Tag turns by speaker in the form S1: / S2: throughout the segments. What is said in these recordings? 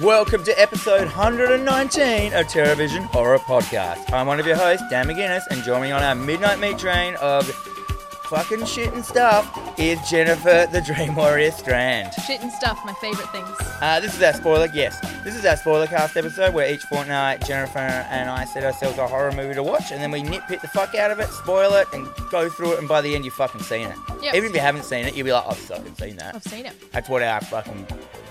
S1: Welcome to episode 119 of Terrorvision Horror Podcast. I'm one of your hosts, Dan McGuinness, and joining me on our midnight meat train of fucking shit and stuff is Jennifer the Dream Warrior Strand.
S2: Shit and stuff, my favorite things.
S1: Uh, this is our spoiler, yes. This is our spoiler cast episode where each fortnight Jennifer and I set ourselves a horror movie to watch and then we nitpick the fuck out of it, spoil it, and go through it, and by the end you've fucking seen it.
S2: Yep.
S1: Even if you haven't seen it, you'll be like, I've fucking seen that.
S2: I've seen it.
S1: That's what our fucking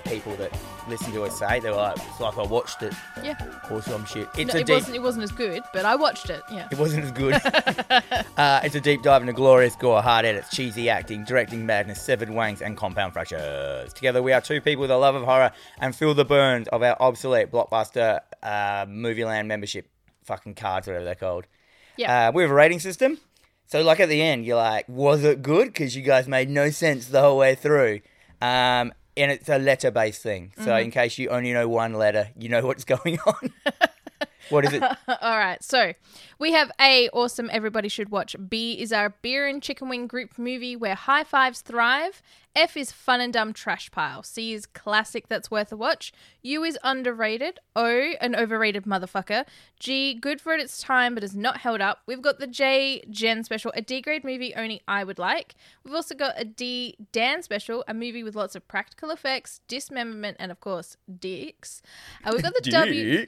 S1: people that listen to us say. They were like, it's like I watched it
S2: Yeah.
S1: or some shit. It's
S2: No,
S1: a
S2: it
S1: deep.
S2: wasn't. It wasn't as good, but I watched it. Yeah.
S1: It wasn't as good. uh, it's a deep dive into glorious gore, hard edits, cheesy acting, directing madness, severed wangs, and compound fractures. Together, we are two people with a love of horror and feel the burns of our obsolete blockbuster uh, movie land membership fucking cards, whatever they're called.
S2: Yeah.
S1: Uh, we have a rating system. So, like at the end, you're like, was it good? Because you guys made no sense the whole way through. Um, and it's a letter based thing. So,
S2: Mm-hmm.
S1: in case you only know one letter, you know what's going on. what is it?
S2: All right. So we have A. Awesome. Everybody should watch. B is our beer and chicken wing group movie where high fives thrive. F is fun and dumb trash pile. C is classic that's worth a watch. U is underrated. O an overrated motherfucker. G good for its time but is not held up. We've got the J Gen special, a D grade movie only I would like. We've also got a D Dan special, a movie with lots of practical effects, dismemberment, and of course dicks. Uh, we've got the W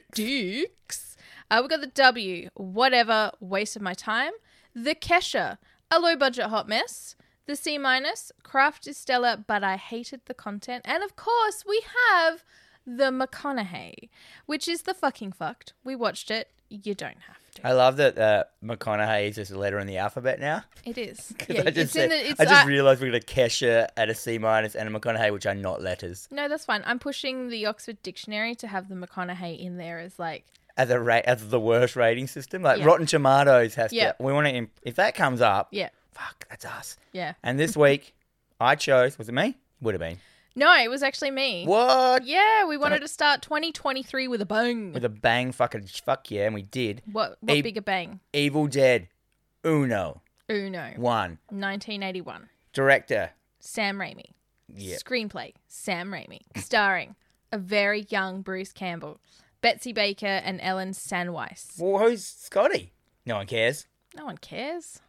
S2: dicks. Uh, we got the W, whatever, waste of my time. The Kesha, a low budget hot mess. The C minus, craft is stellar, but I hated the content. And of course, we have the McConaughey, which is the fucking fucked. We watched it. You don't have to.
S1: I love that uh, McConaughey is just a letter in the alphabet now.
S2: It is.
S1: 'Cause
S2: Yeah,
S1: I just,
S2: it's
S1: said-
S2: in the. It's,
S1: I just
S2: uh,
S1: realized we got a Kesha and a C minus and a McConaughey, which are not letters,
S2: no, that's fine. I'm pushing the Oxford Dictionary to have the McConaughey in there as like
S1: as a ra- as the worst rating system. Like
S2: Yeah.
S1: Rotten Tomatoes has
S2: Yeah.
S1: to. We want to. Imp- if that comes up,
S2: yeah,
S1: fuck, that's us.
S2: yeah.
S1: And this week, I chose. Was it me? Would have been.
S2: No, it was actually me.
S1: What?
S2: Yeah, we wanted to start 2023 with a bang.
S1: With a bang, fucking fuck yeah, and we did.
S2: What what
S1: A-
S2: bigger bang?
S1: Evil Dead, Uno,
S2: Uno,
S1: one
S2: 1981.
S1: director.
S2: Sam Raimi.
S1: Yeah.
S2: Screenplay, Sam Raimi. Starring a very young Bruce Campbell, Betsy Baker, and Ellen Sanweiss.
S1: Well, who's Scotty? No one cares.
S2: No one cares.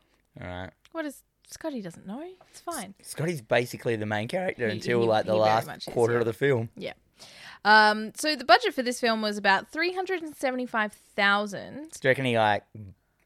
S1: All right.
S2: What is Scotty doesn't know. It's fine.
S1: Scotty's basically the main character
S2: He-
S1: until
S2: he-
S1: like the
S2: he very
S1: last
S2: much is,
S1: quarter
S2: yeah.
S1: of the film.
S2: Yeah. Um, so the budget for this film was about 375,000.
S1: Do you reckon he like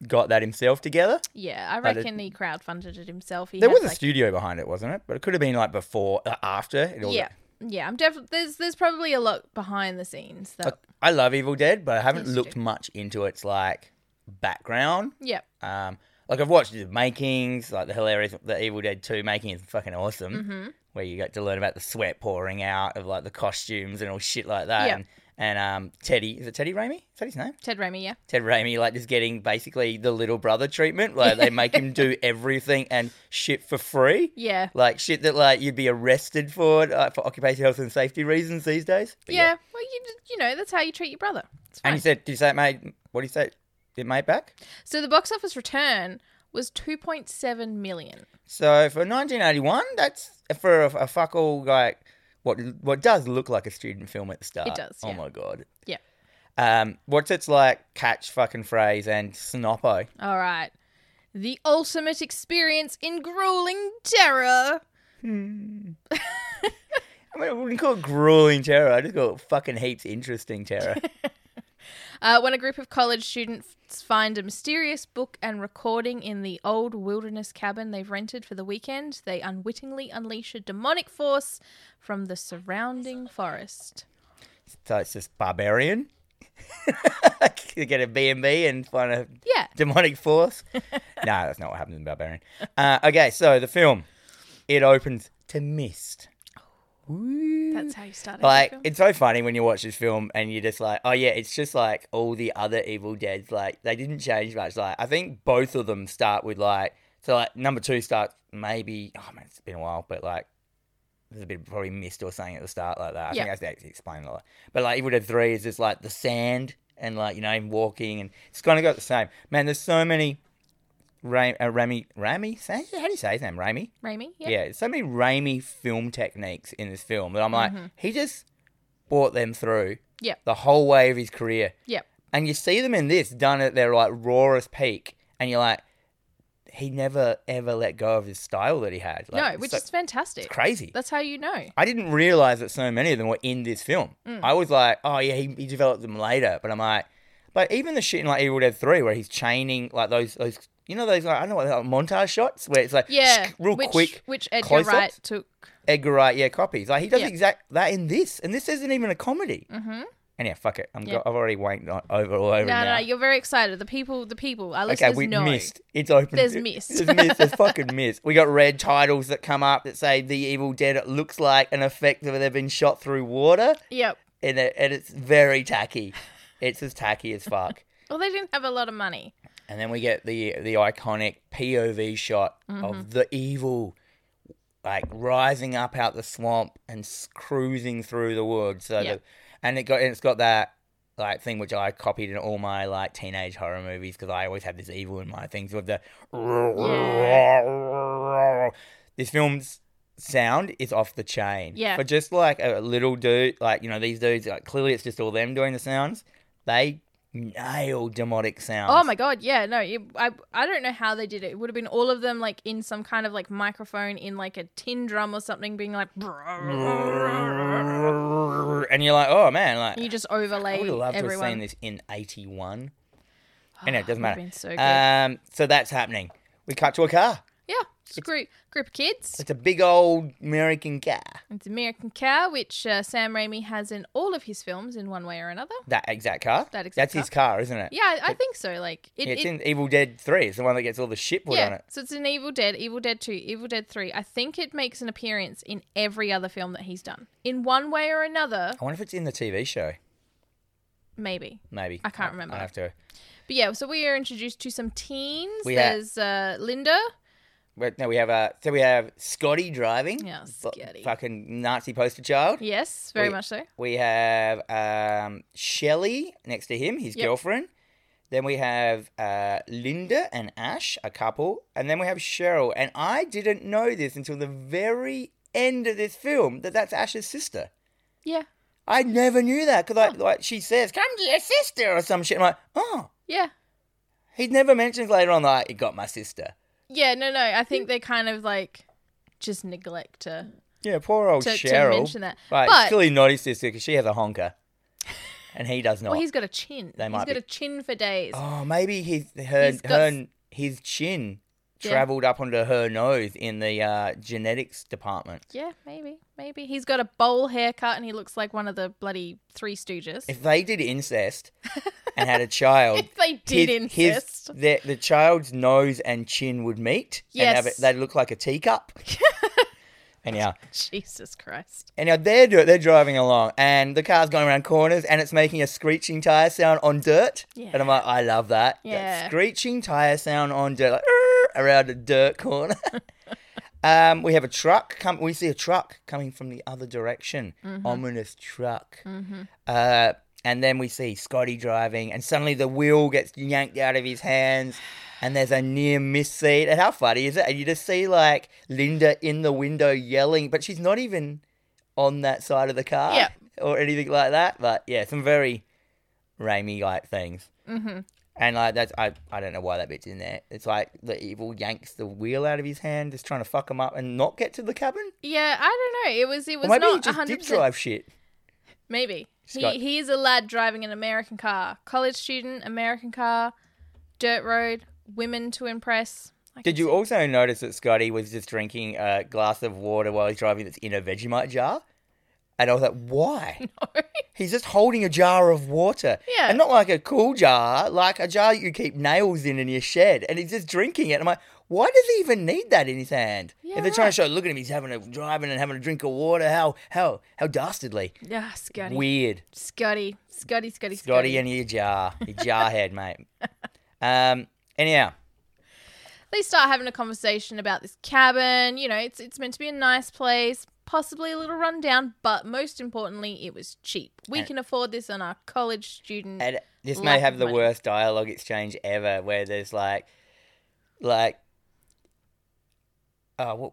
S1: got that himself together?
S2: Yeah, I
S1: But it-
S2: reckon he crowdfunded it himself. He
S1: there
S2: had,
S1: was a
S2: like,
S1: studio behind it, wasn't it? But it could have been like before, uh, after. It all
S2: Yeah. Yeah, I'm definitely there's there's probably a lot behind the scenes that
S1: Like, uh, I love Evil Dead, but I haven't
S2: Yes, you
S1: looked much into its like background.
S2: yeah.
S1: Um, like I've watched the makings, like the hilarious, the Evil Dead Two making is fucking awesome,
S2: Mm-hmm.
S1: where you get to learn about the sweat pouring out of like the costumes and all shit like that.
S2: Yeah.
S1: And, and um, Teddy is it Teddy Raimi? Is that his name?
S2: Ted Raimi, yeah.
S1: Ted Raimi like just getting basically the little brother treatment. Like they make him do everything and shit for free.
S2: Yeah.
S1: Like shit that like you'd be arrested for like, for occupational health and safety reasons these days. But
S2: Yeah, well, you you know that's how you treat your brother. It's
S1: And you
S2: fine.
S1: said, did you say it made? What do you say? It made back.
S2: So the box office return was two point seven million.
S1: So for 1981, that's for a, a fuck all like what what does look like a student film at the start.
S2: It does,
S1: Oh
S2: yeah.
S1: my god.
S2: Yeah.
S1: Um, what's its like catch fucking phrase and snoppo?
S2: All right, the ultimate experience in grueling terror.
S1: I mean, I wouldn't call it grueling terror. I just call it fucking heaps interesting terror.
S2: Uh, when a group of college students find a mysterious book and recording in the old wilderness cabin they've rented for the weekend, they unwittingly unleash a demonic force from the surrounding forest.
S1: So it's just barbarian. you get a B and B and find a
S2: Yeah,
S1: demonic force. no, that's not what happens in Barbarian. Uh, okay, so the film it opens to mist. Ooh.
S2: that's how you start.
S1: like
S2: Like,
S1: it's so funny when you watch this film and you're just like, oh yeah, it's just like all the other Evil Dead's. Like they didn't change much. Like I think both of them start with like so like number two starts maybe oh man it's been a while, but like there's a bit of probably mist or something at the start like that. I
S2: Yeah.
S1: think that's actually explained a lot. But like Evil Dead Three is just like the sand and like you know him walking and it's kind of got the same. Man, there's so many. Ray, uh, Rami, Rami, Say- how do you say his name? Rami.
S2: Raimi, yeah. Mm-hmm.
S1: Yeah, so many Raimi film techniques in this film that I'm like, he just brought them through
S2: Yep.
S1: the whole way of his career.
S2: Yep.
S1: And you see them in this done at their like rawest peak, and you're like, he never ever let go of his style that he had. Like,
S2: no,
S1: it's
S2: which
S1: so-
S2: is fantastic.
S1: it's crazy.
S2: That's how you know.
S1: I didn't realize that so many of them were in this film.
S2: Mm.
S1: I was like, oh yeah, he, he developed them later, but I'm like, but even the shit in like Evil Dead Three where he's chaining like those those you know those like, I don't know what they are, montage shots where it's like
S2: Yeah.
S1: real
S2: which,
S1: quick
S2: Which Edgar
S1: close-ups?
S2: Wright took.
S1: Edgar Wright yeah copies like he does
S2: Yeah.
S1: exact that in this and this isn't even a comedy. Mm-hmm. Anyhow, fuck it, I'm
S2: Yeah.
S1: go- I've already wanked on, over all over
S2: No, no,
S1: now.
S2: no, you're very excited. The people, the people, our
S1: Okay,
S2: listeners
S1: we
S2: know.
S1: missed. It's open.
S2: There's
S1: to-
S2: missed.
S1: There's missed. There's fucking missed. We got red titles that come up that say "The Evil Dead" it looks like an effect that they've been shot through water,
S2: Yep.
S1: and, it, and it's very tacky. It's as tacky as fuck.
S2: Well, they didn't have a lot of money.
S1: and then we get the the iconic POV shot
S2: Mm-hmm.
S1: of the evil, like rising up out the swamp and s- cruising through the woods. So
S2: Yeah.
S1: the, and it got and it's got that like thing which I copied in all my like teenage horror movies because I always had this evil in my things with the. This film's sound is off the chain.
S2: Yeah.
S1: For just like a little dude, like you know these dudes, like clearly it's just all them doing the sounds. They nail demonic sounds.
S2: Oh my god, yeah, no, it, I I don't know how they did it. It would have been all of them like in some kind of like microphone in like a tin drum or something, being like, and
S1: and you're like, oh man, like
S2: you just
S1: I
S2: overlay
S1: would have loved to
S2: everyone. Oh,
S1: have seen this in '81. Anyway, it doesn't
S2: would've
S1: matter.
S2: been so good.
S1: Um, so that's happening. We cut to a car.
S2: Yeah, it's a group group of kids.
S1: It's a big old American car.
S2: It's American Cow, which uh, Sam Raimi has in all of his films in one way or another.
S1: That exact car.
S2: That exact
S1: That's his car, isn't it?
S2: Yeah, I, I think so. Like it,
S1: Yeah, it's
S2: it-
S1: in Evil Dead Three. It's the one that gets all the shit put
S2: yeah.
S1: on it.
S2: So it's in Evil Dead, Evil Dead Two, Evil Dead Three. I think it makes an appearance in every other film that he's done in one way or another.
S1: I wonder if it's in the TV show.
S2: Maybe.
S1: Maybe
S2: I can't remember.
S1: I have to.
S2: But yeah, so we are introduced to some teens.
S1: We ha-
S2: There's uh, Linda.
S1: Wait, No, we have uh, so we have Scotty driving.
S2: Yeah,
S1: Fu-
S2: Scotty.
S1: Fucking Nazi poster child.
S2: Yes, very
S1: We-
S2: much so.
S1: We have um, Shelly next to him, his
S2: Yep.
S1: girlfriend. Then we have uh, Linda and Ash, a couple. And then we have Cheryl. And I didn't know this until the very end of this film that that's Ash's sister.
S2: Yeah,
S1: I never knew that because like, like she says, "Come to your sister" or some shit. I'm like, oh,
S2: yeah,
S1: he never mentions later on like it got my sister.
S2: yeah. No, no. I think they kind of like just neglect to
S1: Yeah, poor old
S2: to, to
S1: Cheryl.
S2: mention that.
S1: Right,
S2: but
S1: clearly not his sister because she has a honker, and he does not.
S2: well, he's got a chin.
S1: They
S2: He's
S1: might
S2: got
S1: be.
S2: a chin for days.
S1: Oh, maybe his her,
S2: He's got
S1: her
S2: s-
S1: n- his chin
S2: Yeah.
S1: travelled up onto her nose in the uh, genetics department.
S2: Yeah, maybe, maybe he's got a bowl haircut and he looks like one of the bloody Three Stooges.
S1: If they did incest and had a child,
S2: If they did
S1: his- his-
S2: insist.
S1: the, the child's nose and chin would meet. and have it-
S2: Yes.
S1: they'd look like a teacup. anyhow,
S2: Jesus Christ.
S1: anyhow, they're do- they're driving along, and the car's going around corners, and it's making a screeching tire sound on dirt.
S2: Yeah.
S1: And I'm like, I love that. That
S2: Yeah.
S1: screeching tire sound on dirt, like, "Arr," around a dirt corner. um, we have a truck. Come, we see a truck coming from the other direction.
S2: Mm-hmm.
S1: Ominous truck. Uh, and then we see Scotty driving, and suddenly the wheel gets yanked out of his hands, and there's a near miss scene. And how funny is it? And you just see like Linda in the window yelling, but she's not even on that side of the car
S2: Yep.
S1: or anything like that. But yeah, some very Raimi like things. Mm-hmm. And like that's I I don't know why that bit's in there. It's like the evil yanks the wheel out of his hand, just trying to fuck him up and not get to the cabin.
S2: Yeah, I don't know. It was it was
S1: Or maybe he
S2: not
S1: just
S2: hundred
S1: did
S2: percent
S1: drive shit.
S2: Maybe.
S1: got-
S2: He, he is a lad driving an American car. College student, American car, dirt road, women to impress. I
S1: Did
S2: can
S1: you
S2: see-
S1: also notice that Scotty was just drinking a glass of water while he's driving that's in a Vegemite jar? And I was like, why? He's just holding a jar of water.
S2: Yeah.
S1: And not like a cool jar, like a jar you keep nails in in your shed. And he's just drinking it. I'm like, why does he even need that in his hand?
S2: Yeah,
S1: if they're trying to
S2: right.
S1: show, look at him, he's having a driving and having a drink of water. How, how, how dastardly.
S2: Ah, Scotty.
S1: Weird.
S2: Scotty. Scotty,
S1: Scotty
S2: Scotty, Scotty.
S1: and your jar. Your jar head, mate. Um, anyhow,
S2: they start having a conversation about this cabin. You know, it's, it's meant to be a nice place, possibly a little rundown, but most importantly, it was cheap. We
S1: And-
S2: can afford this on our college student.
S1: And this may
S2: lack
S1: have
S2: of
S1: the
S2: money.
S1: worst dialogue exchange ever, where there's like, like, oh, what,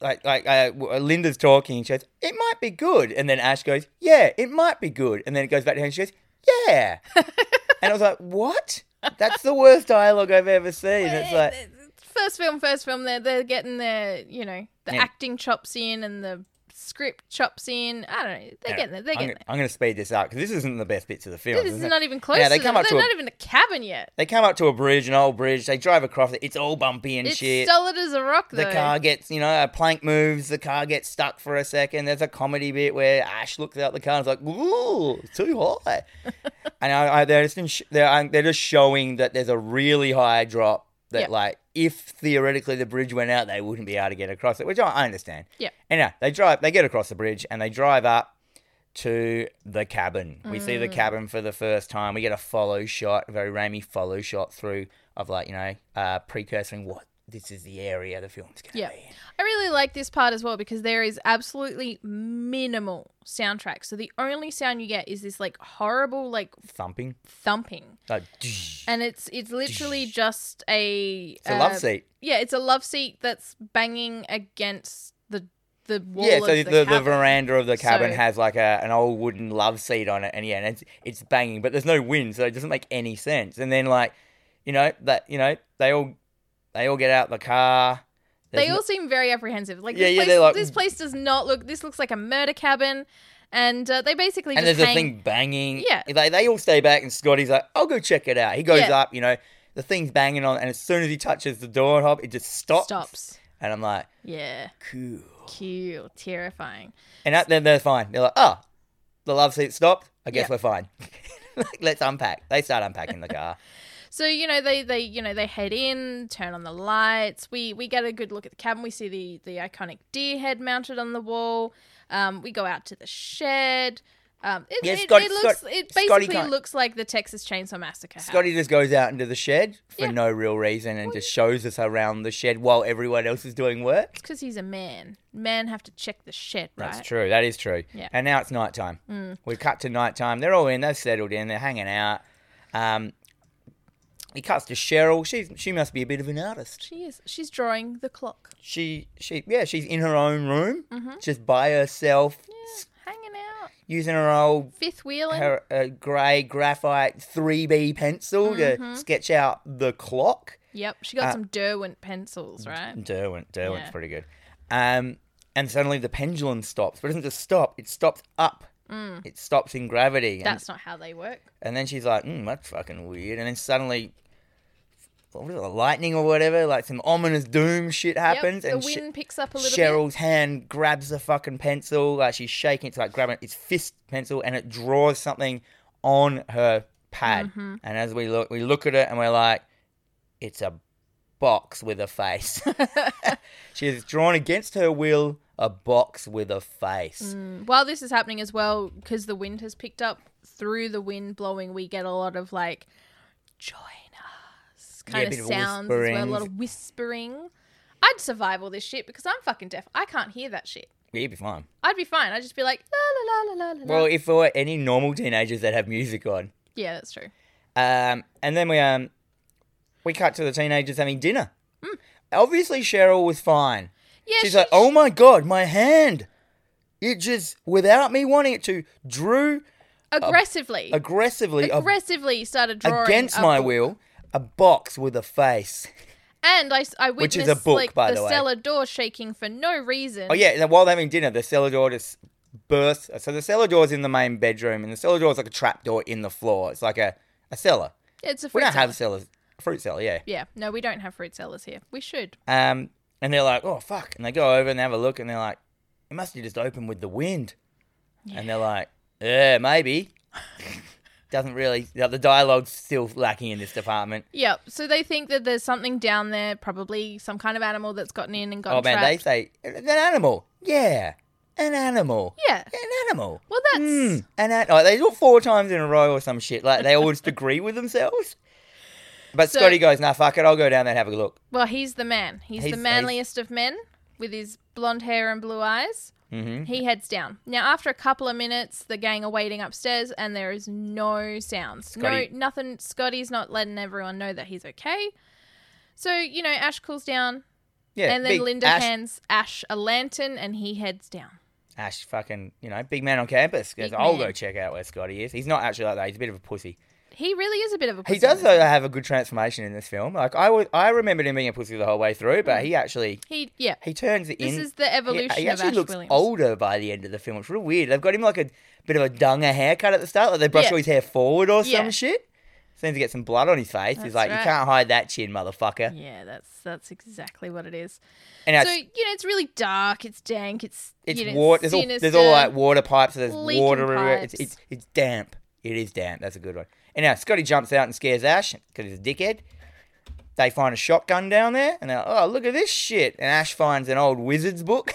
S1: like like uh, w- Linda's talking, she goes, "It might be good," and then Ash goes, "Yeah, it might be good," and then it goes back to her, and she goes, "Yeah," and I was like, "What? That's the worst dialogue I've ever seen." It's like,
S2: first film, first film. They're they're getting their you know the
S1: Yeah.
S2: acting chops in and the script chops in. I don't know. They're getting there. They're
S1: I'm,
S2: getting
S1: gonna- I'm going to speed this up because this isn't the best bits of the film.
S2: there. This is
S1: isn't it?
S2: not even close.
S1: Yeah, they
S2: to
S1: come
S2: them.
S1: up to
S2: They're
S1: a-
S2: not even a cabin yet.
S1: They come up to a bridge, an old bridge. They drive across it. It's all bumpy and
S2: It's
S1: shit.
S2: solid as a rock though.
S1: the car gets, you know, a plank moves. The car gets stuck for a second. There's a comedy bit where Ash looks out the car and is like, "Ooh, it's too high." and I, I, they're just in sh- they're, I- they're just showing that there's a really high drop. That
S2: Yep.
S1: like, if theoretically the bridge went out, they wouldn't be able to get across it, which I I understand.
S2: Yep.
S1: Anyhow, they drive. They get across the bridge and they drive up to the cabin. We see the
S2: Mm.
S1: cabin for the first time. We get a follow shot, a very Raimi follow shot through of like, you know, uh, precursoring what this is the area the film's going to
S2: Yeah.
S1: be in.
S2: I really like this part as well because there is absolutely minimal soundtrack. So the only sound you get is this like horrible like
S1: Thumping.
S2: thumping,
S1: Like,
S2: and it's it's literally just a
S1: it's a love
S2: uh,
S1: seat.
S2: Yeah, it's a love seat that's banging against the the wall.
S1: Yeah,
S2: of
S1: so
S2: the,
S1: the, the,
S2: cabin.
S1: veranda of the cabin
S2: So-
S1: has like a, an old wooden love seat on it, and yeah, and it's, it's banging, but there's no wind, so it doesn't make any sense. And then like, you know that you know they all they all get out the car. There's
S2: They
S1: no-
S2: all seem very apprehensive. Like,
S1: Yeah,
S2: this,
S1: yeah,
S2: place,
S1: they're like-
S2: this place does not look. This looks like a murder cabin, and uh, they basically
S1: and
S2: just
S1: there's
S2: hang.
S1: a thing banging.
S2: Yeah.
S1: They, they all stay back, and Scotty's like, I'll go check it out. He goes
S2: Yeah.
S1: up, you know, the thing's banging on, and as soon as he touches the door knob, it just stops.
S2: stops.
S1: And I'm like,
S2: Yeah,
S1: cool.
S2: cute, terrifying.
S1: And that, then they're fine. They're like, oh, the love seat stopped. I guess
S2: Yeah.
S1: we're fine. Like, Let's unpack. They start unpacking the car.
S2: So you know they they you know they head in, turn on the lights. We we get a good look at the cabin. We see the the iconic deer head mounted on the wall. Um, we go out to the shed. Um, it,
S1: Yeah,
S2: it-
S1: Scott-
S2: it looks
S1: Scott-
S2: it
S1: Scotty
S2: basically
S1: can't-
S2: looks like the Texas Chainsaw Massacre. house.
S1: Scotty just goes out into the shed for
S2: Yeah.
S1: no real reason and just shows us around the shed while everyone else is doing work.
S2: because he's a man. Men have to check the shed, right?
S1: That's true. That is true.
S2: Yeah. Mm.
S1: And now it's nighttime. We cut to nighttime. They're all in. They've settled in. They're hanging out. Um, he cuts to Cheryl. She's she must be a bit of an artist.
S2: She is. She's drawing the clock,
S1: She she yeah she's in her own room,
S2: Mm-hmm.
S1: just by herself, s-
S2: hanging out,
S1: using her old
S2: fifth wheeling.
S1: her uh, grey graphite three B pencil
S2: Mm-hmm.
S1: to sketch out the clock.
S2: yep, she
S1: uh,
S2: got some Derwent pencils, right?
S1: Derwent. Derwent's
S2: Yeah.
S1: pretty good. Um, and suddenly the pendulum stops, but it doesn't just stop. It stops up. It stops in gravity. and-
S2: Mm. That's not how they work.
S1: And then she's like, mm, that's fucking weird. And then suddenly, what was it, lightning or whatever? Like some ominous doom shit happens.
S2: Yep,
S1: and
S2: the
S1: She-
S2: wind picks up a little bit.
S1: Cheryl's hand grabs the fucking pencil. Like she's shaking. It's like grabbing its fist pencil and it draws something on her pad.
S2: Mm-hmm.
S1: And as we look, we look at it and we're like, it's a box with a face. she has drawn against her will a box with a face.
S2: While this is happening as well, because the wind has picked up through the wind blowing, we get a lot of like join us
S1: Yeah, a
S2: kind
S1: bit
S2: of
S1: of
S2: sounds as well, a lot
S1: whisperings.
S2: of whispering. I'd survive all this shit because I'm fucking deaf. I can't hear that shit.
S1: Yeah, you'd be fine.
S2: I'd be fine. I'd just be like la la la la la la.
S1: Well,
S2: la.
S1: if there were any normal teenagers that have music on,
S2: yeah, that's true.
S1: Um, and then we um, we cut to the teenagers having dinner. Hmm. Obviously, Cheryl was fine.
S2: Yeah,
S1: She's
S2: she-
S1: like, "Oh my god, my hand! It just, without me wanting it to, drew
S2: aggressively,
S1: aggressively a-
S2: aggressively started drawing
S1: um, against
S2: a
S1: my
S2: book.
S1: will a box with a face."
S2: And I, I
S1: Which
S2: witnessed
S1: is a book,
S2: like
S1: by
S2: the
S1: the way.
S2: cellar door shaking for no reason.
S1: Oh yeah, and while they're having dinner, the cellar door just bursts. So the cellar door's in the main bedroom, and the cellar door is like a trap door in the floor. It's like a, a cellar.
S2: it's a
S1: We
S2: fruit
S1: don't
S2: cellar.
S1: have cellars, fruit cellar, yeah.
S2: Yeah, no, we don't have fruit cellars here. We should.
S1: Um, and they're like, oh, fuck. And they go over and they have a look and they're like, it must have just opened with the wind. And they're like, yeah, maybe. Doesn't really, the the dialogue's still lacking in this department.
S2: Yeah, so they think that there's something down there, probably some kind of animal that's gotten in and gotten
S1: Oh, man, they
S2: trapped.
S1: say, an animal. Yeah, an animal.
S2: Yeah.
S1: An animal.
S2: Well, that's
S1: Mm, an an- oh, they do it four times in a row or some shit. Like, they all just agree with themselves. But
S2: So-
S1: Scotty goes, nah, fuck it, I'll go down there and have a look.
S2: well, he's the man.
S1: He's-
S2: He's, the
S1: he's-
S2: manliest of men with his blonde hair and blue eyes.
S1: Mm-hmm.
S2: He heads down. Now, after a couple of minutes, the gang are waiting upstairs, and there is no sounds.
S1: Scotty-
S2: No, nothing. Scotty's not letting everyone know that he's okay. So you know, Ash cools down.
S1: Yeah,
S2: and then
S1: big
S2: Linda
S1: Ash,
S2: hands Ash a lantern and he heads down.
S1: Ash, fucking, you know, big man on campus. Goes,
S2: Big
S1: I'll
S2: man.
S1: go check out where Scotty is. He's not actually like that. He's a bit of a pussy.
S2: He really is a bit of a
S1: He
S2: pussy
S1: does
S2: though.
S1: though have a good transformation in this film. Like I was, I remembered him being a pussy the whole way through, but he actually
S2: He yeah.
S1: he turns it in.
S2: Mm. This is the evolution
S1: he, he
S2: of
S1: actually
S2: Ash
S1: looks
S2: Williams.
S1: older by the end of the film. It's real weird. They've got him like a bit of a dunger haircut at the start. Like they brush
S2: Yeah.
S1: all his hair forward or
S2: Yeah.
S1: some shit. Seems to get some blood on his face.
S2: That's
S1: He's like,
S2: right.
S1: you can't hide that chin, motherfucker.
S2: Yeah, that's that's exactly what it is.
S1: And that's,
S2: so you know, it's really dark. It's dank. It's
S1: it's
S2: you know,
S1: water. There's all,
S2: sinister.
S1: there's all like water pipes. There's
S2: leaking
S1: water. everywhere.
S2: pipes.
S1: It's, it's it's damp. It is damp. That's a good one. And now Scotty jumps out and scares Ash because he's a dickhead. They find a shotgun down there, and they're like, oh look at this shit. And Ash finds an old wizard's book.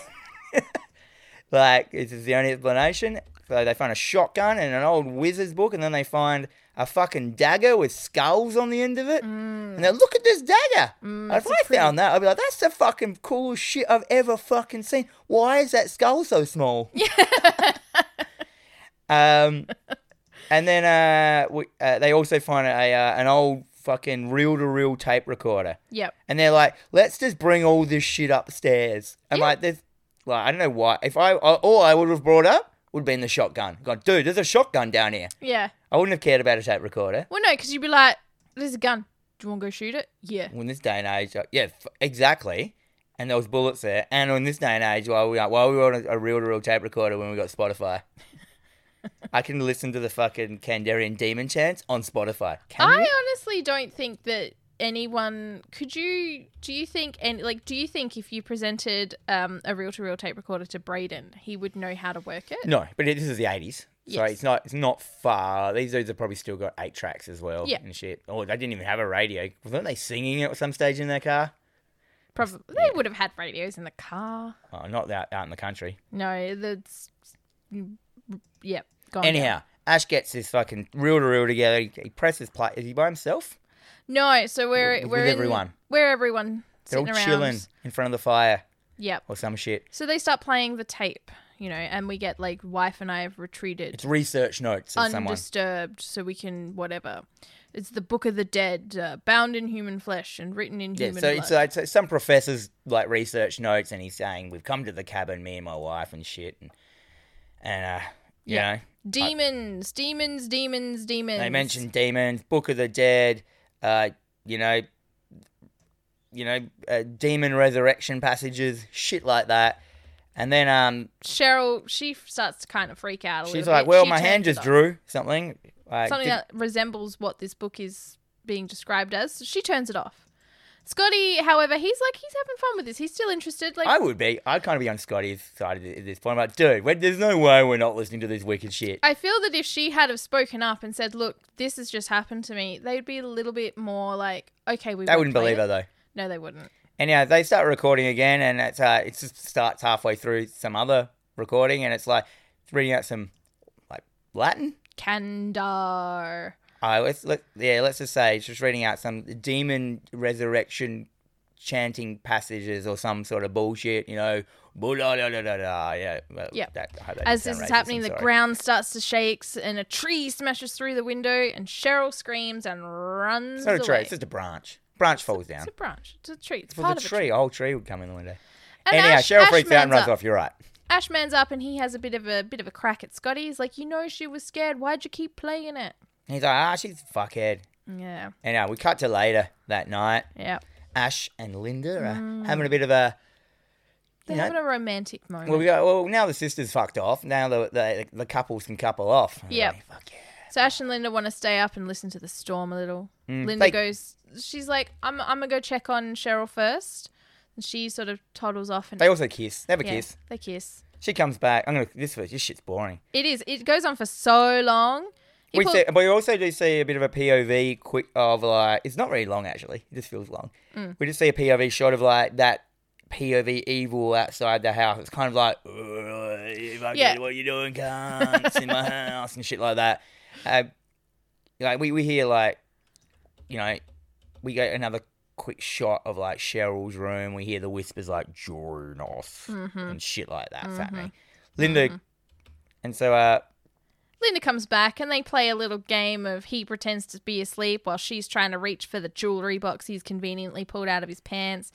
S1: like this is the only explanation. So they find a shotgun and an old wizard's book, and then they find a fucking dagger with skulls on the end of it.
S2: Mm.
S1: And they look at this dagger. if I found that, I'd be like, that's the fucking coolest shit I've ever fucking seen. Why is that skull so small? um, and then uh, we, uh, they also find a uh, an old fucking reel to reel tape recorder.
S2: Yep.
S1: And they're like, let's just bring all this shit upstairs. And
S2: Yeah.
S1: like, there's, like, I don't know why. If I, I- all I would have brought up would have been the shotgun. God, dude, there's a shotgun down here.
S2: Yeah.
S1: I wouldn't have cared about a tape recorder.
S2: Well, no, because you'd be like, "There's a gun. Do you want to go shoot it?" Yeah.
S1: In this day and age, uh, yeah, f- exactly. And there was bullets there. And in this day and age, while we are, while we were on a real to real tape recorder when we got Spotify, I can listen to the fucking Kandarian Demon Chants on Spotify. Can
S2: I
S1: you?
S2: honestly don't think that anyone could you do you think and like do you think if you presented um a reel to reel tape recorder to Braden he would know how to work it?
S1: No, but it, this is the eighties, so
S2: Yes.
S1: it's not it's not far. These dudes have probably still got eight tracks as well
S2: Yeah.
S1: and shit. Oh, they didn't even have a radio. Weren't they singing at some stage in their car?
S2: Probably they would have had radios in the car.
S1: Oh, not that out in the country.
S2: No, that's Oh, yeah, gone.
S1: Anyhow, Ash gets this fucking reel to reel together. He, he presses play. Is he by himself?
S2: No, so we're
S1: With- with
S2: we're in-
S1: everyone.
S2: We're everyone
S1: They're
S2: sitting
S1: all
S2: around.
S1: chilling in front of the fire
S2: Yep.
S1: or some shit.
S2: So they start playing the tape, you know, and we get like wife and I have retreated
S1: It's research notes of someone.
S2: undisturbed, so we can whatever. It's the Book of the Dead, uh, bound in human flesh and written in
S1: Yeah,
S2: human
S1: so
S2: blood.
S1: it's like so some professor's like research notes, and he's saying we've come to the cabin, me and my wife, and shit, and and uh, you
S2: Yeah.
S1: know.
S2: demons, demons, demons, demons.
S1: They mentioned demons, Book of the Dead, uh, you know, you know, uh, demon resurrection passages, shit like that. And then um,
S2: Cheryl. She f- starts to kind of freak out a
S1: she's
S2: little
S1: like,
S2: bit.
S1: "Well,
S2: She
S1: my hand
S2: turns
S1: just
S2: it off.
S1: drew something." Like,
S2: something
S1: did-
S2: that resembles what this book is being described as. So she turns it off. Scotty, however, he's like he's having fun with this. He's still interested. Like
S1: I would be. I'd kind of be on Scotty's side at this point. I'm like, dude, we- there's no way we're not listening to this wicked shit.
S2: I feel that if she had have spoken up and said, "Look, this has just happened to me," they'd be a little bit more like, "Okay, we."
S1: They wouldn't believe her
S2: it.
S1: though.
S2: No, they wouldn't.
S1: Anyhow, they start recording again, and it's uh, it just starts halfway through some other recording, and it's like it's reading out some like Latin.
S2: Kandar.
S1: I let's let yeah, let's just say it's just reading out some demon resurrection chanting passages or some sort of bullshit, you know. Blah, blah, blah, blah, blah, blah, Yeah, well,
S2: Yep.
S1: that- I hope that
S2: As
S1: didn't sound
S2: this is
S1: racist,
S2: happening,
S1: I'm
S2: the
S1: sorry.
S2: ground starts to shake, and a tree smashes through the window, and Cheryl screams and runs
S1: It's not a tree.
S2: away.
S1: It's just a branch. Branch falls down.
S2: It's a branch. It's a tree. It's
S1: Well,
S2: part
S1: the
S2: of a
S1: tree, a whole tree would come in the window.
S2: And
S1: Anyhow,
S2: Ash-
S1: Cheryl
S2: Ash
S1: freaks out and
S2: mans
S1: runs
S2: up.
S1: off. You're right.
S2: Ashman's up and he has a bit of a bit of a crack at Scotty. He's like, "You know, she was scared. Why'd you keep playing it?"
S1: And he's like, ah, she's a fuckhead.
S2: Yeah,
S1: Anyhow, we cut to later that night.
S2: yeah.
S1: Ash and Linda are
S2: Mm.
S1: having a bit of a
S2: They're
S1: You know-
S2: having a romantic moment.
S1: well, we go, well, now the sisters fucked off. Now the the, the couples can couple off. And
S2: Yep.
S1: like, Fuck yeah.
S2: so Ash and Linda want to stay up and listen to the storm a little. Linda
S1: Mm. They-
S2: goes, she's like, "I'm I'm gonna go check on Cheryl first. and she sort of toddles off and
S1: They also kiss. They have a
S2: yeah,
S1: kiss.
S2: They kiss.
S1: She comes back. I'm gonna. This this shit's boring.
S2: It is. It goes on for so long. He
S1: We
S2: pull-
S1: see, but we also do see a bit of a POV quick of like it's not really long actually. It just feels long. We just see a POV shot of like that POV evil outside the house. It's kind of like "Ugh, if I
S2: Yeah.
S1: get what you doing, cunts in my house and shit like that. Uh, like we we hear like you know we get another quick shot of like Cheryl's room. We hear the whispers like join off and shit like that. It's happening. Linda, and so uh.
S2: Linda comes back and they play a little game of he pretends to be asleep while she's trying to reach for the jewelry box he's conveniently pulled out of his pants.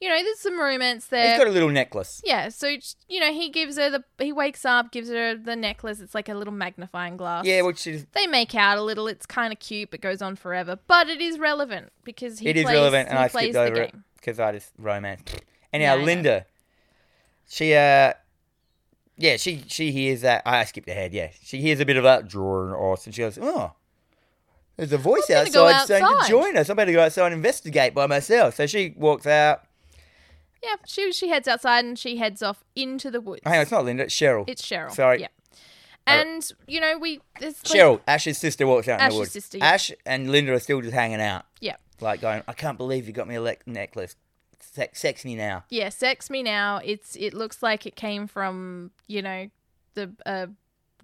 S2: you know, there's some romance
S1: He's
S2: there.
S1: got a little necklace.
S2: yeah, so you know, he gives her the he wakes up, gives her the necklace. It's like a little magnifying glass.
S1: Yeah, which is
S2: they make out a little. It's kind of cute, but goes on forever. But it is relevant because he
S1: it
S2: plays,
S1: is relevant,
S2: he
S1: and I
S2: plays
S1: skipped
S2: the
S1: over it
S2: game.
S1: because I just romance. Anyhow,
S2: I know.
S1: Linda, she uh, yeah, she she hears that I skipped ahead. Yeah, she hears a bit of that drawing off, and she goes, oh. There's a voice
S2: I'm
S1: outside,
S2: gonna go
S1: saying to
S2: outside."
S1: join us. I'm about to go outside and investigate by myself. So she walks out.
S2: Yeah, she she heads outside and she heads off into the woods.
S1: Hang on, it's not Linda, it's Cheryl.
S2: It's Cheryl.
S1: Sorry.
S2: Yeah. And you know we it's like-
S1: Cheryl, Ash's sister, walks out in
S2: Ash's
S1: the woods.
S2: sister, yeah.
S1: Ash and Linda are still just hanging out,
S2: yeah.
S1: like going, I can't believe you got me a le- necklace. Sex, sex me now.
S2: Yeah, sex me now. It's it looks like it came from you know the uh,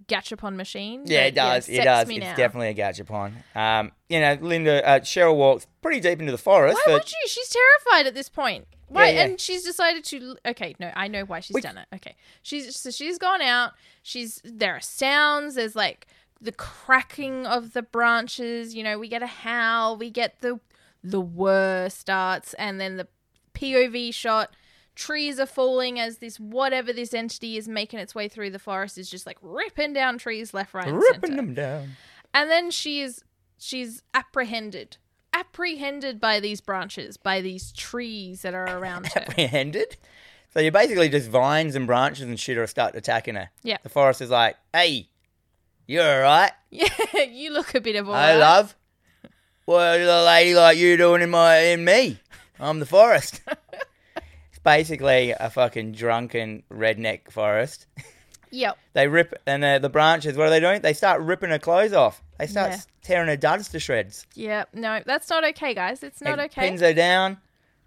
S2: gachapon machine.
S1: Yeah, it
S2: but,
S1: does.
S2: sex
S1: it does.
S2: me
S1: It's
S2: now.
S1: definitely a gachapon. Um, you know, Linda uh, Cheryl walks pretty deep into the forest,
S2: Why
S1: but
S2: would you? She's terrified at this point. Why?
S1: yeah.
S2: And she's decided to. Okay, no, I know why she's
S1: Which-
S2: done it. Okay, she's so she's gone out. She's there are sounds. There's like the cracking of the branches. You know, we get a howl. We get the the whir starts, and then the POV shot. Trees are falling as this whatever this entity is making its way through the forest is just like ripping down trees left, right, and
S1: ripping
S2: center.
S1: them down.
S2: And then she is she's apprehended. Apprehended by these branches, by these trees that are around her.
S1: Apprehended. So you're basically just vines and branches and shit are start attacking her.
S2: Yeah.
S1: The forest is like, hey, you all right?
S2: Yeah, you look a bit of a
S1: Hey, love. What is a lady like you doing in my in me? I'm the forest. it's basically a fucking drunken redneck forest.
S2: Yep.
S1: They rip and uh, the branches. What are they doing? They start ripping her clothes off. They start
S2: Yeah.
S1: tearing her duds to shreds.
S2: Yep. No, that's not okay, guys. It's not
S1: It
S2: okay.
S1: Pins her down,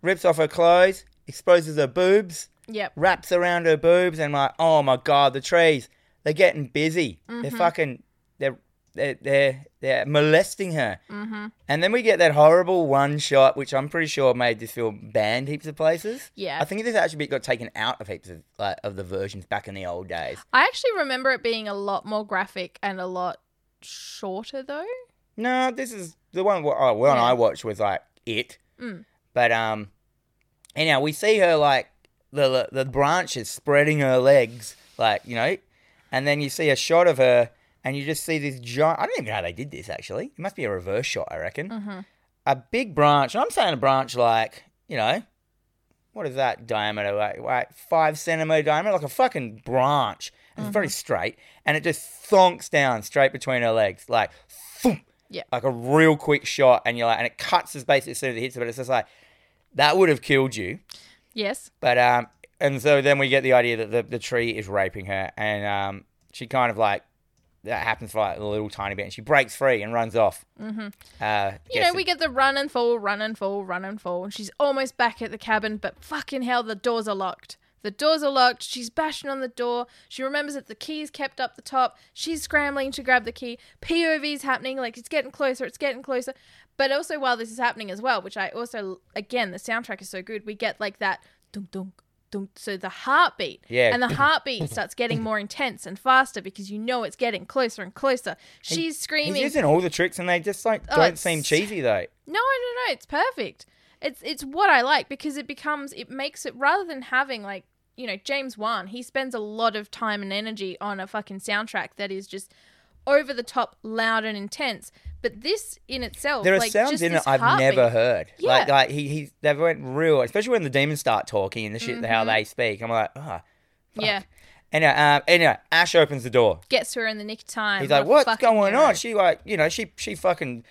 S1: rips off her clothes, exposes her boobs,
S2: yep.
S1: wraps around her boobs, and like, oh my god, the trees. They're getting busy.
S2: Mm-hmm.
S1: They're fucking. They're they're they're, they're molesting her. Mm-hmm. And then we get that horrible one shot, which I'm pretty sure made this film banned heaps of places.
S2: Yeah.
S1: I think this actually got taken out of heaps of like, of the versions back in the old days.
S2: I actually remember it being a lot more graphic and a lot shorter though.
S1: No, this is the one. wh- Oh, one
S2: Yeah.
S1: I watched was like it.
S2: Mm.
S1: But um, anyhow, we see her like the the branches spreading her legs, like you know, and then you see a shot of her, and you just see this giant. I don't even know how they did this actually. It must be a reverse shot, I reckon.
S2: Mhm.
S1: A big branch. and I'm saying a branch like you know, what is that diameter? Like, like five centimeter diameter, like a fucking branch. And It's very
S2: Mm-hmm.
S1: straight, and it just thonks down straight between her legs, like, thump,
S2: Yeah.
S1: like a real quick shot. And you're like, and it cuts his basically as soon as it hits her, but it's just like that would have killed you.
S2: Yes.
S1: But um, and so then we get the idea that the, the tree is raping her, and um, she kind of like that happens for like a little tiny bit, and she breaks free and runs off. Mm-hmm. Uh,
S2: You know, we get the run and fall, run and fall, run and fall, and she's almost back at the cabin, but fucking hell, the doors are locked. The doors are locked. She's bashing on the door. She remembers that the key's kept up the top. She's scrambling to grab the key. POV's happening. Like, it's getting closer. It's getting closer. But also, while this is happening as well, which I also, again, the soundtrack is so good, we get like that dunk, dunk, dunk. So the heartbeat.
S1: Yeah.
S2: And the heartbeat starts getting more intense and faster because you know it's getting closer and closer. She's
S1: He's
S2: screaming.
S1: using all the tricks, and they just like
S2: Oh,
S1: don't
S2: it's-
S1: seem cheesy though.
S2: No, no, no. It's perfect. It's it's what I like because it becomes it makes it rather than having like you know James Wan, he spends a lot of time and energy on a fucking soundtrack that is just over the top, loud and intense. But this in itself,
S1: There are
S2: like,
S1: sounds
S2: just
S1: in it
S2: this
S1: I've
S2: heartbeat-
S1: never heard. Like
S2: Yeah.
S1: like he he they went real, especially when the demons start talking and the shit
S2: Mm-hmm.
S1: how they speak. I'm like, ah.
S2: Yeah,
S1: Anyway, um, anyway, Ash opens the door.
S2: gets to her in the nick of time.
S1: He's
S2: What
S1: like,
S2: a
S1: "What's
S2: fucking
S1: going
S2: hero.
S1: on?" She like, you know, she she fucking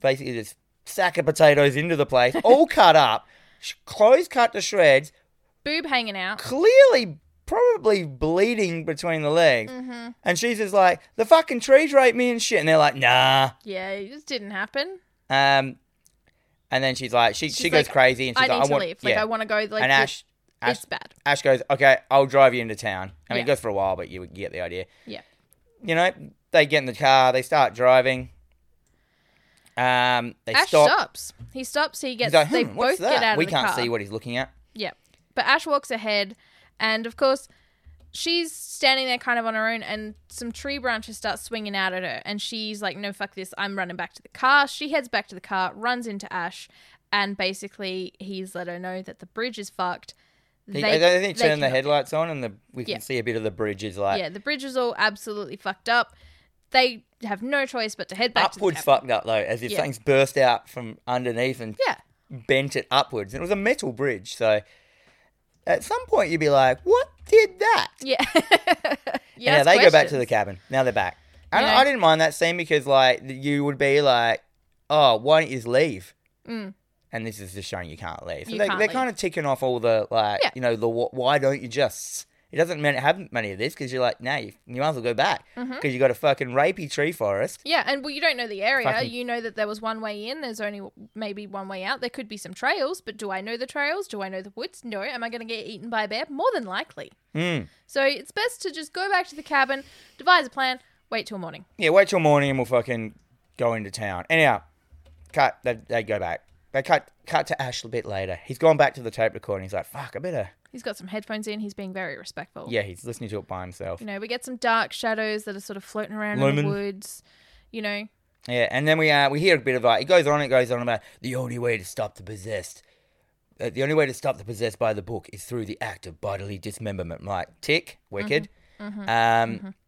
S1: basically just sack of potatoes into the place, all cut up, sh- clothes cut to shreds,
S2: Boob hanging out.
S1: clearly probably bleeding between the legs,
S2: Mm-hmm.
S1: and she's just like, "The fucking trees raped me and shit," and they're like, "Nah."
S2: Yeah, it just didn't happen.
S1: Um, and then she's like, she she
S2: She's
S1: goes
S2: like,
S1: crazy and she's
S2: I
S1: like,
S2: need to
S1: want,
S2: leave. Like
S1: yeah.
S2: I want to go. Like
S1: and
S2: the-
S1: Ash, Ash,
S2: it's bad.
S1: Ash goes, okay, I'll drive you into town. I mean, it
S2: Yeah.
S1: goes for a while, but you, you get the idea.
S2: Yeah.
S1: You know, they get in the car, they start driving. Um, they
S2: Ash
S1: stop.
S2: stops. He stops. He gets.
S1: He's like,
S2: they
S1: "Hmm, what's
S2: both get
S1: that?"
S2: out of
S1: We
S2: the
S1: can't
S2: car.
S1: see what he's looking at.
S2: Yeah. But Ash walks ahead, and of course, she's standing there kind of on her own, and some tree branches start swinging out at her. And she's like, no, fuck this. I'm running back to the car. She heads back to the car, runs into Ash, and basically he's let her know that the bridge is fucked.
S1: They, they, they,
S2: they
S1: turn the
S2: cannot-
S1: headlights on and the, we can
S2: Yeah.
S1: see a bit of the bridges like
S2: Yeah, the bridge is all absolutely fucked up. They have no choice but to head back
S1: upwards
S2: to the cabin.
S1: fucked up though, as if
S2: Yeah.
S1: something's burst out from underneath and
S2: Yeah.
S1: bent it upwards. And it was a metal bridge, so at some point you'd be like, "What did that?"
S2: Yeah.
S1: And
S2: yeah,
S1: now they go back to the cabin. Now they're back. I,
S2: You
S1: don't-
S2: know.
S1: I didn't mind that scene because like you would be like, "Oh, why don't you just leave?"
S2: Mm.
S1: And this is just showing you can't leave. So
S2: You
S1: they,
S2: can't
S1: they're
S2: leave.
S1: kind of ticking off all the like,
S2: Yeah.
S1: you know, the wh- why don't you just? It doesn't mean have many of this because you're like, now you, you might as well go back
S2: Mm-hmm.
S1: because you got a fucking rapey tree forest.
S2: Yeah, and well, you don't know the area.
S1: Fucking-
S2: You know that there was one way in. There's only maybe one way out. There could be some trails, but do I know the trails? Do I know the woods? No. Am I going to get eaten by a bear? More than likely.
S1: Mm.
S2: So it's best to just go back to the cabin, devise a plan, wait till morning.
S1: Yeah, wait till morning and we'll fucking go into town. Anyhow, cut. They, they go back. They cut cut to Ash a bit later. He's gone back to the tape recording. He's like, fuck, I better.
S2: He's got some headphones in. He's being very respectful.
S1: Yeah, he's listening to it by himself.
S2: You know, we get some dark shadows that are sort of floating around in
S1: Lumen.
S2: the woods. You know,
S1: Yeah, and then we uh, we hear a bit of like it goes on, it goes on about the only way to stop the possessed. uh, The only way to stop the possessed by the book is through the act of bodily dismemberment. Like tick, wicked.
S2: Mm-hmm,
S1: Um,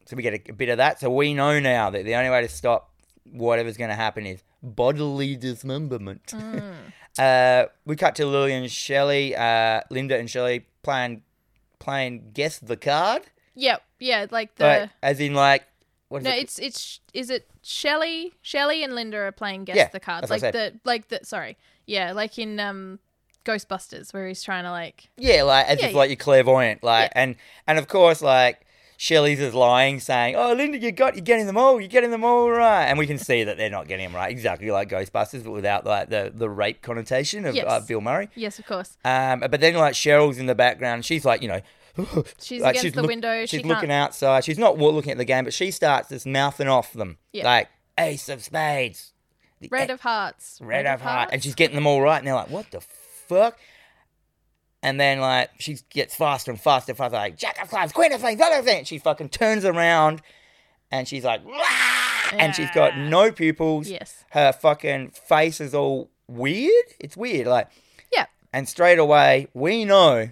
S1: So we get a, a bit of that. So we know now that the only way to stop whatever's going to happen is bodily dismemberment.
S2: Mm.
S1: uh, we cut to Lily and Shelley, uh, Linda and Shelley playing playing guess the card,
S2: yeah, yeah, like the.
S1: Like, as in like what is
S2: No,
S1: it?
S2: it's it's is it Shelley? Shelley and Linda are playing guess
S1: Yeah,
S2: the cards,
S1: that's what
S2: like
S1: I
S2: the like the sorry, yeah, like in um Ghostbusters where he's trying to like
S1: Yeah, like as
S2: Yeah,
S1: if
S2: yeah.
S1: like you're clairvoyant, like and and of course like Shelley's is lying, saying, "Oh, Linda, you got you're getting them all, you're getting them all right," and we can see that they're not getting them right, exactly like Ghostbusters, but without like the the rape connotation of
S2: Yes.
S1: uh, Bill Murray.
S2: yes, of course,
S1: Um, but then like Cheryl's in the background, she's like, you know.
S2: She's
S1: like,
S2: against the window,
S1: She's
S2: she can't-
S1: looking outside. She's not wa- looking at the game, but she starts just mouthing off them,
S2: Yeah.
S1: like Ace of Spades, the e-
S2: Red of Hearts,
S1: red of heart, and she's getting them all right. And they're like, "What the fuck?" And then like she gets faster and faster, and faster, like Jack of Clubs, Queen of Things, other thing. She fucking turns around, and she's like, "Wah!" and she's got
S2: Yeah.
S1: no pupils.
S2: Yes.
S1: her fucking face is all weird. It's weird, like,
S2: yeah,
S1: and straight away we know.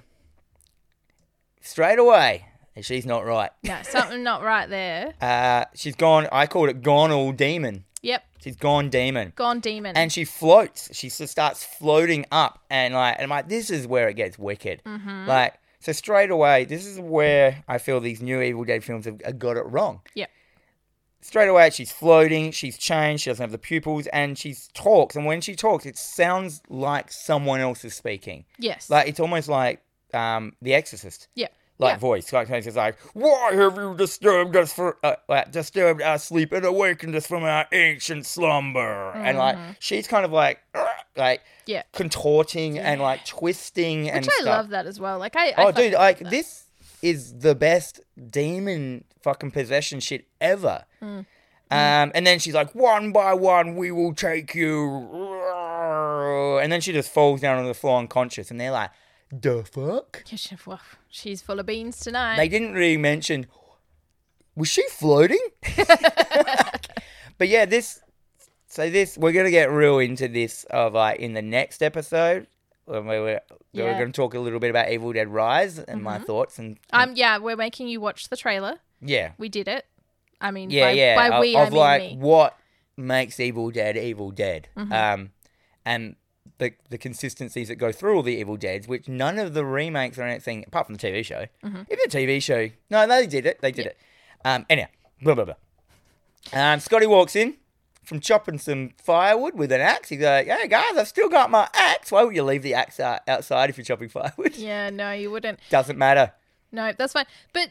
S1: Straight away, that she's not right.
S2: no, something not right there.
S1: Uh, she's gone. I called it gone all demon.
S2: Yep,
S1: She's gone demon
S2: gone demon.
S1: and she floats. She s- starts floating up, and like, and I'm like, this is where it gets wicked. Like, so straight away, this is where I feel these new Evil Dead films have, have got it wrong.
S2: Yep.
S1: Straight away, she's floating. She's changed. She doesn't have the pupils, and she talks. And when she talks, it sounds like someone else is speaking.
S2: yes,
S1: Like it's almost like um, The Exorcist
S2: yep,
S1: like
S2: Yeah.
S1: voice. Like it's like, why have you disturbed us for uh, uh, disturbed our sleep and awakened us from our ancient slumber? And like she's kind of like "Ugh," like
S2: Mm-hmm. yeah.
S1: contorting and like twisting and
S2: Which I
S1: stuff.
S2: love that as well. Like I, I
S1: oh,
S2: fucking
S1: dude,
S2: love
S1: like
S2: that.
S1: this is the best demon fucking possession shit ever.
S2: Mm.
S1: Um, and then she's like, one by one, we will take you. And then she just falls down on the floor unconscious, and they're like, the fuck?
S2: Yeah, she- well, she's full of beans tonight.
S1: They didn't really mention. Was she floating? but yeah, this. So this, we're gonna get real into this of uh, in the next episode when we were we're
S2: Yeah.
S1: gonna talk a little bit about Evil Dead Rise and my thoughts and
S2: um, yeah, we're making you watch the trailer.
S1: yeah,
S2: We did it. I mean,
S1: yeah,
S2: by,
S1: yeah.
S2: by
S1: of,
S2: we,
S1: of
S2: I mean
S1: like
S2: me. Mm-hmm.
S1: what makes Evil Dead Evil Dead, um, and the the consistencies that go through all the Evil Deads, which none of the remakes or anything apart from the TV show.
S2: Mm-hmm.
S1: If the TV show, no, they did it, they did it. Um, anyhow, blah blah blah. Um, Scotty walks in from chopping some firewood with an axe. He's like, "Hey guys, I've still got my axe. Why would you leave the axe out- outside if you're chopping firewood?
S2: Yeah, no, you wouldn't.
S1: Doesn't matter."
S2: No, that's fine. But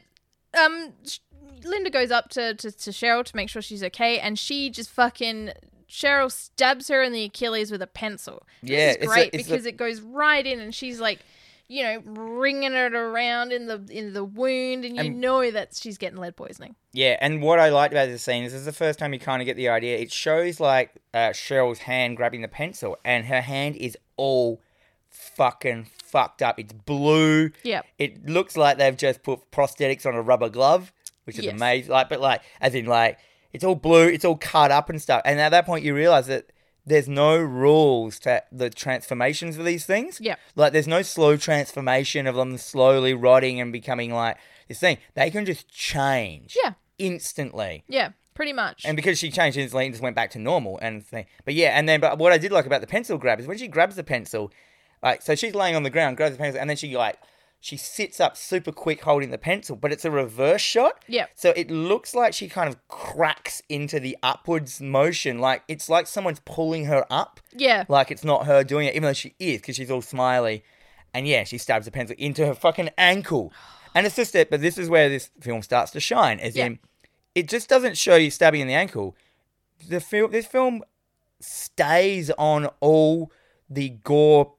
S2: um, sh- Linda goes up to, to to Cheryl to make sure she's okay, and she just fucking Cheryl stabs her in the Achilles with a pencil.
S1: Yeah,
S2: this
S1: it's a-
S2: is great
S1: it's a-
S2: because it goes right in, and she's like, you know, wringing it around in the in the wound, and you know that she's getting lead poisoning.
S1: Yeah, and what I liked about this scene is this is the first time you kind of get the idea. It shows like uh, Cheryl's hand grabbing the pencil, and her hand is all fucking fucked up. It's blue.
S2: Yep.
S1: It looks like they've just put prosthetics on a rubber glove, which is
S2: Yes.
S1: amazing. Like, but like, as in like, it's all blue. It's all cut up and stuff. And at that point, you realize that there's no rules to the transformations of these things.
S2: Yep.
S1: Like there's no slow transformation of them slowly rotting and becoming like this thing. They can just change.
S2: Yeah.
S1: Instantly.
S2: Yeah, pretty much.
S1: And because she changed instantly and just went back to normal and thing. But yeah, and then but what I did like about the pencil grab is when she grabs the pencil, like so she's laying on the ground, grabs the pencil, and then she like she sits up super quick holding the pencil, but it's a reverse shot.
S2: Yep.
S1: So it looks like she kind of cracks into the upwards motion. Like it's like someone's pulling her up.
S2: yeah.
S1: Like it's not her doing it, even though she is, because she's all smiley. And yeah, she stabs a pencil into her fucking ankle. And it's just it, but this is where this film starts to shine, as
S2: Yeah.
S1: in it just doesn't show you stabbing in the ankle. The film this film stays on all the gore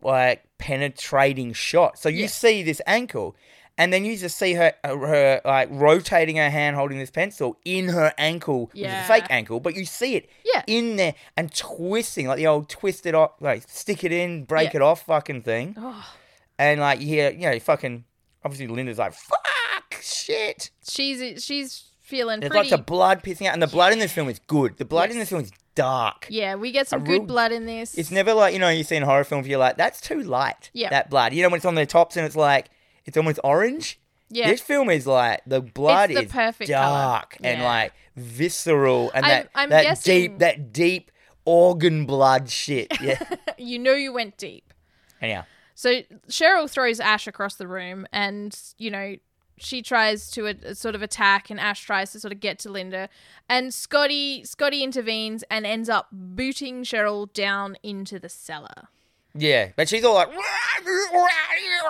S1: like penetrating shot. So you
S2: Yeah.
S1: see this ankle, and then you just see her uh, her like rotating her hand holding this pencil in her ankle, which is
S2: Yeah.
S1: a fake ankle, but you see it
S2: Yeah.
S1: in there and twisting like the old twist it off, like stick it in, break
S2: Yeah.
S1: it off, fucking thing.
S2: Oh,
S1: And like you hear, you know, fucking obviously Linda's like fuck shit.
S2: she's she's feeling
S1: There's
S2: pretty.
S1: lots of blood pissing out, and the blood in this film is good. The blood in this film is dark.
S2: yeah, we get
S1: a
S2: some good
S1: real-
S2: blood in this.
S1: It's never like you know you see in horror films you're like that's too light.
S2: Yeah.
S1: That blood. You know when it's on the tops and it's like it's almost orange.
S2: yeah.
S1: This film is like the blood
S2: It's the
S1: is
S2: perfect colour.
S1: dark and
S2: Yeah.
S1: like visceral and
S2: I'm-
S1: that
S2: I'm
S1: that
S2: guessing-
S1: deep that deep organ blood shit. Yeah.
S2: you know you went deep.
S1: Anyhow.
S2: So Cheryl throws Ash across the room, and you know she tries to uh, sort of attack, and Ash tries to sort of get to Linda, and Scotty Scotty intervenes and ends up booting Cheryl down into the cellar.
S1: Yeah, but she's all like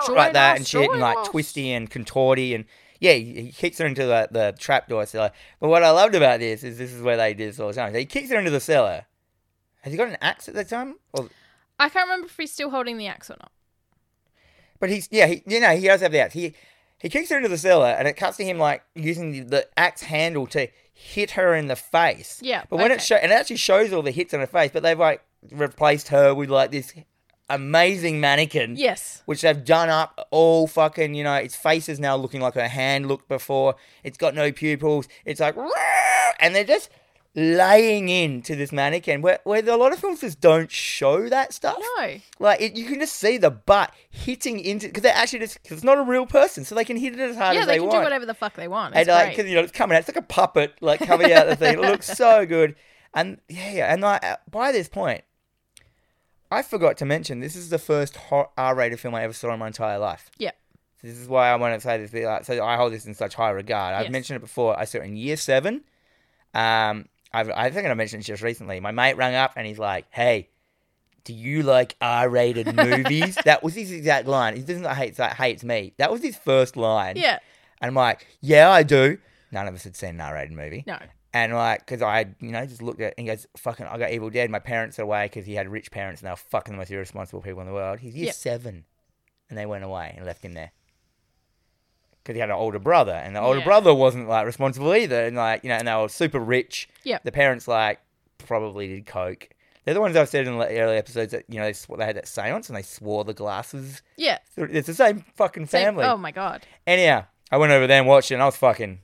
S1: like that and shit, and like twisty and contorty, and yeah, he he kicks her into the the trapdoor cellar. But what I loved about this is this is where they did this all the time. He kicks her into the cellar. Has he got an axe at the time? Or,
S2: I can't remember if he's still holding the axe or not.
S1: but he's yeah, he, you know, he does have the axe. He he kicks her into the cellar, and it cuts to him like using the, the axe handle to hit her in the face.
S2: Yeah,
S1: but when
S2: okay.
S1: it show and it actually shows all the hits on her face, but they've like replaced her with like this amazing mannequin.
S2: Yes.
S1: which they've done up all fucking, you know, its face is now looking like her hand looked before. It's got no pupils. It's like, "Rah!" and they're just laying into this mannequin where, where a lot of films just don't show that stuff.
S2: No.
S1: Like, it, you can just see the butt hitting into, because they're actually just, because it's not a real person, so they can hit it as hard
S2: Yeah,
S1: as
S2: they,
S1: they,
S2: can
S1: want.
S2: do whatever the fuck they want.
S1: And
S2: It's
S1: like,
S2: great.
S1: because you know, it's coming out. It's like a puppet, like coming out of the thing. It looks so good. And yeah, yeah. And like, uh, by this point, I forgot to mention this is the first hor- R-rated film I ever saw in my entire life.
S2: Yeah.
S1: This is why I want to say this. Like, so I hold this in such high regard. I've
S2: Yes.
S1: mentioned it before. I saw it in year seven. Um, I've, I think I mentioned it just recently. My mate rang up and he's like, "Hey, do you like R-rated movies?" that was his exact line. He doesn't like hates like hates me. That was his first line.
S2: Yeah.
S1: And I'm like, yeah, I do. None of us had seen an R-rated movie.
S2: No.
S1: And like, because I, you know, just looked at and he goes, fucking, I got Evil Dead. My parents are away because he had rich parents and they were fucking the most irresponsible people in the world. He's year
S2: Yep.
S1: seven. And they went away and left him there. Because he had an older brother and the older
S2: Yeah.
S1: brother wasn't like responsible either. And like, you know, and they were super rich.
S2: Yep.
S1: The parents like probably did coke. They're the ones I've said in the early episodes that, you know, they, sw- they had that seance and they swore the glasses.
S2: Yeah.
S1: It's the same fucking
S2: Same-
S1: family.
S2: oh my god.
S1: Anyhow, I went over there and watched it, and I was fucking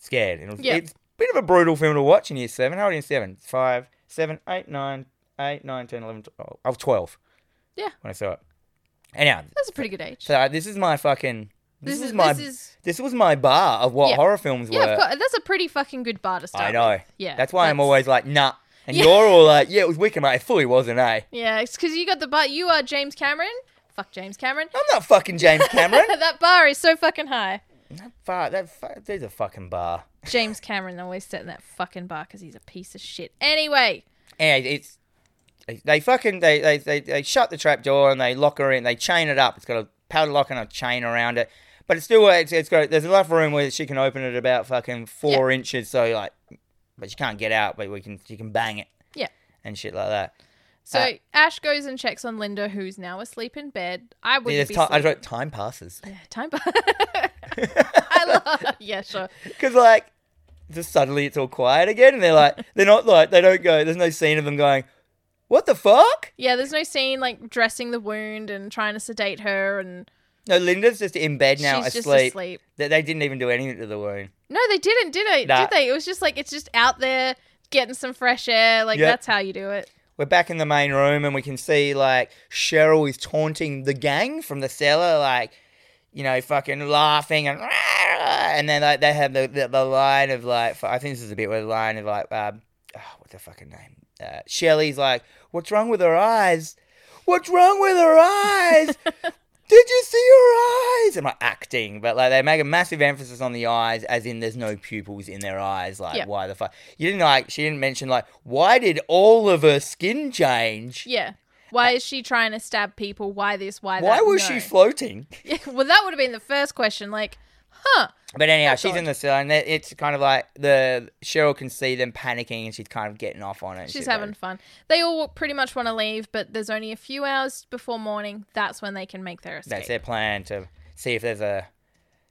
S1: scared. It was,
S2: Yeah.
S1: It's a bit of a brutal film to watch in year seven. How old are you in seven? Five, seven, eight, nine, eight, nine, ten, eleven, twelve. I was 12.
S2: Yeah.
S1: When I saw it. Anyhow,
S2: That's a pretty good age.
S1: so uh, this is my fucking. This,
S2: This
S1: is,
S2: is-
S1: my.
S2: this is-
S1: this was my bar of what
S2: Yeah.
S1: horror films
S2: yeah,
S1: were.
S2: of course. That's a pretty fucking good bar to start.
S1: I know.
S2: with. Yeah.
S1: That's why I'm
S2: that's-
S1: always like, nah. And
S2: Yeah.
S1: you're all like, yeah, it was wicked, mate. It fully wasn't, eh?
S2: Yeah, it's because you got the bar. You are James Cameron. Fuck James Cameron.
S1: I'm not fucking James Cameron.
S2: that bar is so fucking high.
S1: that bar, that, fu- there's a fucking bar.
S2: James Cameron always set in that fucking bar because he's a piece of shit. Anyway,
S1: and it's they, they fucking they, they they they shut the trap door and they lock her in. They chain it up. It's got a padlock and a chain around it, but it's still it's, it's got there's enough room where she can open it about fucking four inches. So like, but she can't get out. But we can she can bang it.
S2: Yeah.
S1: and shit like that.
S2: so
S1: Uh,
S2: Ash goes and checks on Linda, who's now asleep in bed. I
S1: Yeah,
S2: wouldn't
S1: there's
S2: be
S1: ti- I
S2: sleeping.
S1: wrote time passes
S2: time bar. I love. Yeah, sure.
S1: because like just suddenly it's all quiet again, and they're like they're not like they don't go. There's no scene of them going, what the fuck?
S2: Yeah, there's no scene like dressing the wound and trying to sedate her, and
S1: No, Linda's just in bed now,
S2: she's just
S1: asleep.
S2: asleep.
S1: They, they didn't even do anything to the wound.
S2: No, they didn't, did they?
S1: Nah.
S2: Did they? It was just like it's just out there getting some fresh air. Like
S1: Yep.
S2: that's how you do it.
S1: We're back in the main room and we can see like Cheryl is taunting the gang from the cellar, like, you know, fucking laughing and and then like they have the, the, the line of like I think this is a bit where the line of like um, oh, what's the fucking name? Uh, Shelley's like, what's wrong with her eyes? What's wrong with her eyes? Did you see her eyes? I'm like acting, but like they make a massive emphasis on the eyes, as in there's no pupils in their eyes. Like
S2: Yeah.
S1: why the fuck? You didn't like she didn't mention like why did all of her skin change?
S2: Yeah. Why is she trying to stab people? Why this? Why that?
S1: Why was
S2: No.
S1: she floating?
S2: Yeah, well, that would have been the first question. Like, huh?
S1: But anyhow, she's
S2: Oh, God.
S1: in the cell, and it- it's kind of like the Cheryl can see them panicking, and she's kind of getting off on it. and
S2: She's
S1: shit like
S2: having fun. They all pretty much want to leave, but there's only a few hours before morning. That's when they can make their escape.
S1: That's their plan to see if there's a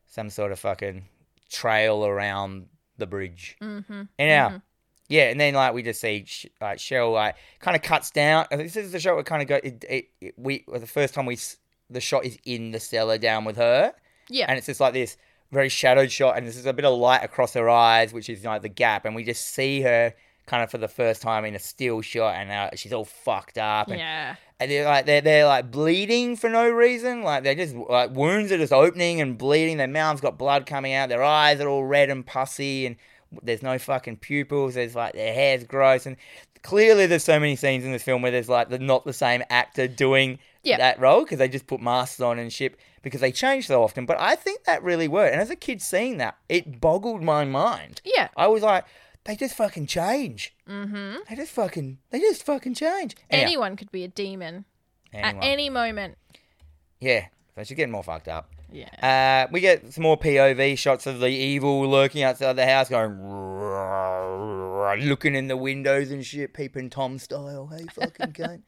S1: some sort of fucking trail around the bridge.
S2: Mm-hmm.
S1: Anyhow, yeah, and then like we just see Sh- like Cheryl like kind of cuts down. I think This is the shot we kind of go. It, it, it, we the first time we s- the shot is in the cellar down with her,
S2: Yeah.
S1: and it's just like this very shadowed shot, and this is a bit of light across her eyes, which is like the gap, and we just see her kind of for the first time in a still shot, and uh, she's all fucked up, and
S2: yeah.
S1: and they're like they're, they're like bleeding for no reason. Like they're just like wounds are just opening and bleeding. Their mouths got blood coming out. Their eyes are all red and pussy, and there's no fucking pupils. There's like their hair's gross, and clearly there's so many scenes in this film where there's like the, not the same actor doing
S2: Yeah.
S1: that role because they just put masks on and shit because they change so often. But I think that really worked. And as a kid seeing that, it boggled my mind.
S2: Yeah.
S1: I was like, they just fucking change.
S2: Mm-hmm.
S1: They just fucking they just fucking change. Anyhow,
S2: Anyone could be a demon
S1: anyone.
S2: at any moment.
S1: Yeah, so she's getting more fucked up.
S2: Yeah.
S1: Uh, we get some more POV shots of the evil lurking outside the house, going looking in the windows and shit, peeping Tom style. Hey, fucking cunt.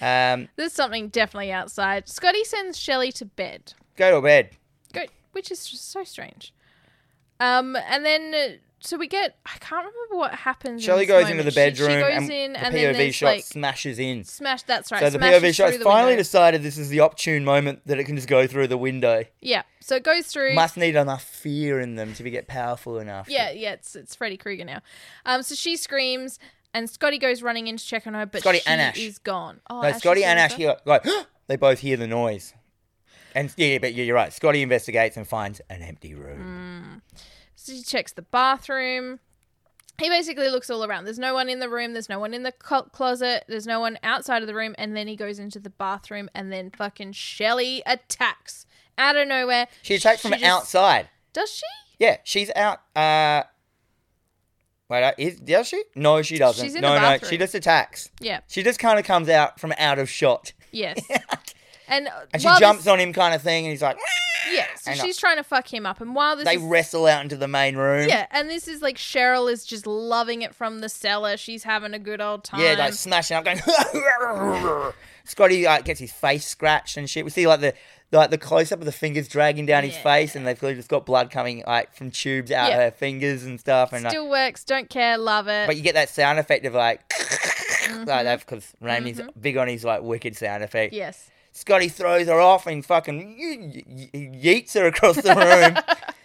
S1: Um,
S2: There's something definitely outside. Scotty sends Shelley to bed,
S1: go to bed.
S2: go, which is just so strange. Um, and then uh, so we get I can't remember what happens. in
S1: Shelley
S2: this
S1: goes
S2: moment.
S1: into the
S2: She-
S1: bedroom
S2: She, goes
S1: and
S2: in,
S1: the
S2: and then
S1: POV
S2: there's
S1: shot
S2: like
S1: smashes in.
S2: smash. That's right.
S1: So the
S2: smashes
S1: POV shot
S2: through the
S1: finally
S2: window.
S1: decided this is the opportune moment that it can just go through the window.
S2: Yeah. So it goes through.
S1: Must need enough fear in them to be get powerful enough.
S2: yeah, yeah, it's it's Freddy Krueger now. Um, so she screams, and Scotty goes running in to check on her, but
S1: Scotty
S2: she
S1: and Ash.
S2: is gone. Oh,
S1: No,
S2: Ash is
S1: Scotty
S2: gone
S1: and
S2: as
S1: Ash
S2: well?
S1: hear, like, they both hear the noise. And yeah, yeah, but yeah, you're right. Scotty investigates and finds an empty
S2: Mm.
S1: room.
S2: So she checks the bathroom. He basically looks all around. There's no one in the room. There's no one in the co- closet. There's no one outside of the room. And then he goes into the bathroom, and then fucking Shelly attacks out of nowhere.
S1: She attacks from
S2: just-
S1: outside.
S2: Does she?
S1: Yeah, she's out. Uh, wait, uh, is, does she? No, she doesn't.
S2: She's in
S1: no,
S2: the
S1: no,
S2: bathroom.
S1: she just attacks.
S2: Yeah.
S1: She just kind of comes out from out of shot.
S2: Yes.
S1: and
S2: And,
S1: she jumps on him, kind of thing, and he's like,
S2: Yeah. So
S1: Hang on.
S2: she's trying to fuck him up, and while this
S1: they
S2: is
S1: wrestle out into the main room.
S2: Yeah, and this is like Cheryl is just loving it from the cellar. She's having a good old time.
S1: Yeah, like smashing up, going. Scotty like gets his face scratched and shit. We see like the like the close up of the fingers dragging down his
S2: Yeah.
S1: face, and they've clearly just got blood coming like from tubes out
S2: Yeah.
S1: her fingers and stuff. And like,
S2: still works. Don't care. Love it.
S1: but you get that sound effect of like.
S2: Mm-hmm.
S1: Like that because Raimi's big on his like wicked sound effect.
S2: yes.
S1: Scotty throws her off and fucking ye- ye- ye- yeets her across the room,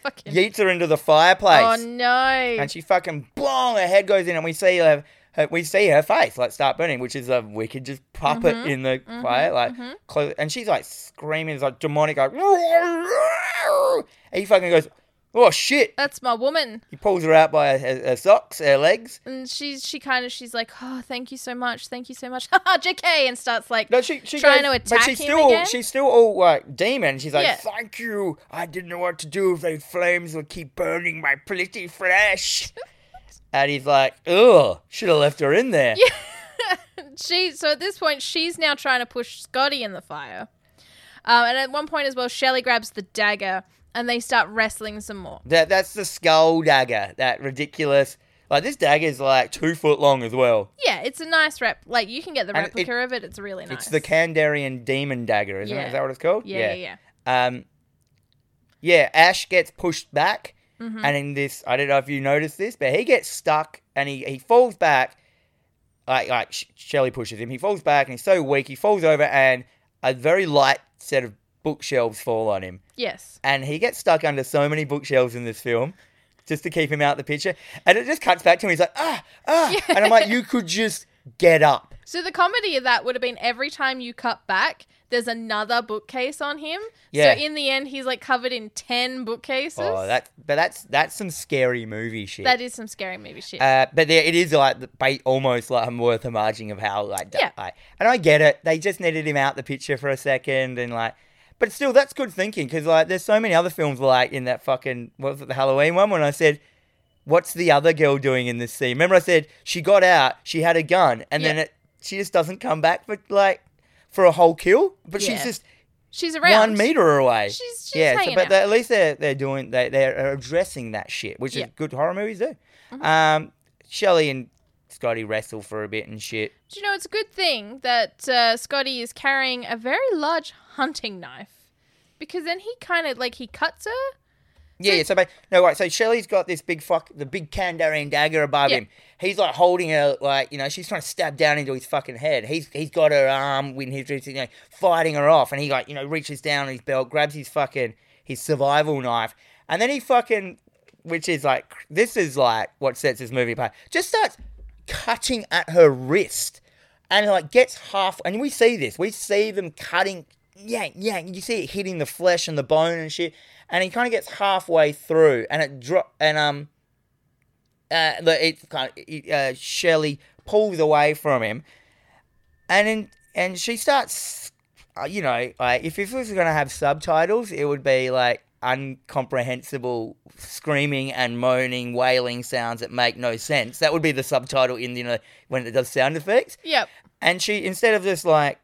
S2: Fucking.
S1: yeets her into the fireplace
S2: Oh no.
S1: and she fucking blong her head goes in and we see her, her we see her face like start burning which is a wicked just puppet
S2: Mm-hmm.
S1: in the fire like clo- and she's like screaming it's like demonic like and he fucking goes oh shit
S2: That's my woman.
S1: he pulls her out by her, her, her socks her legs
S2: And she's she kind of she's like, oh, thank you so much, thank you so much, haha, JK, and starts like,
S1: no, she, she
S2: Trying
S1: goes-
S2: to
S1: but
S2: attack
S1: she's
S2: him
S1: still,
S2: again?
S1: She's still all like demon. She's like,
S2: Yeah.
S1: "Thank you. I didn't know what to do if those flames would keep burning my pretty flesh." and he's like, "Ugh, should have left her in there."
S2: she so at this point she's now trying to push Scotty in the fire, um, and at one point as well, Shelly grabs the dagger and they start wrestling some more.
S1: That that's the skull dagger. That ridiculous. Like this dagger is like two foot long as well.
S2: Yeah, it's a nice rep. Like you can get the
S1: And it-
S2: replica of it. It's really nice.
S1: It's the Kandarian demon dagger, isn't it?
S2: Yeah.
S1: Is that what it's called?
S2: yeah, yeah, yeah.
S1: yeah. Um, yeah. Ash gets pushed back,
S2: Mm-hmm.
S1: and in this, I don't know if you noticed this, but he gets stuck and he he falls back. Like like Sh- Shelley pushes him. He falls back and he's so weak. He falls over and a very light set of bookshelves fall on him.
S2: Yes.
S1: and he gets stuck under so many bookshelves in this film just to keep him out the picture and it just cuts back to him he's like ah ah and i'm like you could just get up
S2: So the comedy of that would have been every time you cut back, there's another bookcase on him.
S1: Yeah.
S2: So in the end, he's like covered in ten bookcases.
S1: Oh, that but that's that's some scary movie shit.
S2: that is some scary movie shit.
S1: Uh, but there, it is like the ba- almost like I'm worth a margin of how like, d-
S2: Yeah.
S1: like- and I get it. They just needed him out the picture for a second, and like, but still, that's good thinking because like, there's so many other films like in that fucking what was it, the Halloween one when I said, "What's the other girl doing in this scene?" Remember, I said she got out, she had a gun, and then
S2: Yeah.
S1: it, she just doesn't come back for like for a whole kill, but
S2: Yeah.
S1: she's just
S2: she's around.
S1: one meter away.
S2: She's- she's
S1: yeah,
S2: hanging
S1: but
S2: out.
S1: they- at least they're they're doing they they're addressing that shit, which
S2: Yeah. Mm-hmm.
S1: is good horror movies do. Um, Shelley and Scotty wrestle for a bit and shit.
S2: Do you know it's a good thing that uh, Scotty is carrying a very large hunting knife because then he kind of like he cuts her.
S1: Yeah, yeah. So ba- no, right. So Shelley's got this big fuck, the big Kandarian dagger above
S2: Yeah.
S1: him. He's like holding her, like you know, she's trying to stab down into his fucking head. He's he's got her arm when he's you know, fighting her off, and he like you know reaches down in his belt, grabs his fucking his survival knife, and then he fucking, which is like this is like what sets this movie apart. Just starts cutting at her wrist, and like gets half, and we see this, we see them cutting. Yeah, yeah, you see it hitting the flesh and the bone and shit, and he kind of gets halfway through, and it drop, and um, uh, the it kind of it, uh, Shelley pulls away from him, and then and she starts, uh, you know, like if it was gonna have subtitles, it would be like uncomprehensible screaming and moaning, wailing sounds that make no sense. That would be the subtitle in you know when it does sound effects.
S2: Yep.
S1: And she, instead of just like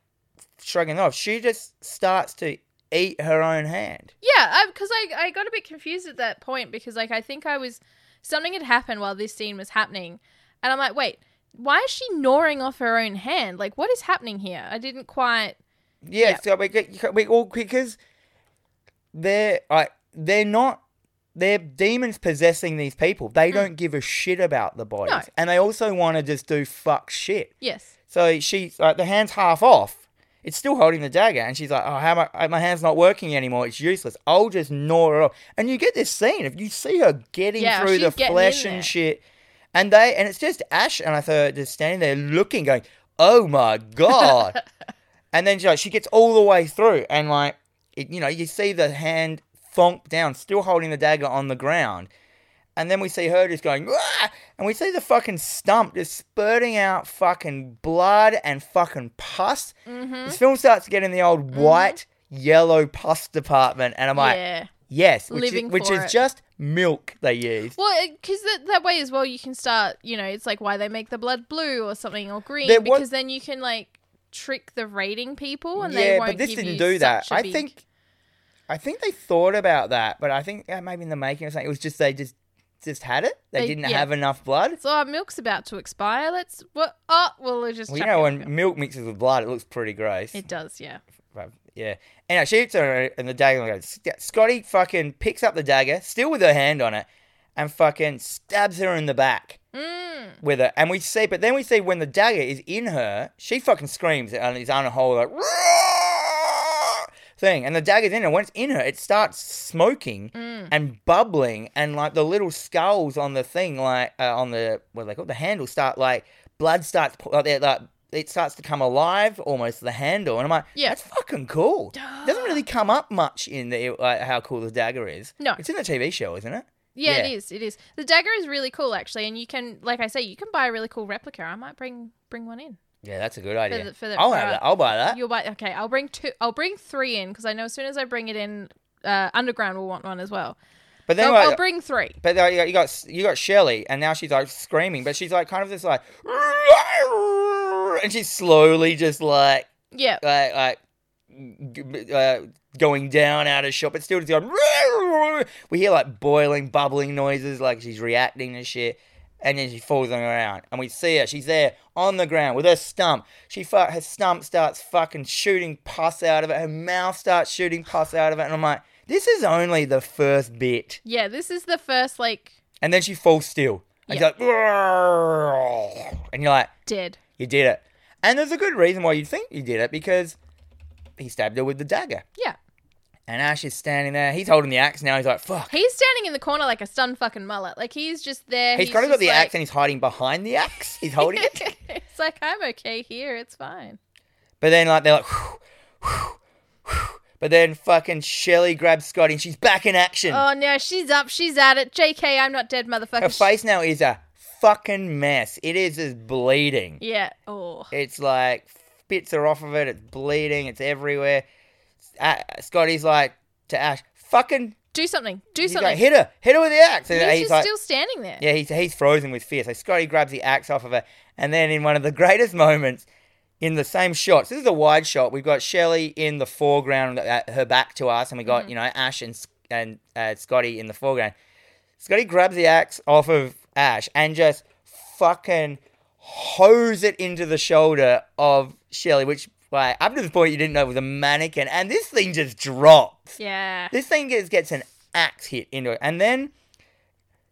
S1: shrugging it off, she just starts to eat her own hand.
S2: Yeah, because I, I got a bit confused at that point because like I think I was something had happened while this scene was happening, and I'm like, wait, why is she gnawing off her own hand? Like, what is happening here? I didn't quite.
S1: Yeah,
S2: Yeah.
S1: so we get we all because they're I they're not they're demons possessing these people. They don't give a shit about the bodies,
S2: No.
S1: and they also want to just do fuck shit.
S2: Yes.
S1: So she's like the hand's half off. It's still holding the dagger, and she's like, "Oh, how my my hand's not working anymore. It's useless. I'll just gnaw it off." And you get this scene if you see her getting
S2: Yeah,
S1: through the
S2: she's getting
S1: flesh
S2: in there.
S1: and shit, and they and it's just Ash and I thought just standing there looking, going, "Oh my god!" and then she like, she gets all the way through, and like it, you know you see the hand thonk down, still holding the dagger on the ground, and then we see her just going, "Wah!" and we see the fucking stump just spurting out fucking blood and fucking pus.
S2: Mm-hmm.
S1: This film starts getting the old white, yellow pus department, and I'm like,
S2: yeah.
S1: yes, which
S2: Living
S1: is, which
S2: for
S1: is
S2: it.
S1: just milk they use.
S2: Well, because that, that way as well, you can start. You know, it's like why they make the blood blue or something or green
S1: There was-
S2: because then you can like trick the rating people and they
S1: yeah,
S2: won't.
S1: but this
S2: give
S1: didn't
S2: you
S1: do that.
S2: such a
S1: I
S2: big-
S1: think, I think they thought about that, but I think uh, maybe in the making or something, it was just they just just had it. They,
S2: They-
S1: didn't
S2: yeah.
S1: have enough blood.
S2: So our milk's about to expire. Let's what? Oh, well, we'll just.
S1: Well, you
S2: chuck
S1: know,
S2: it.
S1: when milk mixes with blood, it looks pretty gross.
S2: it does, yeah.
S1: Right, Yeah. Anyway, she hits her in the dagger and goes. Scotty fucking picks up the dagger, still with her hand on it, and fucking stabs her in the back
S2: Mm.
S1: with it. And we see, but then we see when the dagger is in her, she fucking screams and is on a whole like "Roar!" thing. And the dagger's in her. When it's in her, it starts smoking
S2: Mm.
S1: and bubbling, and like the little skulls on the thing, like uh, on the what are they called the handle, start like blood starts pu- like, they're, like it starts to come alive almost the handle. And I'm like,
S2: Yeah.
S1: that's fucking cool. It doesn't really come up much in the like, how cool the dagger is.
S2: No.
S1: it's in the TV show, isn't it?
S2: Yeah, it
S1: Yeah.
S2: is. It is. The dagger is really cool, actually, and you can, like I say, you can buy a really cool replica. I might bring bring one in.
S1: Yeah, that's a good idea.
S2: the- for the-
S1: I'll
S2: for
S1: have
S2: our-
S1: that. I'll buy that.
S2: You'll buy. Okay, I'll bring two. I'll bring three in because I know as soon as I bring it in, uh, Underground will want one as well.
S1: But
S2: So
S1: then
S2: I'll,
S1: like,
S2: I'll bring three.
S1: But uh, you got you got, you got Shelley, and now she's like screaming, but she's like kind of just like, and she's slowly just like
S2: Yeah,
S1: like like g- uh, going down out of shot, but still just going. We hear like boiling, bubbling noises, like she's reacting to shit. And then she falls on the ground, and we see her. She's there on the ground with her stump. She fu- her stump starts fucking shooting pus out of it. Her mouth starts shooting pus out of it, and I'm like, this is only the first bit.
S2: yeah. This is the first like
S1: And then she falls still. And
S2: Yeah.
S1: she's like, and you're like,
S2: dead.
S1: you did it. And there's a good reason why you'd think you did it because he stabbed her with the dagger.
S2: Yeah,
S1: And Ash is standing there. He's holding the axe now. He's like, fuck.
S2: he's standing in the corner like a stunned fucking mullet. Like he's just there.
S1: he's kind of got
S2: just
S1: the
S2: like-
S1: axe and he's hiding behind the axe. He's holding it.
S2: It's like I'm okay here. It's fine.
S1: But then like they're like, whew, whew, whew. but then fucking Shelly grabs Scotty and she's back in action.
S2: Oh no, she's up. She's at it. Jk, I'm not dead, motherfucker.
S1: Hmm. Her
S2: She-
S1: face now is a fucking mess. It is is bleeding.
S2: Yeah. Oh.
S1: It's like bits are off of it. It's bleeding. It's everywhere. Uh, Scotty's like to Ash, fucking
S2: Do something. Do
S1: he's like,
S2: something.
S1: hit her, hit her with the axe. And
S2: He's
S1: he's
S2: just
S1: like,
S2: still standing there.
S1: yeah, he's he's frozen with fear. So Scotty grabs the axe off of her, and then in one of the greatest moments. In the same shots, this is a wide shot. We've got Shelley in the foreground, uh, her back to us, and we got you know Ash and S- and uh, Scotty in the foreground. Scotty grabs the axe off of Ash and just fucking hose it into the shoulder of Shelley, which like up to this point you didn't know was a mannequin, and this thing just drops.
S2: Yeah.
S1: This thing gets, gets an axe hit into it, and then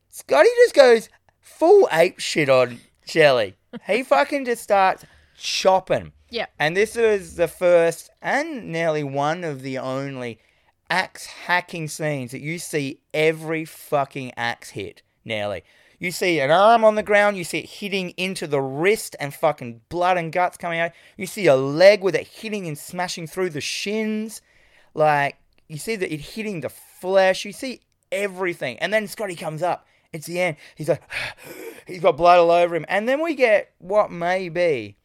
S1: Scotty just goes full ape shit on Shelly. He fucking just starts chopping.
S2: Yeah.
S1: And this was the first and nearly one of the only axe hacking scenes that you see every fucking axe hit, nearly. You see an arm on the ground, you see it hitting into the wrist and fucking blood and guts coming out. You see a leg with it hitting and smashing through the shins. Like, you see that it hitting the flesh, you see everything. And then Scotty comes up. It's the end. He's like, he's got blood all over him. And then we get what may be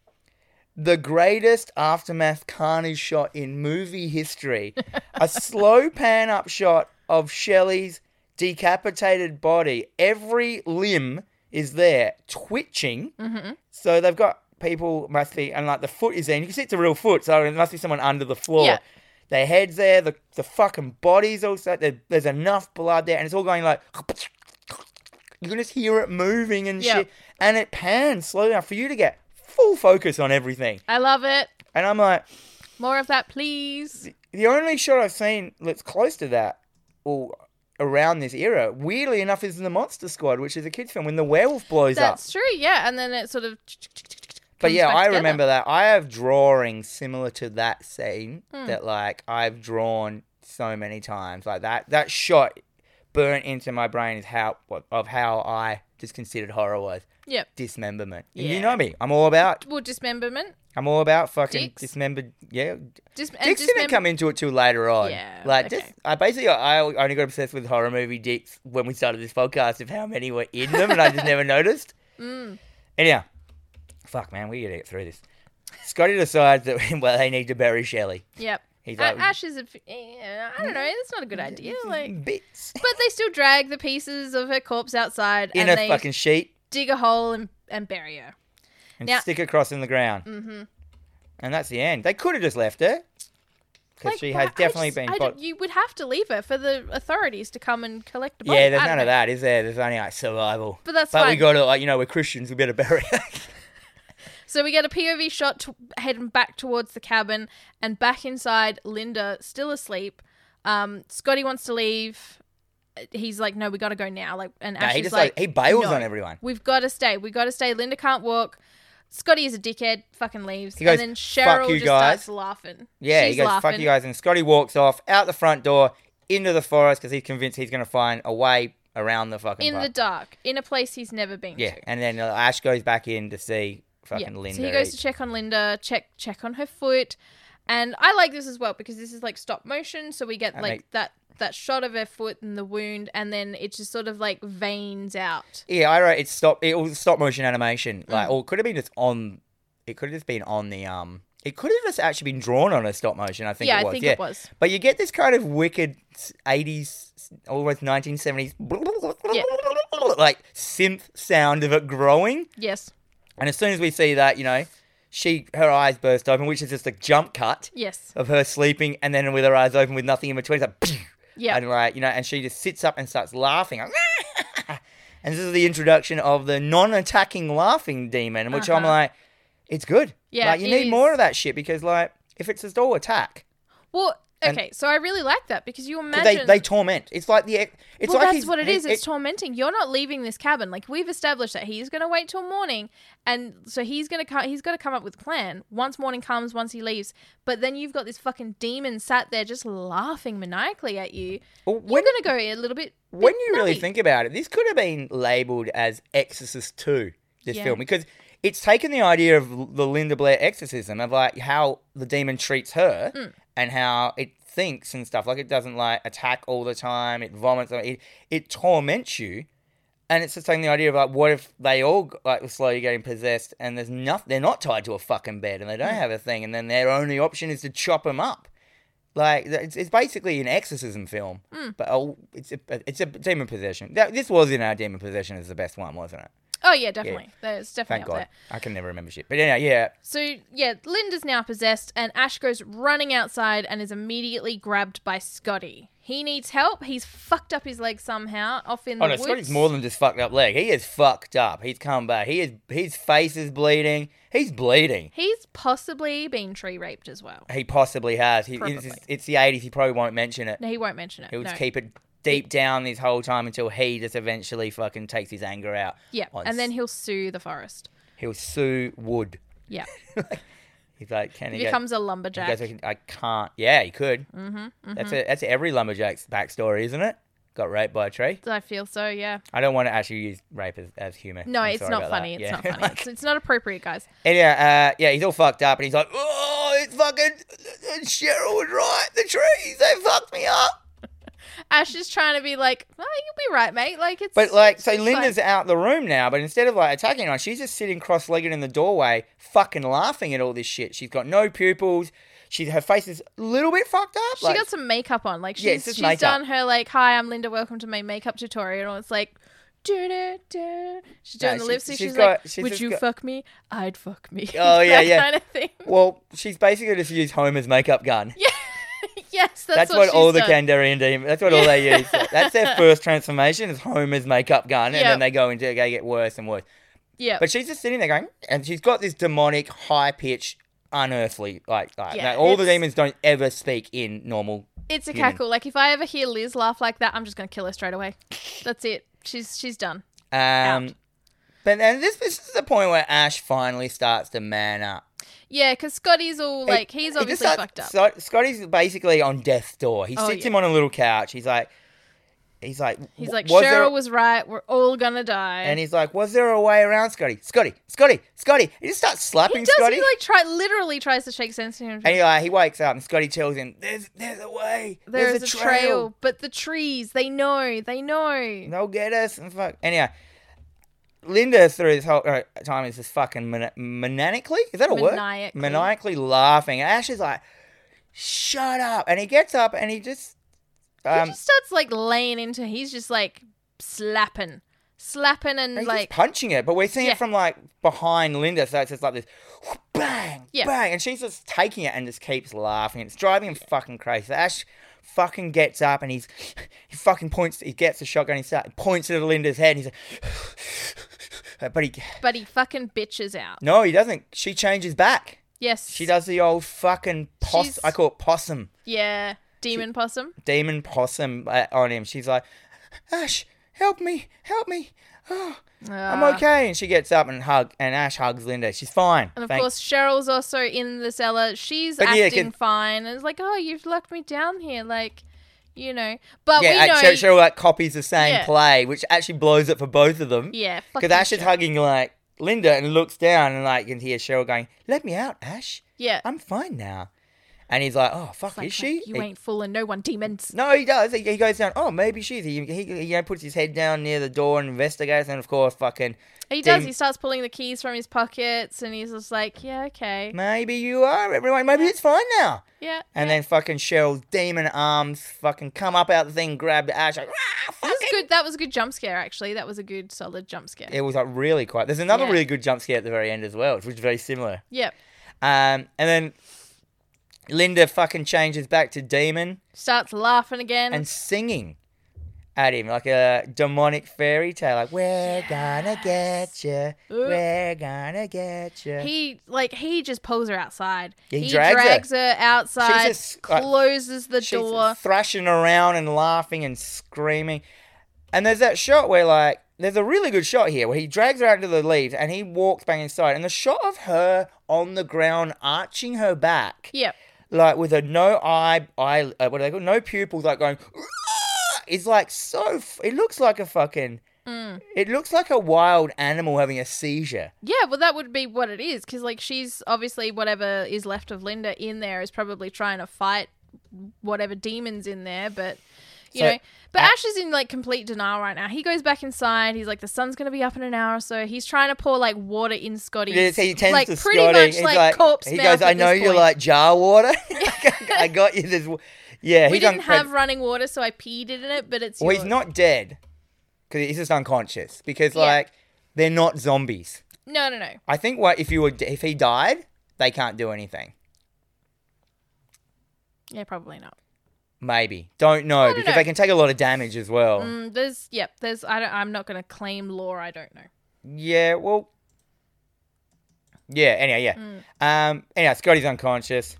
S1: the greatest aftermath carnage shot in movie history a slow pan up shot of Shelley's decapitated body. Every limb is there twitching. So they've got people, must be, and like the foot is there. And you can see it's a real foot, so it must be someone under the floor.
S2: Yeah.
S1: Their head's there, the, the fucking body's also there, there's enough blood there, and it's all going like. You can just hear it moving and
S2: Yeah.
S1: shit. And it pans slow enough for you to get full focus on everything.
S2: I love it.
S1: And I'm like,
S2: More of that, please.
S1: the only shot I've seen that's close to that, or around this era, weirdly enough, is in the Monster Squad, which is a kids' film when the werewolf blows up.
S2: That's true. Yeah. And then it sort of.
S1: But
S2: comes
S1: yeah,
S2: back
S1: I
S2: together.
S1: remember that. I have drawings similar to that scene
S2: Hmm.
S1: that like I've drawn so many times. Like that that shot burnt into my brain is how of how I just considered horror was
S2: Yep.
S1: dismemberment.
S2: Yeah.
S1: You know me. I'm all about
S2: Well, dismemberment.
S1: I'm all about fucking
S2: Dicks?
S1: dismembered. Yeah,
S2: Dis- and
S1: dicks didn't
S2: dismember-
S1: come into it till later on.
S2: Yeah,
S1: like
S2: okay.
S1: just I basically I only got obsessed with horror movie dicks when we started this podcast of how many were in them, and I just never noticed.
S2: Mm.
S1: Anyhow, fuck man, we gotta get through this. Scotty decides that well they need to bury Shelley.
S2: Yep.
S1: He's
S2: A-
S1: like
S2: Ash is. A, f- yeah, I don't know. That's not a good idea. Like.
S1: bits
S2: But they still drag the pieces of her corpse outside
S1: in
S2: and
S1: a
S2: they
S1: fucking sheet
S2: dig a hole and, and bury her.
S1: and
S2: Now-
S1: stick it across in the ground. Mm-hmm. And that's the end. They could have just left her because
S2: Like,
S1: she
S2: but
S1: has
S2: I
S1: definitely
S2: just-
S1: been. bot-
S2: I don't- you would have to leave her for the authorities to come and collect the body.
S1: yeah, there's
S2: I
S1: none
S2: don't
S1: of
S2: know.
S1: that, is there? There's only like survival.
S2: But that's
S1: But we
S2: fine.
S1: got to, like, you know, we're Christians. We better bury her.
S2: So we get a POV shot to, heading back towards the cabin and back inside. Linda still asleep. Um, Scotty wants to leave. He's like, "No, we got to go now." Like, and
S1: No,
S2: Ash
S1: he
S2: is
S1: just
S2: like,
S1: like, he bails
S2: "No,
S1: on everyone.
S2: We've got to stay. We got to stay. Linda can't walk. Scotty is a dickhead. Fucking leaves.
S1: He goes,
S2: and then
S1: "Fuck
S2: Cheryl
S1: you
S2: just
S1: guys."
S2: starts laughing.
S1: Yeah,
S2: She's
S1: he goes
S2: laughing.
S1: fuck you guys, and Scotty walks off out the front door into the forest because he's convinced he's going to find a way around the fucking.
S2: in the
S1: park.
S2: dark, in a place he's never been
S1: yeah,
S2: to.
S1: and then uh, Ash goes back in to see fucking Linda.
S2: So he goes to check on Linda, check check on her foot, and I like this as well because this is like stop motion, so we get like
S1: make-
S2: that that shot of her foot and the wound, and then it just sort of like veins out.
S1: yeah, I wrote it's stop. It was stop motion animation,
S2: Mm.
S1: like, or it could have been just on. It could have just been on the um. It could have just actually been drawn on a stop motion. I think.
S2: yeah,
S1: it was.
S2: I think
S1: yeah.
S2: it was.
S1: But you get this kind of wicked s- 80s, s- almost 1970s, like synth sound of it growing.
S2: Yes,
S1: And as soon as we see that, you know, she her eyes burst open, which is just a jump cut
S2: yes,
S1: of her sleeping, and then with her eyes open with nothing in between, it's like, "Pew!"
S2: yeah,
S1: and like you know, and she just sits up and starts laughing. like, "Ah!" and this is the introduction of the non-attacking laughing demon, which I'm
S2: Uh-huh.
S1: like, it's good.
S2: Yeah,
S1: like you
S2: it
S1: need more
S2: is.
S1: of that shit because like if it's just all attack,
S2: Well,
S1: and-
S2: okay, so I really like that because you
S1: they
S2: imagine
S1: they torment. It's like the it's
S2: well,
S1: like
S2: that's
S1: he's-
S2: what it
S1: he-
S2: is. It's
S1: it-
S2: tormenting. You're not leaving this cabin. Like we've established that he's going to wait till morning, and so he's going to come. He's got to come up with a plan. Once morning comes, once he leaves, but then you've got this fucking demon sat there just laughing maniacally at you.
S1: Well,
S2: We're
S1: when
S2: going to go a little bit. bit
S1: when you really
S2: nutty.
S1: think about it, this could have been labeled as Exorcist 2, this
S2: Yeah.
S1: film, because it's taken the idea of l- the Linda Blair exorcism of like how the demon treats her
S2: Mm.
S1: and how it thinks and stuff. Like it doesn't like attack all the time. It vomits. like, It it torments you, and it's just taking the idea of like what if they all g- like were slowly getting possessed and there's nothing. They're not tied to a fucking bed and they
S2: Mm.
S1: don't have a thing, and then their only option is to chop them up. Like th- it's, it's basically an exorcism film,
S2: Mm.
S1: but a, it's a it's a demon possession. That, this was in our demon possession is the best one, wasn't it?
S2: Oh yeah, definitely. There's definitely
S1: Thank
S2: up
S1: God.
S2: there.
S1: I can never remember shit. But anyhow, yeah,
S2: So yeah, Linda's now possessed, and Ash goes running outside and is immediately grabbed by Scotty. He needs help. He's fucked up his leg somehow. Off in
S1: Oh
S2: the
S1: no,
S2: woods.
S1: Scotty's more than just fucked up leg. He is fucked up. He's come back. He is his face is bleeding. He's bleeding.
S2: He's possibly been tree raped as well.
S1: He possibly has. He, it's,
S2: Probably.
S1: it's the eighties. He probably won't mention it.
S2: No, he won't mention it.
S1: He'll
S2: no.
S1: just keep it deep down this whole time until he just eventually fucking takes his anger out.
S2: yeah,
S1: on
S2: and then
S1: s-
S2: he'll sue the forest.
S1: he'll sue Wood.
S2: Yeah,
S1: He's like, can
S2: he
S1: he? go-
S2: becomes a
S1: he
S2: lumberjack.
S1: goes, I can- I can't. Yeah, he could. Mm-hmm, That's a, that's every lumberjack's backstory, isn't it? Got raped by a tree.
S2: I feel so. Yeah.
S1: I don't want to actually use rape as, as humor.
S2: No,
S1: I'm
S2: it's
S1: sorry
S2: not
S1: about that.
S2: funny. It's
S1: Yeah.
S2: not funny. It's, it's not appropriate, guys.
S1: And yeah, uh, yeah, he's all fucked up, and he's like, "Oh, it's fucking Cheryl was right. The trees, they fucked me up."
S2: Ash is trying to be like, oh, you'll be right, mate. Like it's.
S1: But like, so
S2: it's
S1: Linda's out the room now, but instead of like attacking anyone, she's just sitting cross-legged in the doorway, fucking laughing at all this shit. She's got no pupils. She her face is a little bit fucked up.
S2: she
S1: like,
S2: got some makeup on. Like she's
S1: Yeah, it's just
S2: she's
S1: makeup.
S2: done her like, hi, I'm Linda. Welcome to my makeup tutorial. And it's like, doo doo doo. She's doing
S1: No,
S2: the
S1: she-
S2: lipstick. She's,
S1: she's got-
S2: like,
S1: she's
S2: would
S1: just
S2: you
S1: got-
S2: fuck me? I'd fuck me.
S1: Oh, yeah,
S2: that
S1: yeah.
S2: kind of thing.
S1: well, she's basically just used Homer's makeup gun.
S2: yes, that's,
S1: That's,
S2: what,
S1: what,
S2: she's
S1: all the
S2: done.
S1: Kandarian demons. That's what all they use. That's their first transformation is Homer's makeup gun, and
S2: Yep.
S1: then they go into they get worse and worse.
S2: Yeah,
S1: But she's just sitting there going, and she's got this demonic, high pitched, unearthly, like, like
S2: Yeah,
S1: like, all the
S2: it's-
S1: demons don't ever speak in normal.
S2: it's a
S1: human.
S2: cackle. Like if I ever hear Liz laugh like that, I'm just gonna kill her straight away. That's it. She's she's done.
S1: Um, but then this, this is the point where Ash finally starts to man up.
S2: Yeah, because Scotty's all like,
S1: He- he
S2: he's
S1: just
S2: obviously
S1: starts-
S2: fucked up.
S1: Scott- Scotty's basically on death's door. He
S2: Oh,
S1: sits
S2: yeah.
S1: him on a little couch. He's like, he's like,
S2: He's
S1: "W-
S2: like,
S1: was
S2: Cheryl
S1: there-
S2: was right. We're all gonna die.
S1: and he's like, was there a way around Scotty? Scotty, Scotty, Scotty. He just starts slapping
S2: he does.
S1: Scotty.
S2: He like try literally tries to shake sense into him.
S1: and he, like, he wakes up and Scotty tells him, there's, there's a way.
S2: There is a trail. but the trees, they know, they know.
S1: they'll get us and fuck. Anyhow, Linda through this whole uh, time is just fucking man- maniacally. Is that a word?
S2: Maniacally.
S1: Maniacally laughing. Ash is like, "Shut up!" And he gets up and he just, um,
S2: he just starts like laying into. He's just like slapping, slapping, and
S1: he's just
S2: like
S1: punching it. But we're seeing
S2: Yeah.
S1: it from like behind Linda, so it's just like this. Bang,
S2: Yeah.
S1: bang, and she's just taking it and just keeps laughing. It's driving him fucking crazy. So Ash fucking gets up and he's he fucking points. He gets the shotgun. He starts points it at Linda's head. And he's like, but he
S2: but he fucking bitches out.
S1: No, he doesn't. She changes back.
S2: Yes,
S1: She does the old fucking
S2: She's-
S1: possum. I call it possum.
S2: Yeah, demon possum.
S1: Demon possum uh, on him. She's like, Ash, help me, help me. Oh, I'm
S2: Ah.
S1: okay. And she gets up and hug, and Ash hugs Linda. She's fine.
S2: And of
S1: Thank-
S2: course, Cheryl's also in the cellar. She's
S1: But yeah,
S2: acting
S1: can-
S2: fine, and it's like, oh, you've locked me down here, like, you know. But
S1: yeah,
S2: we know,
S1: and Cheryl, Cheryl like copies the same
S2: Yeah.
S1: play, which actually blows it for both of them.
S2: yeah,
S1: because
S2: fucking
S1: Ash is
S2: Cheryl.
S1: hugging like Linda and looks down and like can hear Cheryl going, "Let me out, Ash.
S2: Yeah,
S1: I'm fine now." And he's like, "Oh fuck,
S2: Like,
S1: is she?"
S2: You
S1: He-
S2: ain't fooling no one, demons.
S1: No, he does. He, he goes down. Oh, maybe she's. He, he, he you know, puts his head down near the door and investigates. And of course, fucking
S2: He does.
S1: Dem-
S2: He starts pulling the keys from his pockets, and he's just like, "Yeah, okay,
S1: maybe you are everyone. Maybe it's fine now.
S2: yeah."
S1: And then fucking Cheryl's demon arms fucking come up out the thing, grab Ash. Like, "Ah,
S2: That was
S1: fucking-"
S2: good. That was a good jump scare. Actually, that was a good solid jump scare.
S1: It was like really quite. There's another
S2: Yeah.
S1: really good jump scare at the very end as well, which is very similar.
S2: Yep.
S1: Um, and then Linda fucking changes back to demon
S2: Starts laughing again.
S1: and singing. At him like a demonic fairy tale, like we're gonna get you,
S2: Ooh.
S1: we're gonna get you.
S2: he like he just pulls her outside.
S1: Yeah, he drags her.
S2: her. outside.
S1: She's just, like,
S2: closes the
S1: She's
S2: door.
S1: thrashing around and laughing and screaming. And there's that shot where, like, there's a really good shot here where he drags her out into the leaves and he walks back inside. And the shot of her on the ground, arching her back,
S2: Yep.
S1: like with a no eye, eye, uh, what are they called? No pupils, like going, "Rah!" is like so. F- it looks like a fucking
S2: Mm.
S1: It looks like a wild animal having a seizure.
S2: Yeah, well, that would be what it is, because like she's obviously whatever is left of Linda in there is probably trying to fight whatever demons in there, but you
S1: So,
S2: know. But
S1: a-
S2: Ash is in like complete denial right now. He goes back inside. He's like, the sun's gonna be up in an hour or so. He's trying to pour like water in Scotty.
S1: Yeah, so he tends
S2: like
S1: to
S2: pretty
S1: Scotty.
S2: much
S1: He's
S2: like, corpse
S1: he
S2: mouth
S1: goes,
S2: at
S1: I know
S2: this
S1: you
S2: point.
S1: like jar water. I got you this. wa-" Yeah,
S2: We
S1: he's
S2: didn't
S1: uncred-
S2: have running water, so I peed in it. But it's
S1: Well, he's
S2: yours.
S1: not dead because he's just unconscious. Because
S2: Yeah.
S1: like they're not zombies.
S2: No, no, no.
S1: I think what if you were if he died, they can't do anything.
S2: Yeah, probably not.
S1: Maybe don't know
S2: don't
S1: because
S2: know.
S1: they can take a lot of damage as well.
S2: Mm, there's yep. There's I don't. I'm not gonna claim lore. I don't know.
S1: Yeah, well. Yeah, anyhow, yeah.
S2: Mm.
S1: Um, anyhow, Scotty's unconscious.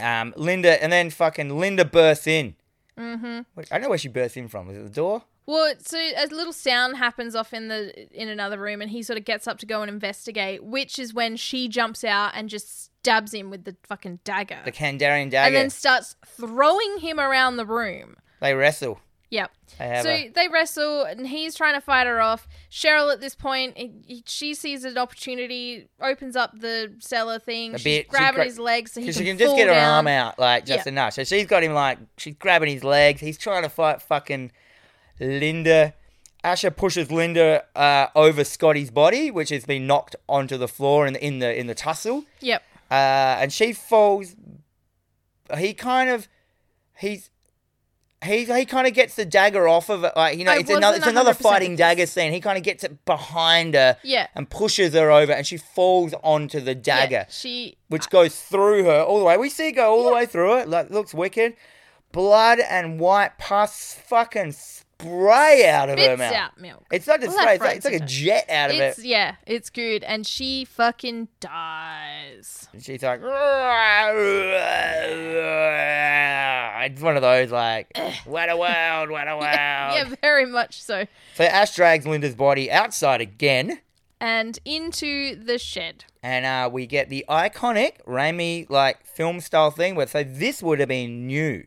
S1: Um, Linda, and then fucking Linda bursts in. Mm-hmm. I don't know where she bursts in from. Was it the door?
S2: Well, so a little sound happens off in the in another room, and he sort of gets up to go and investigate, which is when she jumps out and just stabs him with the fucking dagger,
S1: The Kandarian
S2: and
S1: dagger.
S2: then starts throwing him around the room.
S1: they wrestle.
S2: Yep.
S1: They have
S2: so
S1: a-
S2: they wrestle, and he's trying to fight her off. Cheryl, at this point, he- he- she sees an opportunity, opens up the cellar thing.
S1: A
S2: she's
S1: bit. She
S2: grabbing
S1: gra-
S2: his legs, so he
S1: Because
S2: can,
S1: she can just get her arm out, like, just
S2: Yeah.
S1: enough. So she's got him, like, she's grabbing his legs. He's trying to fight fucking Linda. Asher pushes Linda uh, over Scotty's body, which has been knocked onto the floor in the, in the, in the tussle.
S2: Yep.
S1: uh, and she falls. He kind of, he's. He, he kind of gets the dagger off of it, like you know,
S2: I
S1: it's another
S2: wasn't
S1: it's another
S2: 100%
S1: fighting
S2: with
S1: dagger scene. He kind of gets it behind her,
S2: Yeah.
S1: and pushes her over, and she falls onto the
S2: Yeah,
S1: dagger,
S2: she.
S1: which goes through her all the way. We see it go all the way through it. Like looks wicked, blood and white pus fucking spray out of her
S2: Spits
S1: mouth.
S2: out milk.
S1: It's not just
S2: Left,
S1: spray; it's like,
S2: right,
S1: it's like a
S2: center.
S1: jet out of
S2: It's
S1: it.
S2: yeah, it's good, and she fucking dies.
S1: And she's like, it's one of those like, what a world, what a world.
S2: Yeah, very much so.
S1: So Ash drags Linda's body outside again,
S2: And into the shed.
S1: and uh, we get the iconic Raimi like film style thing. Where so this would have been new.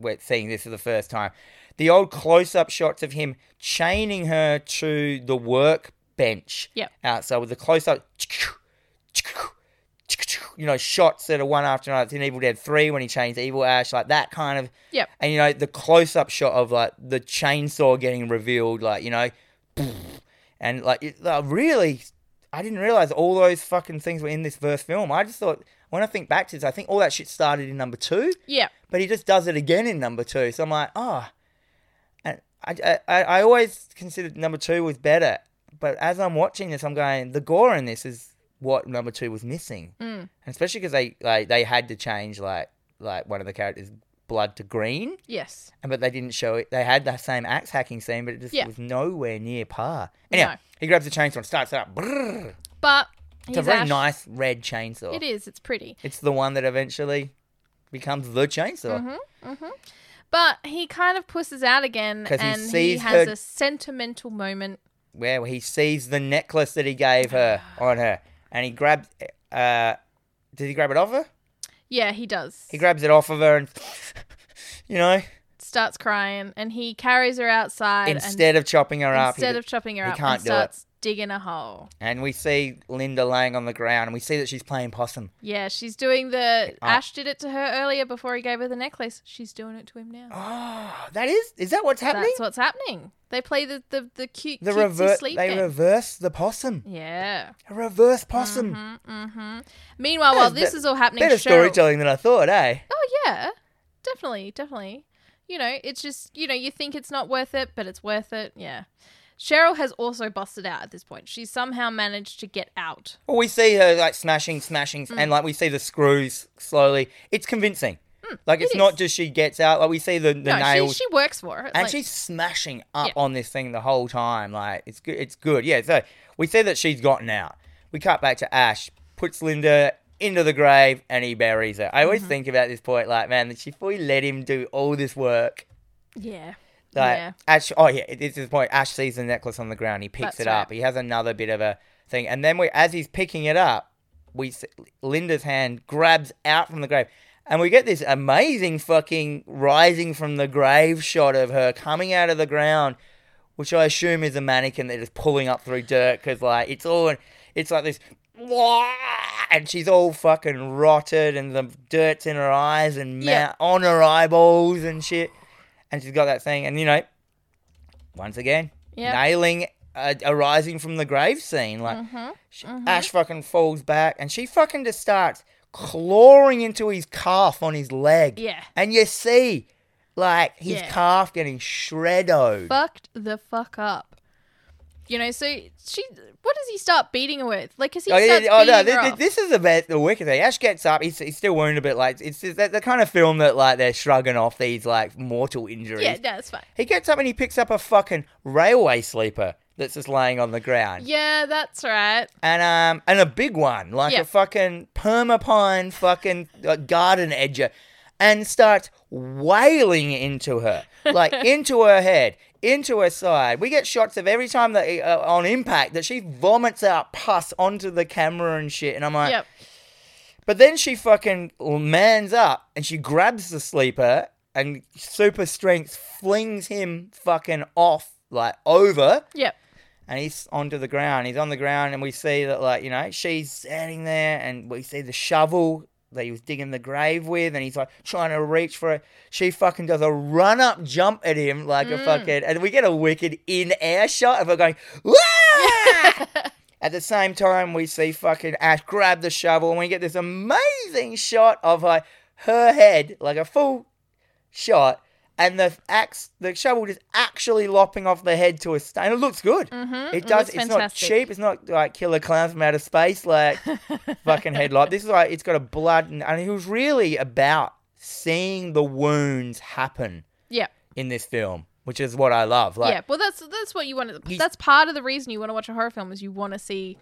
S1: We're seeing this for the first time. The old close up shots of him chaining her to the workbench.
S2: Yep.
S1: Outside with the close up. You know, shots that are one after another. It's in Evil Dead 3 when he chains Evil Ash, like that kind of
S2: Yep.
S1: and you know the close up shot of like the chainsaw getting revealed, like you know, and like it, like, really, I didn't realize all those fucking things were in this first film. I just thought when I think back to this, I think all that shit started in number two,
S2: Yeah.
S1: but he just does it again in number two. So I'm like, ah, and I, I I always considered number two was better, but as I'm watching this, I'm going the gore in this is what number two was missing, mm. and especially because they like they had to change like like one of the characters. Blood to green,
S2: Yes.
S1: and- but they didn't show it. They had that same axe hacking scene, but it just
S2: Yeah.
S1: was nowhere near par. Anyhow,
S2: No.
S1: he grabs a chainsaw and starts it up. Brrr.
S2: But
S1: It's
S2: he's
S1: a very
S2: Ash.
S1: nice red chainsaw.
S2: It is. It's pretty.
S1: It's the one that eventually becomes the
S2: Mm-hmm.
S1: chainsaw.
S2: But he kind of pushes out again,
S1: 'Cause he
S2: and he,
S1: sees
S2: has
S1: her-
S2: a sentimental moment.
S1: where he sees the necklace that he gave her on her, and he grabs. Uh, did he grab it off her?
S2: Yeah, he does.
S1: He grabs it off of her, and you know,
S2: starts crying, and he carries her outside.
S1: instead of chopping her
S2: and
S1: up, he
S2: instead
S1: d-
S2: of chopping her
S1: he
S2: up,
S1: can't
S2: and
S1: do it.
S2: starts digging a hole.
S1: and we see Linda laying on the ground, and we see that she's playing possum.
S2: Yeah, she's doing the. Ash did it to her earlier before he gave her the necklace. She's doing it to him now.
S1: Oh, that is is that what's happening?
S2: That's what's happening. They play the the, the cute
S1: The
S2: the
S1: reverse,
S2: sleep
S1: they
S2: game.
S1: reverse the possum.
S2: yeah.
S1: A reverse possum.
S2: Meanwhile, while
S1: That is
S2: this
S1: bet-
S2: is all happening,
S1: Better
S2: Mm-hmm. Cheryl.
S1: storytelling than I thought, eh?
S2: Oh yeah, definitely, definitely. You know, it's just you know you think it's not worth it, but it's worth it. Yeah. Cheryl has also busted out at this point. She somehow managed to get out.
S1: Well, we see her like smashing, smashing,
S2: Mm.
S1: and like we see the screws slowly. It's convincing. like it's
S2: Mm, it
S1: not
S2: is.
S1: just she gets out. Like we see the, the
S2: No, she,
S1: nails,
S2: she works for it.
S1: and
S2: like-
S1: she's smashing up
S2: Yeah.
S1: on this thing the whole time. Like it's good. It's good. Yeah. So we see that she's gotten out. We cut back to Ash. Puts Linda into the grave, and he buries her. I always
S2: Mm-hmm.
S1: think about this point, like man, that she fully let him do all this work.
S2: yeah.
S1: Like
S2: yeah.
S1: Ash, oh yeah, this is the point. Ash sees the necklace on the ground. He picks
S2: That's
S1: it up.
S2: right.
S1: He has another bit of a thing, and then we, as he's picking it up, we s- Linda's hand grabs out from the grave, and we get this amazing fucking rising from the grave shot of her coming out of the ground which I assume is a mannequin that is pulling up through dirt because like it's all it's like this and she's all fucking rotted and the dirt's in her eyes and ma-
S2: Yeah.
S1: on her eyeballs and shit and she's got that thing and you know once again
S2: Yeah.
S1: nailing a, a rising from the grave scene like
S2: Mm-hmm.
S1: she, ash fucking falls back and she fucking just starts clawing into his calf on his leg
S2: Yeah.
S1: and you see like his
S2: Yeah.
S1: calf getting shredded
S2: fucked the fuck up. You know, so she. What does he start beating her with? Like, cause he
S1: Oh, yeah,
S2: starts
S1: yeah, oh
S2: beating
S1: no!
S2: her
S1: This,
S2: off.
S1: this is the best, the wicked thing. Ash gets up. He's, he's still wounded a bit. Like it's just that, the kind of film that like they're shrugging off these like mortal injuries.
S2: yeah, no, it's fine.
S1: He gets up and he picks up a fucking railway sleeper that's just laying on the ground,
S2: Yeah, that's right.
S1: and um and a big one like
S2: Yeah.
S1: a fucking permapine fucking uh, garden edger, and starts wailing into her like into her head. Into her side, we get shots of every time that uh, on impact that she vomits out pus onto the camera and shit, and I'm like,
S2: Yep.
S1: but then she fucking mans up and she grabs the sleeper and super strength flings him fucking off, like over,
S2: Yep.
S1: and he's onto the ground. He's on the ground, and we see that, like, you know, she's standing there and we see the shovel that he was digging the grave with, and he's like trying to reach for it. She fucking does a run up jump at him, like a fucking, and we get a wicked in air shot of her going, "Wah!" At the same time, we see fucking Ash grab the shovel, and we get this amazing shot of her, her head, like a full shot, and the axe, the shovel just actually lopping off the head to a stain. It looks good. Mm-hmm. It does.
S2: looks
S1: it's not
S2: fantastic.
S1: cheap. It's not like killer clowns from outer space, like fucking headlight. This is like it's got a blood, and, and it was really about seeing the wounds happen
S2: Yep.
S1: in this film, which is what I love. Like,
S2: yeah. Well, that's that's what you want. to
S1: You-
S2: That's part of the reason you want to watch a horror film is you want to see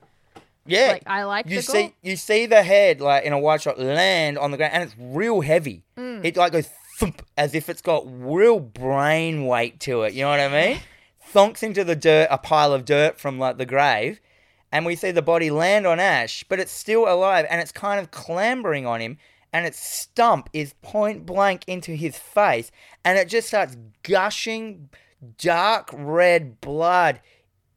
S1: yeah,
S2: like I like
S1: you
S2: the gore.
S1: see you see the head like in a wide shot land on the ground and it's real heavy it like goes thump as if it's got real brain weight to it you know what i mean thonks into the dirt a pile of dirt from like the grave and we see the body land on ash but it's still alive and it's kind of clambering on him and its stump is point blank into his face and it just starts gushing dark red blood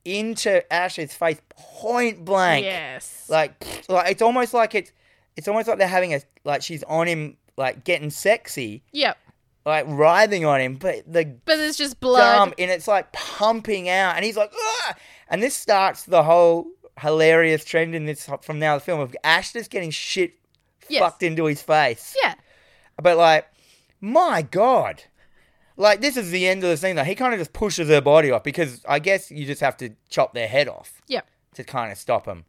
S1: into ash's face point blank
S2: Yes.
S1: like pfft, like it's almost like it's it's almost like they're having a like she's on him like getting sexy
S2: yep.
S1: like writhing on him but the
S2: But there's just blood.
S1: dumb and it's like pumping out and he's like Ugh! and this starts the whole hilarious trend in this from now the film of ash just getting shit
S2: Yes.
S1: fucked into his face
S2: yeah.
S1: but like my god like this is the end of the scene though he kind of just pushes her body off because i guess you just have to chop their head off
S2: Yep.
S1: to kind of stop him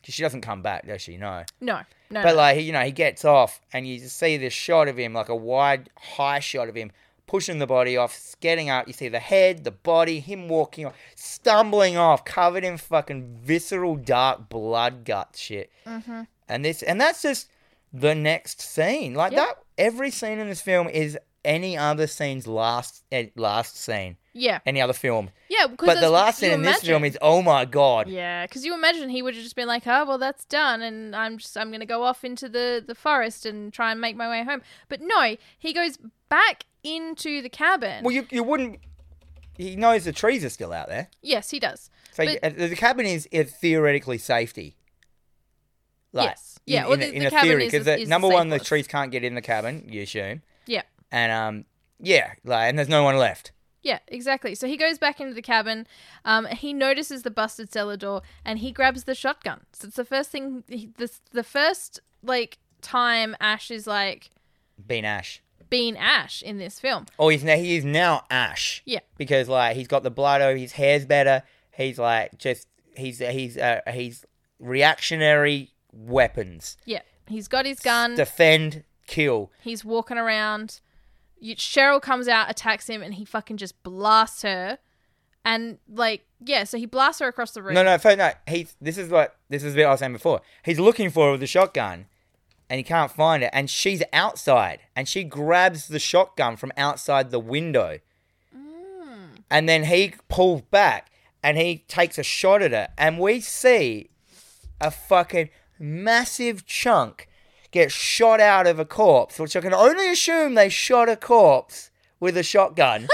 S1: because she doesn't come back does she no
S2: No. No.
S1: but
S2: no.
S1: like he- you know, he gets off, and you just see this shot of him, like a wide, high shot of him pushing the body off, getting up. You see the head, the body, him walking off, stumbling off, covered in fucking visceral, dark blood, gut shit. Mm-hmm. And this, and that's just the next scene. Like
S2: Yeah.
S1: that, every scene in this film is any other scene's last eh, last scene,
S2: yeah.
S1: any other film.
S2: Yeah. Because
S1: But the
S2: that's-
S1: last
S2: you
S1: scene in this film
S2: imagine-
S1: is oh my god.
S2: Yeah, because you imagine he would have just been like, "Oh, well, that's done, and I'm just I'm gonna go off into the the forest and try and make my way home." But no, he goes back into the cabin.
S1: Well, you you wouldn't. He knows the trees are still out there.
S2: yes, he does.
S1: So
S2: But-
S1: uh, the cabin is uh, theoretically safety.
S2: Yes. Yeah, well, the- the cabin is the-
S1: the-
S2: is the
S1: number one, the
S2: safest.
S1: trees can't get in the cabin. You assume,
S2: Yeah,
S1: and um, yeah, like, and there's no one left.
S2: yeah, exactly. So he goes back into the cabin. Um, he notices the busted cellar door, and he grabs the shotgun. So it's the first thing. He, this the first like time Ash is like
S1: Bean Ash.
S2: being Ash in this film.
S1: Oh, he's now he is now Ash.
S2: Yeah.
S1: because like he's got the blood over his hair's better. He's like just he's he's uh, he's reactionary weapons.
S2: Yeah, he's got his gun.
S1: Defend, kill.
S2: He's walking around. You, Cheryl comes out, attacks him, and he fucking just blasts her. And like, yeah, so he blasts her across the room.
S1: No, no, first, no. He's this is what this is what I was saying before. He's looking for her with the shotgun, and he can't find it. And she's outside, and she grabs the shotgun from outside the window, and then he pulls back, and he takes a shot at her, and we see a fucking massive chunk get shot out of a corpse, which I can only assume they shot a corpse with a shotgun.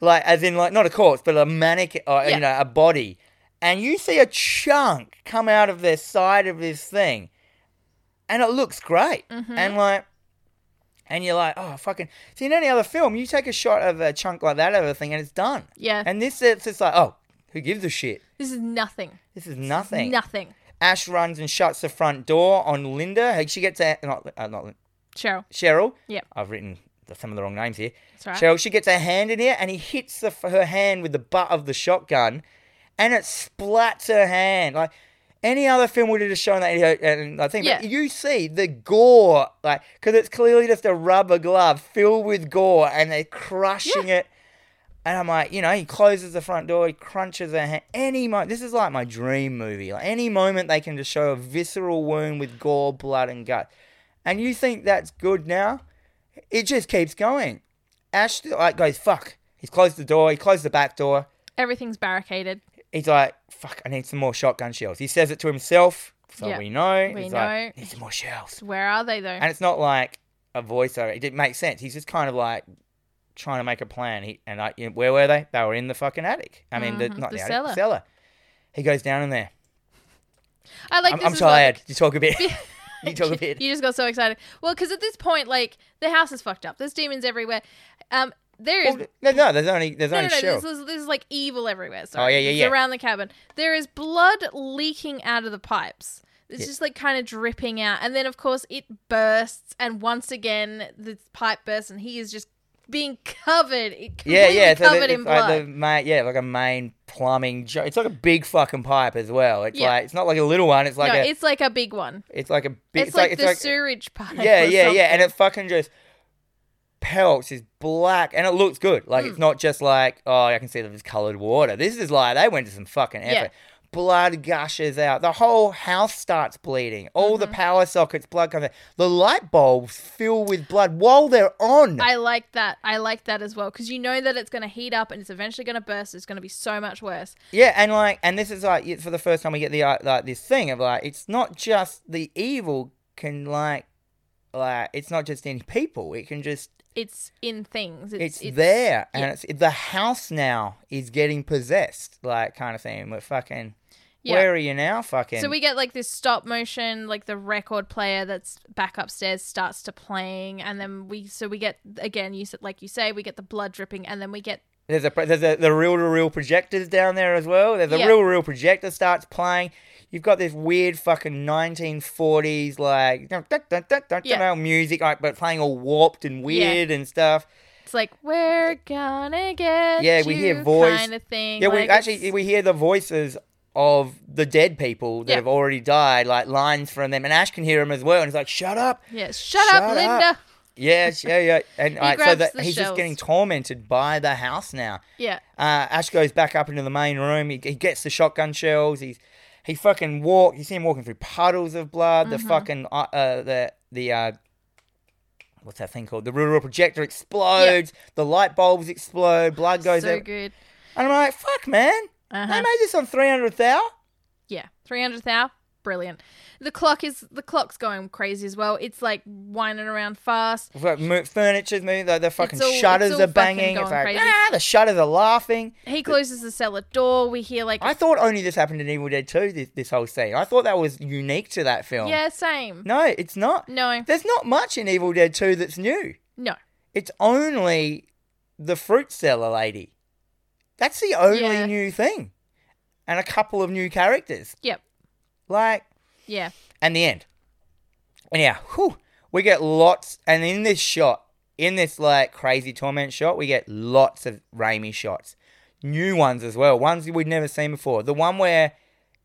S1: like as in like not a corpse, but a manic, uh,
S2: Yeah.
S1: you know, a body, and you see a chunk come out of the side of this thing, and it looks great,
S2: Mm-hmm.
S1: and like, and you're like, oh fucking. See, in any other film, you take a shot of a chunk like that of a thing, and it's done.
S2: Yeah.
S1: And this, it's just like, oh, who gives a shit?
S2: This is nothing.
S1: This is nothing.
S2: Nothing.
S1: Ash runs and shuts the front door on Linda. Like, She gets a, not uh, not Lin-
S2: Cheryl.
S1: Cheryl.
S2: Yep.
S1: I've written the- some of the wrong names here.
S2: It's all right.
S1: Cheryl, she gets her hand in here and he hits the, her hand with the butt of the shotgun and it splats her hand. Like any other film would have just shown that. you know, And I think but
S2: Yeah.
S1: you see the gore, like, because it's clearly just a rubber glove filled with gore and they're crushing it. And I'm like, you know, he closes the front door, he crunches her hand. Any moment, this is like my dream movie. Like any moment they can just show a visceral wound with gore, blood, and gut. And you think that's good now? It just keeps going. Ash like goes, fuck. He's closed the door. He closed the back door.
S2: Everything's barricaded.
S1: He's like, fuck. I need some more shotgun shells. He says it to himself, so
S2: Yeah.
S1: we know.
S2: We
S1: He's like,
S2: know.
S1: need some more shells.
S2: Where are they though?
S1: And it's not like a voiceover. It didn't make sense. He's just kind of like trying to make a plan. He, and I, you know, where were they? They were in the fucking attic. I mean, the, not
S2: Uh-huh. the
S1: the,
S2: cellar.
S1: attic, cellar. He goes down in there.
S2: I like
S1: I'm,
S2: this
S1: I'm
S2: as well.
S1: tired. You talk a bit. you talk a bit.
S2: You just got so excited. Well, because at this point, like the house is fucked up. There's demons everywhere. Um, there is
S1: Well, no, no, there's only there's
S2: no,
S1: only
S2: no, no.
S1: shells.
S2: This is, this is like evil everywhere. So
S1: yeah, yeah, yeah.
S2: Around the cabin, there is blood leaking out of the pipes. It's just like kind of dripping out, and then of course it bursts, and once again the pipe bursts, and he is just being covered. It
S1: Yeah, yeah, so
S2: completely
S1: the-
S2: covered in
S1: it's like
S2: blood.
S1: the main, yeah, like a main plumbing. Jo- it's like a big fucking pipe as well. It's
S2: Yeah.
S1: like it's not like a little one. It's like
S2: no,
S1: a, it's,
S2: it's like a big one.
S1: like a big.
S2: It's, like, the
S1: it's like
S2: sewage pipe.
S1: yeah,
S2: or
S1: yeah, yeah, and
S2: something.
S1: it fucking just pelts. It's black and it looks good. Like
S2: Mm.
S1: it's not just like oh, I can see that there's colored water. This is like they went to some fucking effort.
S2: Yeah.
S1: Blood gushes out. The whole house starts bleeding. All the
S2: Mm-hmm.
S1: power sockets, blood comes out. The light bulbs fill with blood while they're on.
S2: I like that. I like that as well because you know that it's going to heat up and it's eventually going to burst. It's going to be so much worse.
S1: Yeah, and like, and this is like it's for the first time we get the uh, like this thing of like it's not just the evil can like like it's not just in people. It can just
S2: It's in things. It's,
S1: it's,
S2: it's,
S1: there,
S2: yeah.
S1: and it's the house now is getting possessed, like kind of thing. We're fucking.
S2: Yeah.
S1: Where are you now, fucking?
S2: So we get like this stop motion, like the record player that's back upstairs starts to playing, and then we so we get again you said like you say we get the blood dripping, and then we get
S1: There's a there's a, the reel to reel projectors down there as well. There's a
S2: Yeah.
S1: reel to reel projector starts playing. You've got this weird fucking 1940s like dun, dun, dun, dun, dun,
S2: Yeah.
S1: dun, music, like but playing all warped and weird and stuff.
S2: it's like we're gonna get
S1: Yeah, we hear voice-
S2: kind of thing.
S1: Yeah, we
S2: Like,
S1: actually
S2: it's-
S1: we hear the voices of the dead people that
S2: Yeah.
S1: have already died, like lines from them, and Ash can hear him as well, and he's like, "Shut up!"
S2: yeah. Shut,
S1: Shut
S2: up,
S1: up.
S2: Linda.
S1: Yeah, sh- yeah, yeah. And like, so
S2: grabs
S1: that
S2: the
S1: he's just
S2: shells.
S1: getting tormented by the house now.
S2: Yeah,
S1: Uh, Ash goes back up into the main room. He, he gets the shotgun shells. He's he fucking walk. You see him walking through puddles of blood.
S2: Mm-hmm.
S1: The fucking uh, uh, the the uh, what's that thing called? The rural projector explodes. The light bulbs explode. Blood goes
S2: so
S1: out.
S2: good.
S1: And I'm like, fuck, man. They
S2: Uh-huh.
S1: made this on three hundred thou.
S2: Yeah, three hundred thou, brilliant. The clock is the clock's going crazy as well. It's like winding around fast.
S1: Like, mo- Furniture's moving. The, the fucking
S2: all- it's
S1: shutters
S2: all
S1: are
S2: fucking
S1: banging. It's
S2: going
S1: like,
S2: crazy.
S1: ah, the shutters are laughing.
S2: He closes the cellar door. We hear like,
S1: I thought only this happened in Evil Dead 2, this, this whole scene. I thought that was unique to that film.
S2: yeah, same.
S1: No, it's not.
S2: No,
S1: There's not much in Evil Dead 2 that's new.
S2: no,
S1: It's only the fruit seller lady. That's the only
S2: Yeah.
S1: new thing. And a couple of new characters.
S2: yep,
S1: Like,
S2: yeah,
S1: and the end. And yeah, whew, we get lots, and in this shot, in this like crazy torment shot, we get lots of Raimi shots, new ones as well, ones we'd never seen before. The one where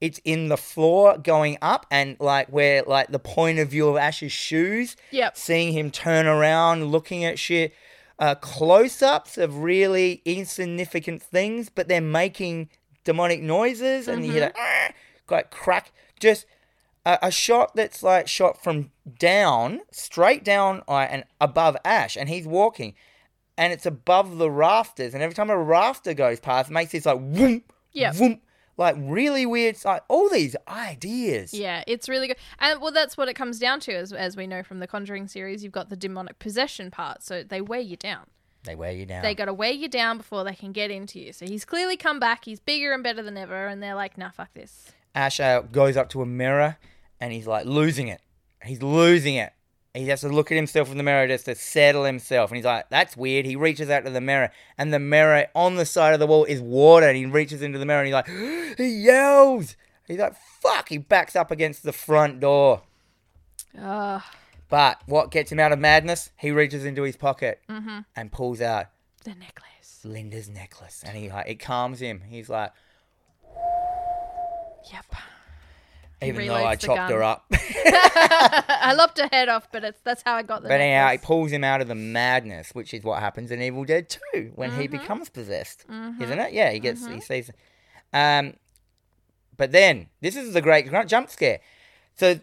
S1: it's in the floor going up, and like where like the point of view of Ash's shoes,
S2: yep.
S1: seeing him turn around, looking at shit. Uh, close ups of really insignificant things, but they're making demonic noises, and you hear
S2: Mm-hmm.
S1: that "Ah," like crack. Just a, a shot that's like shot from down, straight down, uh, and above Ash, and he's walking, and it's above the rafters, and every time a rafter goes past, it makes this like whoom,
S2: Yep.
S1: whoom, like really weird. Like all these ideas.
S2: Yeah, it's really good. And well, that's what it comes down to, as, as we know from the Conjuring series. You've got the demonic possession part, so they weigh you down.
S1: They wear you down.
S2: They got to wear you down before they can get into you. So he's clearly come back. He's bigger and better than ever. And they're like, nah, fuck this.
S1: Ash uh, goes up to a mirror and he's like losing it. He's losing it. He has to look at himself in the mirror just to settle himself. And he's like, that's weird. He reaches out to the mirror and the mirror on the side of the wall is water. And he reaches into the mirror and he's like, he yells. He's like, fuck. He backs up against the front door.
S2: Ugh.
S1: But what gets him out of madness? He reaches into his pocket
S2: Mm-hmm.
S1: and pulls out
S2: the necklace.
S1: Linda's necklace. And he like, it calms him. He's like,
S2: Yep.
S1: even though I
S2: reloads the
S1: chopped
S2: gun.
S1: her up.
S2: I lopped her head off, but it's, that's how I got the
S1: But anyhow, it
S2: necklace.
S1: pulls him out of the madness, which is what happens in Evil Dead 2 when he
S2: Mm-hmm.
S1: becomes possessed, isn't it? Yeah, he gets he sees. Um, but then this is the great gr- jump scare. So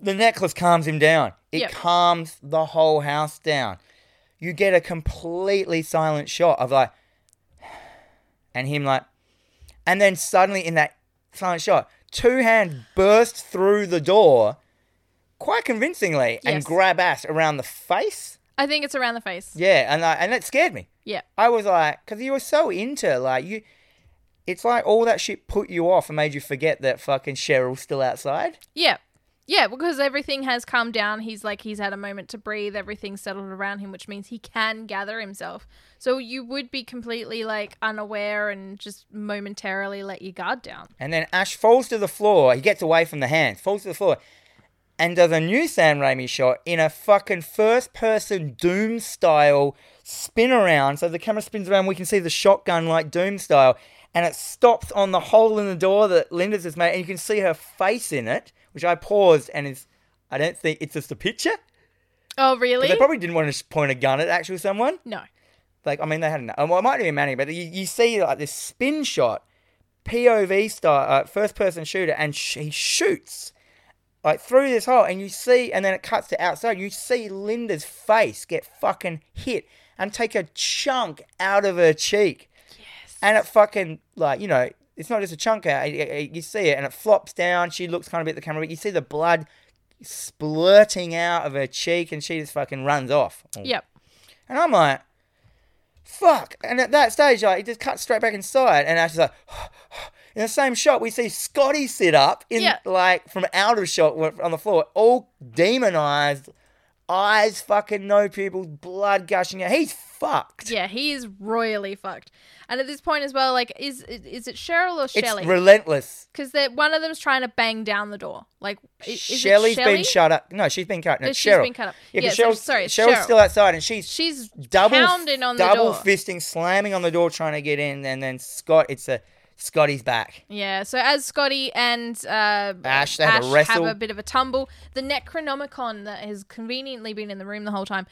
S1: the necklace calms him down. It
S2: Yep.
S1: calms the whole house down. You get a completely silent shot of like, and him like, and then suddenly in that silent shot, two hands burst through the door quite convincingly and
S2: Yes.
S1: grab Ash around the face.
S2: I think it's around the face.
S1: Yeah, and I, and that scared me.
S2: Yeah.
S1: I was like, because you were so into like you, it's like all that shit put you off and made you forget that fucking Cheryl's still outside.
S2: Yeah. Yeah, because everything has calmed down. He's like, he's had a moment to breathe. Everything's settled around him, which means he can gather himself. So you would be completely like unaware and just momentarily let your guard down.
S1: And then Ash falls to the floor. He gets away from the hands, falls to the floor, and does a new Sam Raimi shot in a fucking first person Doom style spin around. So the camera spins around, we can see the shotgun like Doom style. And it stops on the hole in the door that Linda's has made, and you can see her face in it, which I paused and is, I don't think it's just a picture.
S2: Oh, really?
S1: But they probably didn't want to point a gun at actual someone.
S2: no.
S1: Like, I mean, they had an. Well, it might have been Manny, but you, you see like this spin shot, POV style, uh, first person shooter, and sh- he shoots like through this hole, and you see, and then it cuts to outside. You see Linda's face get fucking hit and take a chunk out of her cheek, yes. and it fucking like you know. It's not just a chunk out. it- it- You see it, and it flops down. She looks kind of bit at the camera, but you see the blood splurting out of her cheek, and she just fucking runs off.
S2: Yep.
S1: And I'm like, fuck. And at that stage, like, it just cuts straight back inside. And Ash is like, in the same shot, we see Scotty sit up in,
S2: Yeah.
S1: like, from out of shot wa- on the floor, all demonized, eyes fucking no pupils, blood gushing out. He's fucked.
S2: Yeah, he is royally fucked. And at this point as well, like, is is it Cheryl or
S1: It's
S2: Shelley?
S1: relentless.
S2: Because they're one of them's trying to bang down the door. Like, i- is it
S1: Shelley's
S2: Shelley?
S1: been shut up. No, she's been cut. No,
S2: No,
S1: Cheryl.
S2: she's been cut up.
S1: Yeah, 'cause
S2: Yeah, so-
S1: Cheryl's,
S2: sorry, it's
S1: Cheryl's
S2: Cheryl.
S1: still outside, and she's
S2: She's
S1: double
S2: pounding on the
S1: double
S2: door.
S1: fisting, slamming on the door, trying to get in, and then Scott. It's a Scotty's back.
S2: Yeah, so as Scotty and uh,
S1: Ash, they have a wrestle.
S2: have a bit of a tumble, the Necronomicon that has conveniently been in the room the whole time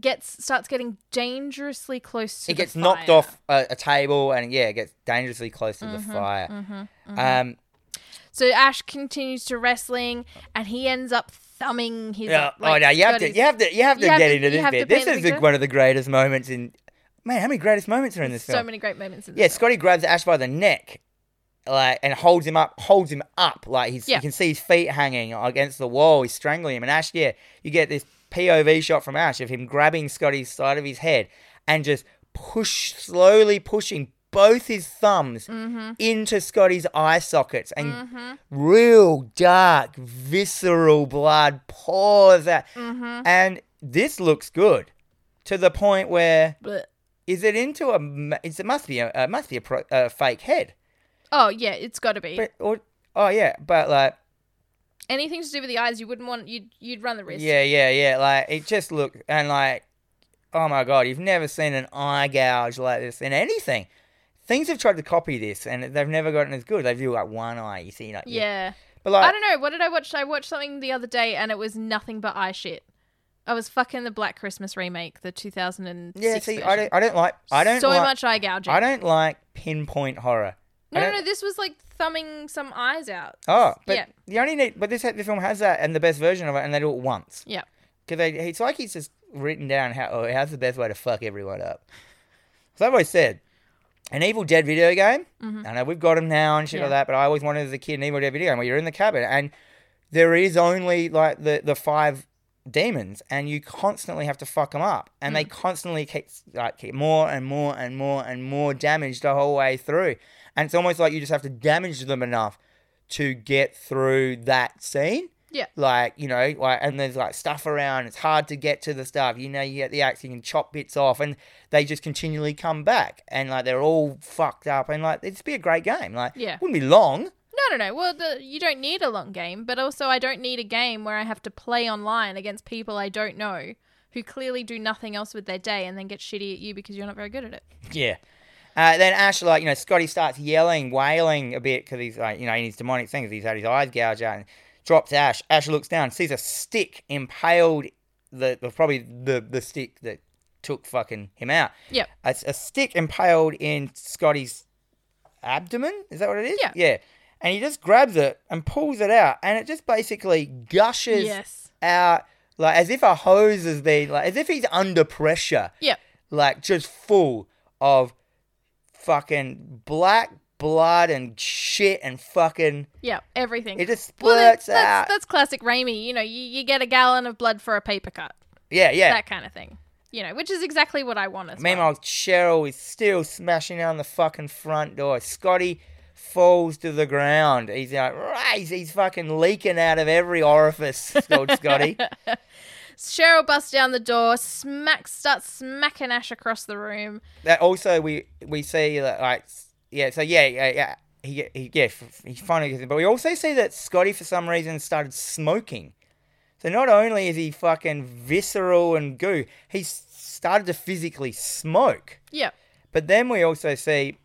S2: gets starts getting dangerously close to
S1: it
S2: the
S1: gets knocked
S2: fire. Mm-hmm,
S1: off a, a table and yeah it gets dangerously close to the fire um
S2: So Ash continues to wrestling, and he ends up thumbing his.
S1: yeah,
S2: like,
S1: oh no you have to
S2: Scotty's-
S1: you have to you have to
S2: you have
S1: get
S2: to-
S1: into
S2: you
S1: this
S2: have to
S1: bit
S2: paint
S1: this
S2: the
S1: is the,
S2: picture.
S1: one of the greatest moments in man how many greatest moments are in this
S2: so
S1: film
S2: many great moments. In
S1: yeah
S2: this film.
S1: scotty grabs ash by the neck like and holds him up holds him up like he's
S2: Yeah.
S1: you can see his feet hanging against the wall he's strangling him and ash yeah you get this pov shot from ash of him grabbing scotty's side of his head and just push slowly pushing both his thumbs into Scotty's eye sockets and real dark visceral blood pours out and this looks good to the point where
S2: Blech.
S1: is it into a? ma- It's, it must be a uh, must be a, pro, a fake head.
S2: Oh yeah, it's got to be
S1: But or, oh yeah, but like
S2: anything to do with the eyes. You wouldn't want you'd you'd run the risk.
S1: yeah, yeah, yeah. Like it just looked and like oh my god, you've never seen an eye gouge like this in anything. Things have tried to copy this and they've never gotten as good. They do like one eye, you see, like
S2: yeah.
S1: But like
S2: I don't know. What did I watch? I watched something the other day and it was nothing but eye shit. I was fucking the Black Christmas remake, the 2006
S1: yeah, see, I
S2: version.
S1: don't, I don't like, I don't
S2: so
S1: like,
S2: much eye gouging.
S1: I don't like pinpoint horror. I
S2: no, no,
S1: don't-
S2: no, this was like thumbing some eyes out.
S1: Oh, but
S2: Yeah.
S1: the only need, but this the film has that and the best version of it, and they do it once.
S2: Yeah.
S1: Because it's like he's just written down how oh, how's the best way to fuck everyone up. So I've always said, an Evil Dead video game. I know we've got them now and shit
S2: Mm-hmm. Yeah.
S1: like that, but I always wanted as a kid an Evil Dead video game where you're in the cabin and there is only like the the five demons and you constantly have to fuck them up and
S2: Mm.
S1: they constantly keep like keep more and more and more and more damage the whole way through and it's almost like you just have to damage them enough to get through that scene
S2: Yeah.
S1: like you know like and there's like stuff around it's hard to get to the stuff you know you get the axe you can chop bits off and they just continually come back and like they're all fucked up and like it'd be a great game like
S2: Yeah.
S1: wouldn't be long
S2: No, no, no. Well, the, you don't need a long game, but also I don't need a game where I have to play online against people I don't know who clearly do nothing else with their day and then get shitty at you because you're not very good at it.
S1: Yeah. Uh, then Ash, like, you know, Scotty starts yelling, wailing a bit because he's like, you know, in his demonic thing 'cause he's had his eyes gouged out and drops Ash. Ash looks down, sees a stick impaled, the, the probably the, the stick that took fucking him out.
S2: Yep.
S1: It's a stick impaled in Scotty's abdomen. Is that what it is?
S2: Yeah.
S1: Yeah. And he just grabs it and pulls it out, and it just basically gushes
S2: Yes.
S1: out, like as if a hose has been, like as if he's under pressure
S2: Yep.
S1: like just full of fucking black blood and shit and fucking
S2: Yep. Everything.
S1: it just
S2: Well, that's,
S1: splurts out.
S2: that's, that's classic Raimi. You know, you, you get a gallon of blood for a paper cut,
S1: yeah, yeah.
S2: that kind of thing. You know, which is exactly what I want as well.
S1: Meanwhile, Cheryl is still smashing down the fucking front door. Scotty falls to the ground. He's like, right, he's- he's fucking leaking out of every orifice. Old Scotty.
S2: Cheryl busts down the door, smacks, starts smacking Ash across the room.
S1: that also we we see that like s- yeah so yeah yeah yeah he, he yeah f- he finally gets it but we also see that Scotty for some reason started smoking so not only is he fucking visceral and goo he's started to physically smoke
S2: Yep.
S1: but then we also see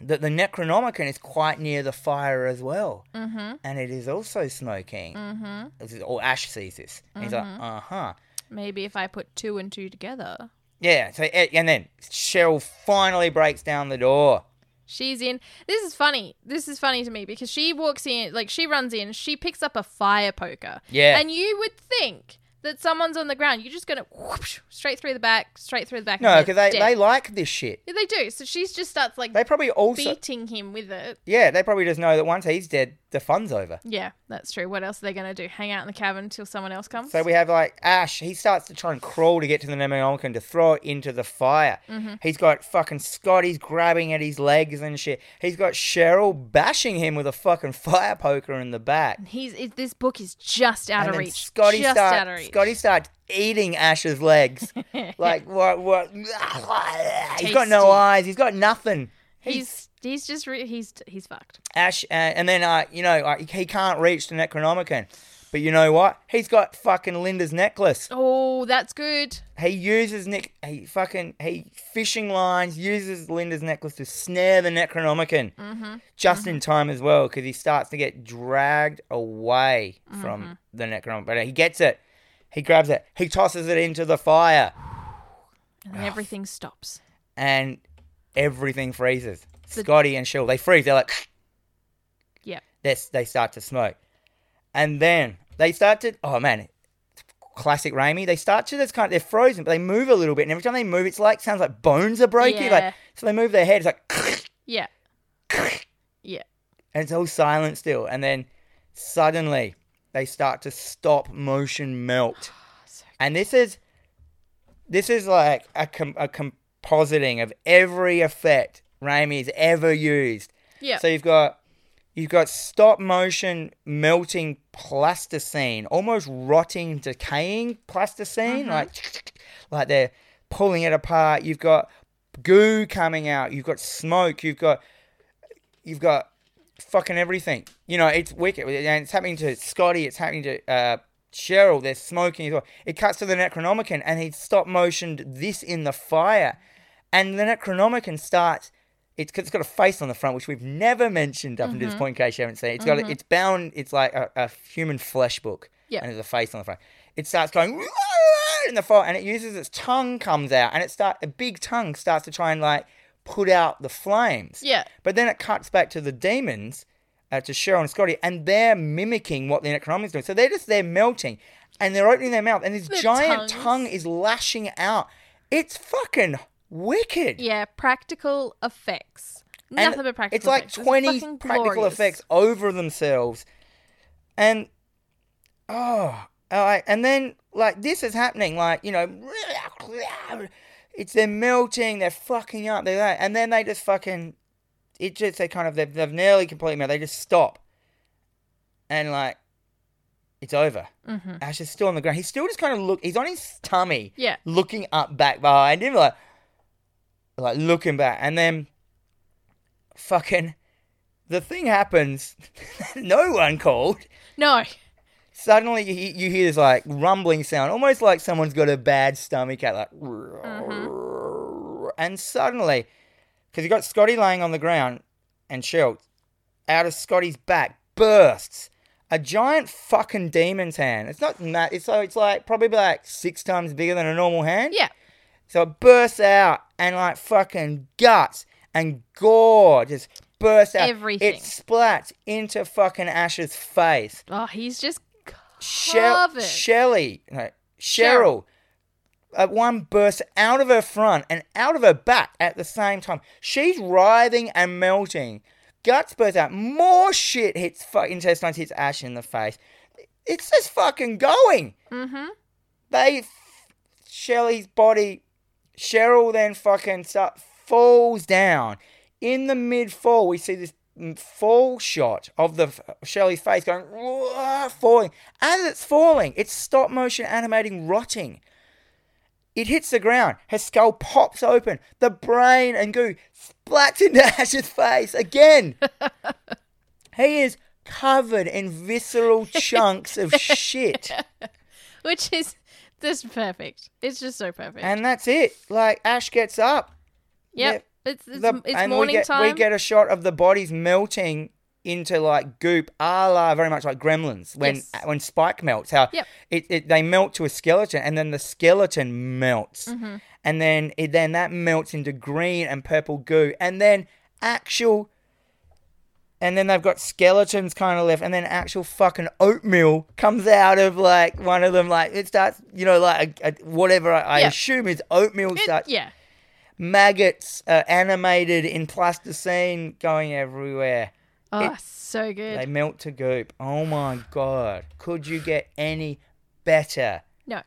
S1: that the Necronomicon is quite near the fire as well mm-hmm. and it is also smoking mm-hmm. this is, or Ash sees this and he's like uh huh
S2: Maybe if I put two and two together.
S1: yeah so eh, and then Cheryl finally breaks down the door.
S2: She's in. This is funny. This is funny to me because she walks in, like she runs in, she picks up a fire poker.
S1: Yeah.
S2: And you would think that someone's on the ground. You're just gonna whoosh, straight through the back, straight through the back.
S1: No,
S2: and
S1: because
S2: they're
S1: they,
S2: dead.
S1: they like this shit.
S2: Yeah, they do. So she just starts like
S1: They probably also
S2: beating him with it.
S1: yeah they probably just know that once he's dead the fun's over.
S2: Yeah, that's true. What else are they gonna do? Hang out in the cabin till someone else comes?
S1: So we have like Ash. He starts to try and crawl to get to the Nemeonicon to throw it into the fire.
S2: Mm-hmm.
S1: He's got fucking Scotty's grabbing at his legs and shit. He's got Cheryl bashing him with a fucking fire poker in the back.
S2: He's it, this book is just out
S1: and
S2: of
S1: then
S2: reach.
S1: Scotty
S2: just
S1: starts
S2: out of reach.
S1: Scotty starts eating Ash's legs. like what? What? He's got no
S2: Tasty.
S1: eyes. He's got nothing.
S2: he's he's just re- he's he's fucked.
S1: Ash, uh, and then uh, you know uh, he can't reach the Necronomicon, but you know what? He's got fucking Linda's necklace.
S2: Oh, that's good.
S1: He uses Nick. He fucking he fishing lines uses Linda's necklace to snare the Necronomicon just in time as well because he starts to get dragged away from the Necronomicon. But he gets it. He grabs it. He tosses it into the fire,
S2: And then everything stops.
S1: and everything freezes. Scotty and Shul they freeze. They're like.
S2: Yeah.
S1: they, they start to smoke. And then they start to, oh man, classic Raimi. They start to just kind of, they're frozen, but they move a little bit. And every time they move, it's like, sounds like bones are breaking.
S2: Yeah.
S1: Like, so they move their head, it's like,
S2: Yeah. Yeah.
S1: and it's all silent still. And then suddenly they start to stop motion melt. And this is, this is like a, com- a compositing of every effect Raimi's ever used.
S2: Yeah.
S1: So you've got you've got stop motion melting plasticine, almost rotting, decaying plasticine, like like they're pulling it apart. You've got goo coming out. You've got smoke. You've got you've got fucking everything. You know, it's wicked, and it's happening to Scotty. It's happening to. Uh, Cheryl, they're smoking as well. It cuts to the Necronomicon, and he stop motioned this in the fire, and the Necronomicon starts it's, it's got a face on the front, which we've never mentioned up
S2: Mm-hmm.
S1: until this point, in case you haven't seen it. It's got a, it's bound, it's like a, a human flesh book.
S2: Yeah.
S1: And there's a face on the front. It starts going in the fire, and it uses its tongue comes out, and it start a big tongue starts to try and like put out the flames.
S2: Yeah.
S1: But then it cuts back to the demons, uh, to Cheryl and Scotty, and they're mimicking what the Necronomicon's doing. So they're just they're melting, and they're opening their mouth, and this
S2: Their
S1: giant
S2: tongues.
S1: tongue is lashing out. It's fucking wicked.
S2: Yeah, practical effects.
S1: And
S2: Nothing but practical
S1: It's like
S2: effects.
S1: twenty
S2: fucking
S1: practical
S2: glorious.
S1: effects over themselves, and oh, all right. and then Like this is happening. Like you know, it's they're melting, they're fucking up, they're that, and then they just fucking. It just they kind of they've, they've nearly completely melted. They just stop, and like, it's over.
S2: Mm-hmm.
S1: Ash is still on the ground. He's still just kind of look. He's on his tummy
S2: Yeah.
S1: looking up back behind him, like, like looking back, and then fucking the thing happens. no one called.
S2: No.
S1: Suddenly, you, he- you hear this like rumbling sound, almost like someone's got a bad stomach ache, like,
S2: Mm-hmm.
S1: and suddenly, because you got Scotty laying on the ground and Shelton, out of Scotty's back bursts a giant fucking demon's hand. It's not that. It's so it's like probably like six times bigger than a normal hand.
S2: Yeah.
S1: So it bursts out and like fucking guts and gore just bursts out.
S2: Everything.
S1: It splats into fucking Ash's face.
S2: Oh, he's just.
S1: Shell,
S2: Covered.
S1: Shelly, no, Cheryl, at one bursts out of her front and out of her back at the same time. She's writhing and melting. Guts burst out. More shit hits fuck intestines hits Ash in the face. It's just fucking going.
S2: Mm-hmm.
S1: They, Shelly's body, Cheryl then fucking start, falls down. In the mid fall, we see this mm, fall shot of the Shelly's face going "Whoa," falling. As it's falling, it's stop motion animating rotting. It hits the ground. Her skull pops open. The brain and goo splats into Ash's face again. he is covered in visceral chunks of shit.
S2: Which is just perfect. It's just so perfect.
S1: And that's it. Like Ash gets up.
S2: yep. It's it's, it's morning
S1: we get,
S2: time.
S1: We get a shot of the bodies melting into like goop, a la very much like Gremlins when
S2: Yes.
S1: when Spike melts. How
S2: Yep.
S1: it, it they melt to a skeleton, and then the skeleton melts,
S2: Mm-hmm.
S1: and then it, then that melts into green and purple goo, and then actual. And then they've got skeletons kind of left, and then actual fucking oatmeal comes out of like one of them. Like it starts, you know, like a, a, whatever I, I
S2: Yeah.
S1: assume is oatmeal
S2: It-
S1: starts
S2: yeah.
S1: maggots uh, animated in plasticine going everywhere.
S2: Oh, so good.
S1: They melt to goop. Oh my god. Could you get any better?
S2: no,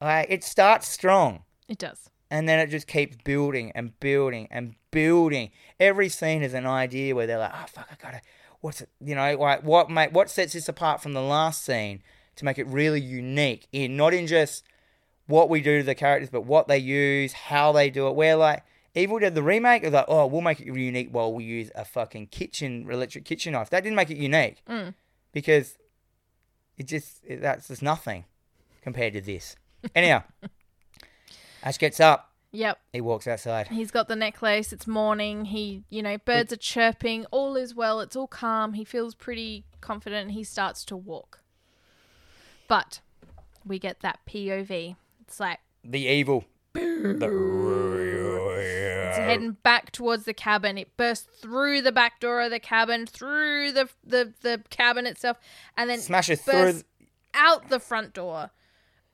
S1: Like it starts strong
S2: it does.
S1: and then it just keeps building and building and building. Every scene is an idea where they're like, "Oh fuck, I gotta, what's it? You know, like what make what sets this apart from the last scene to make it really unique in not in just what we do to the characters, but what they use, how they do it. Where like Evil Dead the remake is like, oh, we'll make it unique while we use a fucking kitchen electric kitchen knife. That didn't make it unique
S2: Mm.
S1: because it just it, that's just nothing compared to this. Anyhow, Ash gets up.
S2: Yep.
S1: He walks outside.
S2: He's got the necklace. It's morning. He, you know, birds are chirping. All is well. It's all calm. He feels pretty confident. He starts to walk. But we get that POV. It's like
S1: The evil. Uh,
S2: it's heading back towards the cabin. It bursts through the back door of the cabin, through the the, the cabin itself, and then
S1: Smashes through.
S2: bursts out the front door.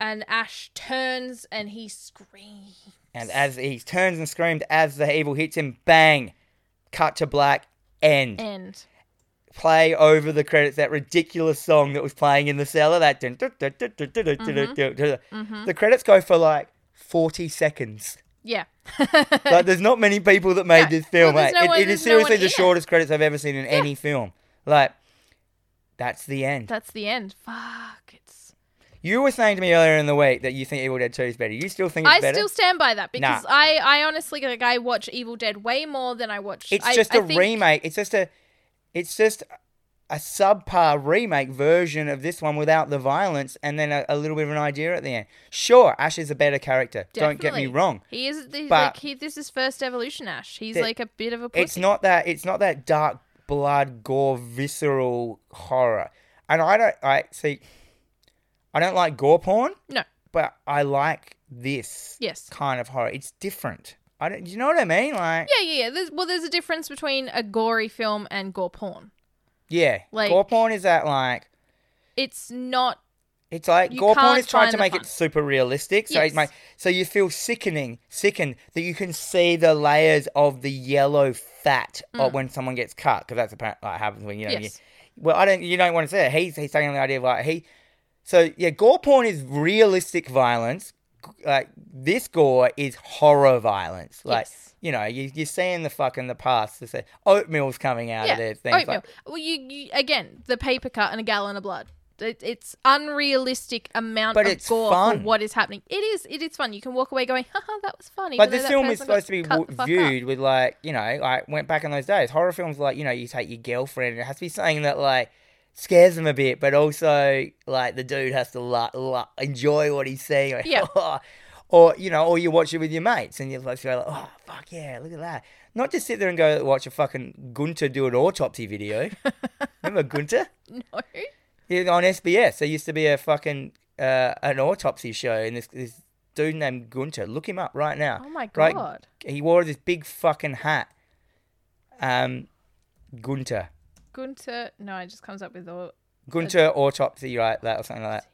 S2: And Ash turns and he screams.
S1: And as he turns and screams, as the evil hits him, bang! Cut to black. End.
S2: And
S1: Play over the credits that ridiculous song that was playing in the cellar. That dun- dun- dun- dun- dun- dun- dun-
S2: Mm-hmm.
S1: dun- dun- dun- dun. the credits go for like forty seconds.
S2: yeah.
S1: Like there's not many people that made
S2: No.
S1: this film.
S2: Well,
S1: Like,
S2: there's no
S1: it-
S2: one-
S1: it is
S2: there's no one
S1: seriously
S2: in
S1: the
S2: it.
S1: shortest credits I've ever seen in any film. Like that's the end.
S2: That's the end. Fuck. It's
S1: You were saying to me earlier in the week that you think Evil Dead 2 is better. You still think it's
S2: I
S1: better?
S2: still stand by that because I, I honestly like I watch Evil Dead way more than I watch.
S1: it's
S2: I,
S1: just
S2: a
S1: a remake. It's just a it's just a subpar remake version of this one without the violence and then a, a little bit of an idea at the end. Sure, Ash is a better character. Don't get me wrong.
S2: He is he's
S1: But-
S2: like he, this is first evolution Ash. He's
S1: The-
S2: like a bit of a
S1: It's
S2: pussy.
S1: not that it's not that dark blood gore visceral horror. And I don't I see I don't like gore porn,
S2: no.
S1: but I like this
S2: Yes.
S1: kind of horror. It's different. I don't you know what I mean? Like
S2: Yeah, yeah, yeah. There's, well, there's a difference between a gory film and gore porn.
S1: Yeah.
S2: Like-
S1: gore porn is that like
S2: It's not.
S1: it's like
S2: You
S1: gore porn
S2: can't
S1: is trying
S2: find
S1: to
S2: the
S1: make
S2: fun.
S1: it super realistic. So
S2: Yes.
S1: it might, so you feel sickening, sickened that you can see the layers of the yellow fat of when someone gets cut because that's apparently like happens when you know.
S2: Mm. Yes.
S1: You, well, I don't. You don't want to see it. He's he's taking the idea of like he So yeah, gore porn is realistic violence. Like this gore is horror violence. Like
S2: Yes.
S1: you know, you you're seeing the fucking the past. There's uh, oatmeal's coming out
S2: Yeah.
S1: of there. Things
S2: Oatmeal.
S1: like
S2: well, you, you again the paper cut and a gallon of blood. It, it's unrealistic amount
S1: But
S2: of
S1: it's
S2: gore for
S1: fun.
S2: what is happening. It is. It is fun. You can walk away going, haha, that was funny.
S1: But this film is supposed to be w- viewed with like you know, like went back in those days. Horror films like you know, you take your girlfriend. It has to be something that like scares them a bit, but also like the dude has to la- la- enjoy what he's seeing. Like,
S2: Yeah.
S1: or you know, or you watch it with your mates and you're like, you're like, oh fuck yeah, look at that. Not just sit there and go watch a fucking Gunter do an autopsy video. Remember Gunter?
S2: No.
S1: Yeah, on SBS. There used to be a fucking uh, an autopsy show, and this this dude named Gunter. Look him up right now.
S2: Oh my
S1: Right?
S2: god.
S1: He wore this big fucking hat. Um, Gunter,
S2: Gunter. No, it just comes up with all.
S1: Gunter autopsy, right? That or something like that.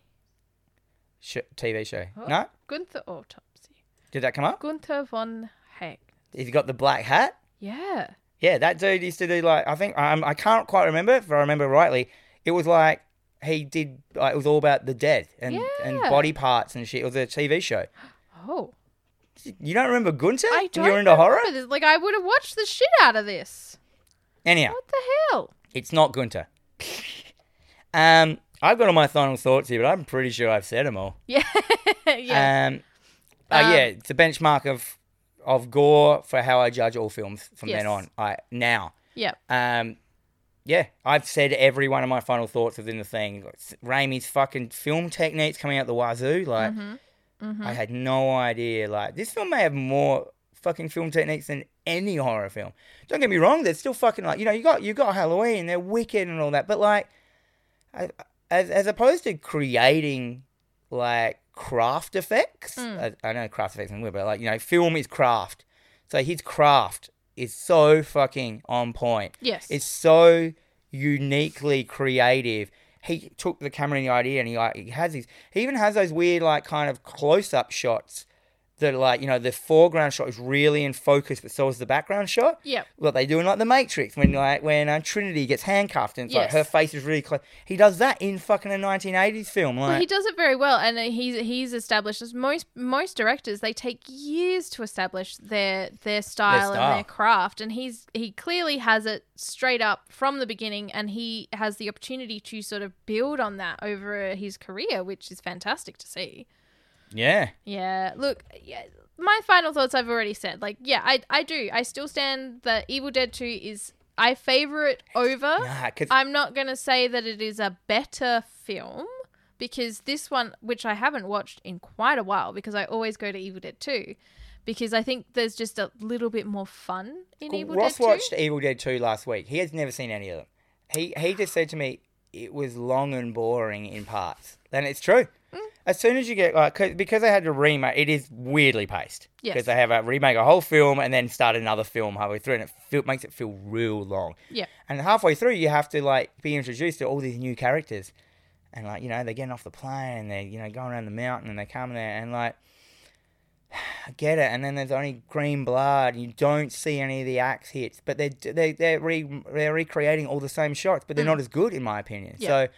S1: Sh- TV show. No,
S2: Gunther autopsy.
S1: did that come up?
S2: Gunther von Heck.
S1: He's got the black hat.
S2: Yeah.
S1: Yeah, that dude used to do like I think um, I can't quite remember if I remember rightly. It was like he did like it was all about the dead and and
S2: Yeah.
S1: body parts and shit. It was a TV show.
S2: Oh.
S1: You don't remember Gunter?
S2: I don't.
S1: You're into horror?
S2: remember This. Like I would have watched the shit out of this.
S1: Anyhow,
S2: What the hell?
S1: it's not Gunter. um, I've got all my final thoughts here, but I'm pretty sure I've said them all.
S2: Yeah. yeah. Um,
S1: Um, uh, yeah, it's a benchmark of of gore for how I judge all films from
S2: Yes.
S1: then on. I now.
S2: yeah.
S1: Um, yeah, I've said every one of my final thoughts within the thing. Like, s- Raimi's fucking film techniques coming out the wazoo. Like, I had no idea. Like, this film may have more fucking film techniques than any horror film. Don't get me wrong; they're still fucking like you know you got you got Halloween, they're wicked and all that. But like, I- as as opposed to creating like craft effects, I, I know craft effects and weird, but like you know, film is craft. So his craft is so fucking on point.
S2: Yes.
S1: It's so uniquely creative. He took the camera and the idea, and he like he has these. He even has those weird like kind of close up shots that are like you know the foreground shot is really in focus, but so is the background shot.
S2: Yep.
S1: What they do in like the Matrix when like when uh, Trinity gets handcuffed and it's like
S2: Yes.
S1: her face is really close. He does that in fucking a 1980s film. Like
S2: Well, he does it very well, and he's he's established as most most directors. They take years to establish their their style,
S1: style.
S2: and their craft, and he's he clearly has it straight up from the beginning, and he has the opportunity to sort of build on that over his career, which is fantastic to see.
S1: yeah,
S2: Yeah, look, yeah, my final thoughts I've already said. Like, yeah, I I do. I still stand that Evil Dead Two is I favor it over.
S1: nah, 'cause-
S2: I'm not going to say that it is a better film because this one, which I haven't watched in quite a while, because I always go to Evil Dead 2, because I think there's just a little bit more fun in Evil
S1: Ross
S2: Dead 2.
S1: watched Evil Dead 2 last week. He has never seen any of them. He he just said to me it was long and boring in parts. And it's true.
S2: Mm.
S1: As soon as you get like 'cause- because they had to remake, it is weirdly paced.
S2: Yes.
S1: Because they have a remake a whole film and then start another film halfway through, and it feel, makes it feel real long.
S2: Yeah.
S1: And halfway through, you have to like be introduced to all these new characters, and like you know they're getting off the plane and they're you know going around the mountain and they come there and like I get it. And then there's only green blood. And you don't see any of the axe hits, but they're they they're re, they're recreating all the same shots, but they're not as good in my opinion.
S2: Mm. Yeah.
S1: So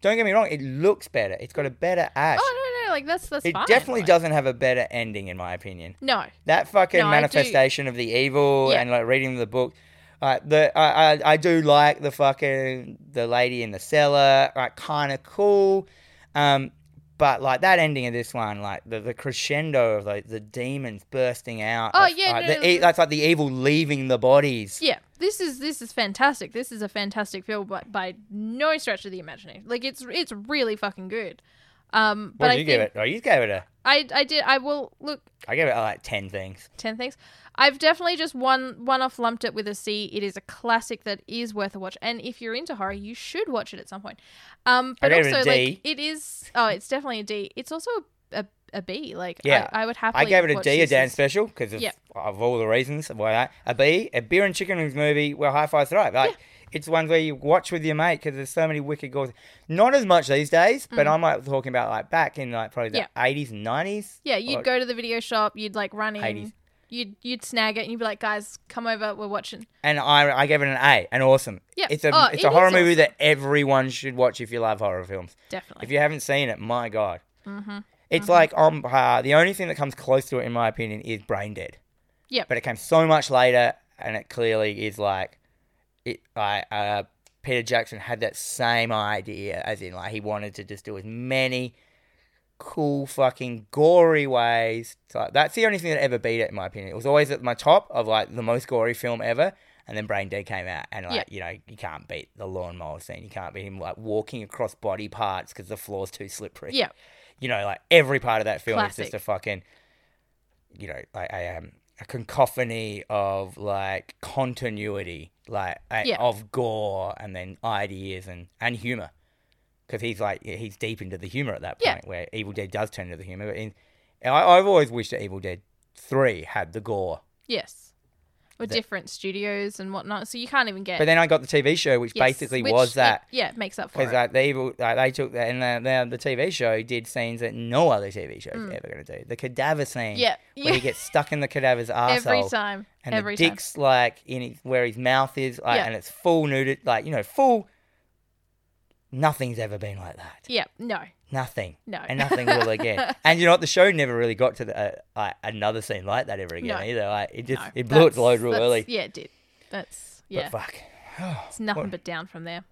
S1: don't get me wrong, it looks better. It's got a better ash.
S2: Oh, no, no, like, that's, that's
S1: it
S2: fine.
S1: definitely
S2: like-
S1: doesn't have a better ending in my opinion.
S2: No.
S1: That fucking
S2: No, I do-
S1: manifestation of the evil
S2: Yeah.
S1: and like reading the book. Uh, the I, I I do like the fucking the lady in the cellar. Like kind of cool, um, but like that ending of this one, like the, the crescendo of like the demons bursting out.
S2: Oh,
S1: of-
S2: yeah,
S1: like,
S2: no,
S1: the, e
S2: no.
S1: that's like the evil leaving the bodies.
S2: Yeah, this is this is fantastic. This is a fantastic film, but by no stretch of the imagination. Like it's it's really fucking good. Um,
S1: What
S2: but I
S1: did you give
S2: think
S1: it? Oh, you gave it a.
S2: I I did I will look.
S1: I gave it uh, like ten things.
S2: 10 things. I've definitely just one one off lumped it with a C. It is a classic that is worth a watch. And if you're into horror, you should watch it at some point. Um but
S1: gave it a
S2: also
S1: D.
S2: like it is oh, it's definitely a D. It's also a, a, a B. Like
S1: Yeah.
S2: I, I would happily
S1: I gave it a
S2: watch
S1: D, a
S2: this
S1: Dan
S2: as-
S1: special, because of,
S2: Yeah.
S1: of all the reasons why that. A B, a beer and chicken wings movie where high five thrive. Like, it's ones where you watch with your mate because there's so many wicked goals. Not as much these days, but I'm like talking about like back in like probably the
S2: Mm. Yeah.
S1: 80s and 90s.
S2: Yeah, you'd
S1: Or-
S2: go to the video shop, you'd like run in.
S1: 80s.
S2: You'd you'd snag it and you'd be like, guys, come over, we're watching.
S1: and I, I gave it an A, an awesome.
S2: Yeah.
S1: It's a
S2: Oh,
S1: it's
S2: it
S1: a
S2: is
S1: horror movie
S2: awesome.
S1: that everyone should watch if you love horror films.
S2: Definitely.
S1: If you haven't seen it, my god, it's like on par. The only thing that comes close to it, in my opinion, is Brain Dead.
S2: Yep.
S1: But it came so much later, and it clearly is like it. I uh, Peter Jackson had that same idea, as in like he wanted to just do as many cool fucking gory ways. So that's the only thing that ever beat it, in my opinion. It was always at my top of like the most gory film ever. And then Brain Dead came out, and like
S2: Yeah.
S1: you know, you can't beat the lawnmower scene. You can't beat him like walking across body parts because the floor's too slippery.
S2: yeah.
S1: You know, like every part of that film is
S2: Classic.
S1: just a fucking, you know, like a um, a cacophony of like continuity, like a,
S2: Yeah.
S1: of gore and then ideas and and humor because he's like yeah, he's deep into the humor at that
S2: Yeah.
S1: point where Evil Dead does turn into the humor. But in, I, I've always wished that Evil Dead Three had the gore,
S2: Yes. Or different studios and whatnot. So you can't even get
S1: but then I got the TV show, which
S2: Yes,
S1: basically
S2: which
S1: was
S2: it-
S1: that.
S2: yeah, it makes up for it.
S1: Because like the evil, like, they took that, and the, the, the TV show did scenes that no other TV show is ever going to do. The cadaver scene,
S2: Mm. Yeah.
S1: where he gets stuck in the cadaver's asshole,
S2: every time.
S1: and
S2: every
S1: the dick's like in his, where his mouth is, like,
S2: Yeah.
S1: and it's full nudity, like you know, full. Nothing's ever been like that.
S2: time. Yeah. No.
S1: Nothing.
S2: No.
S1: And nothing will again. And you know what? The show never really got to the, uh, like, another scene like that ever again
S2: No.
S1: either. Like it just
S2: no.
S1: it blew its
S2: That's-
S1: load real
S2: that's-
S1: early.
S2: Yeah, it did. That's yeah.
S1: But fuck.
S2: It's nothing but down from there.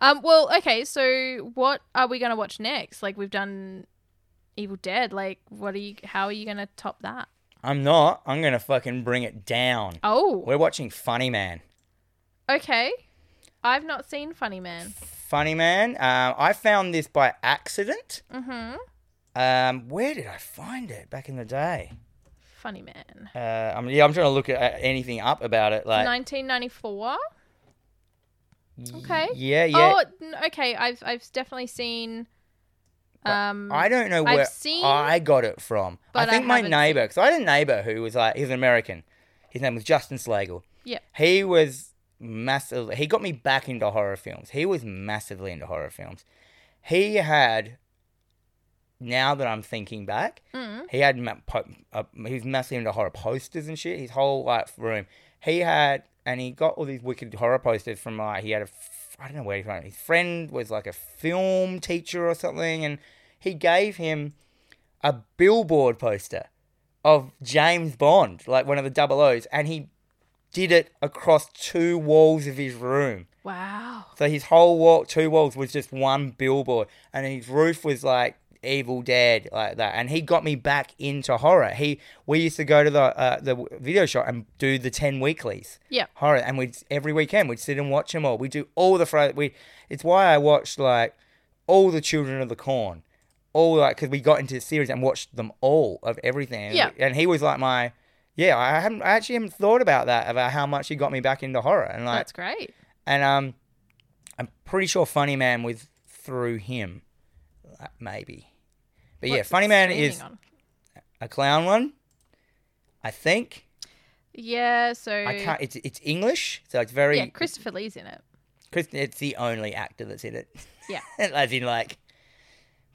S2: Um, well, okay, so what are we gonna watch next? Like we've done Evil Dead, like what are you how are you gonna top that?
S1: I'm not. I'm gonna fucking bring it down.
S2: Oh,
S1: We're watching Funny Man.
S2: okay. I've not seen Funny Man.
S1: Funny man. Um, I found this by accident.
S2: Mm-hmm.
S1: Um, where did I find it back in the day?
S2: Funny Man.
S1: Uh, I'm, yeah, I'm trying to look at uh, anything up about it. Like,
S2: Nineteen ninety four? okay.
S1: Yeah, yeah.
S2: Oh n- okay, I've I've definitely seen um
S1: I don't know
S2: I've
S1: where
S2: seen-
S1: I got it from.
S2: but
S1: I
S2: I
S1: think my
S2: haven't
S1: neighbor, because I had a neighbor who was like, he was an American. His name was Justin Slagle.
S2: Yep.
S1: He was massive. He got me back into horror films. He was massively into horror films. He had, now that I'm thinking back,
S2: mm,
S1: He had ma- po- uh, he was massively into horror posters and shit. His whole like room. He had and he got all these wicked horror posters from like he had a f- I don't know where he found it. His friend was like a film teacher or something, and he gave him a billboard poster of James Bond, like one of the double O's, and he did it across two walls of his room.
S2: wow.
S1: So his whole wall, two walls was just one billboard, and his roof was like Evil Dead, like that. And he got me back into horror. He we used to go to the uh, the video shop and do the ten weeklies
S2: Yeah.
S1: horror, and we'd every weekend we'd sit and watch them all. We do all the Friday. We it's why I watched like all the Children of the Corn, all like because we got into the series and watched them all of everything. And-
S2: Yeah.
S1: and he was like my. Yeah, I haven't. I actually haven't thought about that about how much he got me back into horror, and like
S2: That's great.
S1: and um, I'm pretty sure Funny Man was through him, Uh, maybe. But yeah,
S2: What's it
S1: Funny Man
S2: streaming
S1: is
S2: on?
S1: a clown one, I think.
S2: Yeah, so
S1: I can't. It's it's English, so it's very.
S2: Yeah, Christopher Lee's in it.
S1: Chris- it's the only actor that's in it.
S2: Yeah.
S1: As in, like,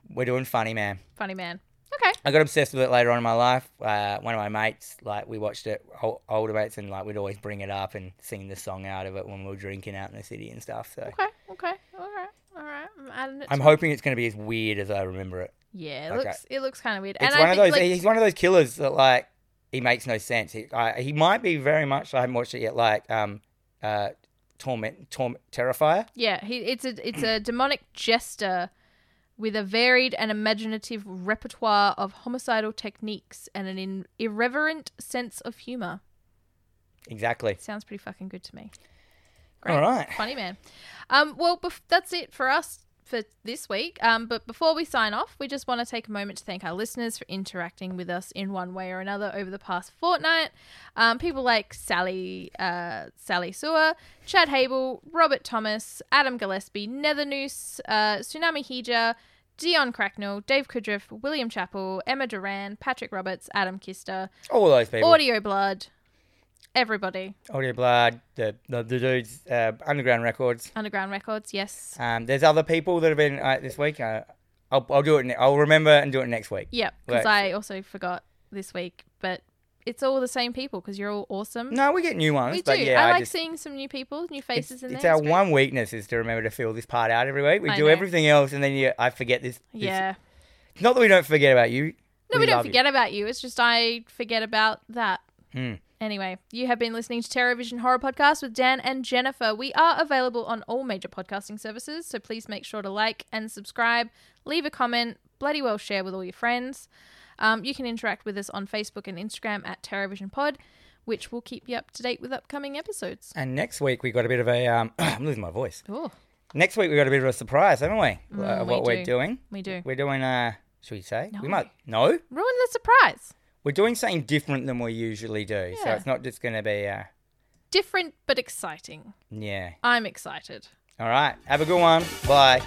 S1: we're doing Funny Man.
S2: Funny man. Okay.
S1: I got obsessed with it later on in my life. Uh, one of my mates, like, we watched it, o- older mates, and like, we'd always bring it up and sing the song out of it when we were drinking out in the city and stuff. So
S2: Okay. Okay. All right. All right. I'm adding it.
S1: I'm
S2: to-
S1: hoping it's going to be as weird as I remember it.
S2: yeah. It
S1: okay.
S2: looks. It looks kind of weird.
S1: It's
S2: and
S1: one
S2: I
S1: of
S2: think,
S1: those.
S2: Like,
S1: he's one of those killers that like he makes no sense. He, I, he might be very much. I haven't watched it yet. Like um, uh, torment, torment, terrifier.
S2: yeah. He. It's a. It's a demonic jester. With a varied and imaginative repertoire of homicidal techniques and an in- irreverent sense of humor.
S1: Exactly.
S2: Sounds pretty fucking good to me.
S1: All right.
S2: Funny man. Um, well, bef- that's it for us for this week. Um, but before we sign off, we just want to take a moment to thank our listeners for interacting with us in one way or another over the past fortnight. Um, people like Sally, uh, Sally Sewer, Chad Habel, Robert Thomas, Adam Gillespie, Nether Noose, uh, Tsunami Hija, Dion Cracknell, Dave Kudriff, William Chappell, Emma Duran, Patrick Roberts, Adam Kister,
S1: All those people. Audio,
S2: Audio Blood, everybody,
S1: Blood, the the, the dudes, uh, Underground Records.
S2: Underground Records, yes.
S1: Um, there's other people that have been uh, this week. Uh, I'll, I'll do it. Ne- I'll remember and do it next week.
S2: Yeah, because
S1: Right.
S2: I also forgot this week, but it's all the same people because you're all awesome.
S1: No, we get new ones,
S2: we
S1: but
S2: do.
S1: yeah,
S2: I like
S1: just,
S2: seeing some new people, new
S1: it's,
S2: faces in there.
S1: it's our
S2: great.
S1: one weakness is to remember to fill this part out every week. We
S2: I
S1: do
S2: know.
S1: everything else, and then you, I forget this. this-
S2: Yeah.
S1: Not that we don't forget about you.
S2: No, we, don't
S1: love you.
S2: forget about you. It's just I forget about that.
S1: Hmm.
S2: Anyway, you have been listening to Terror Vision Horror Podcast with Dan and Jennifer. We are available on all major podcasting services, so please make sure to like and subscribe, leave a comment, bloody well share with all your friends. Um, you can interact with us on Facebook and Instagram at Terror Vision Pod, which will keep you up to date with upcoming episodes.
S1: And next week we got a bit of a. Um, I'm losing my voice.
S2: Oh,
S1: Next week we got a bit of a surprise, haven't we? Uh,
S2: Mm,
S1: of
S2: we
S1: what
S2: do.
S1: we're doing.
S2: we do.
S1: We're doing. Uh, should we say?
S2: No.
S1: We might. No,
S2: Ruin the surprise.
S1: we're doing something different than we usually do. So
S2: Yeah.
S1: it's not just going to be. Uh,
S2: Different but exciting.
S1: yeah.
S2: I'm excited.
S1: All right. Have a good one. Bye.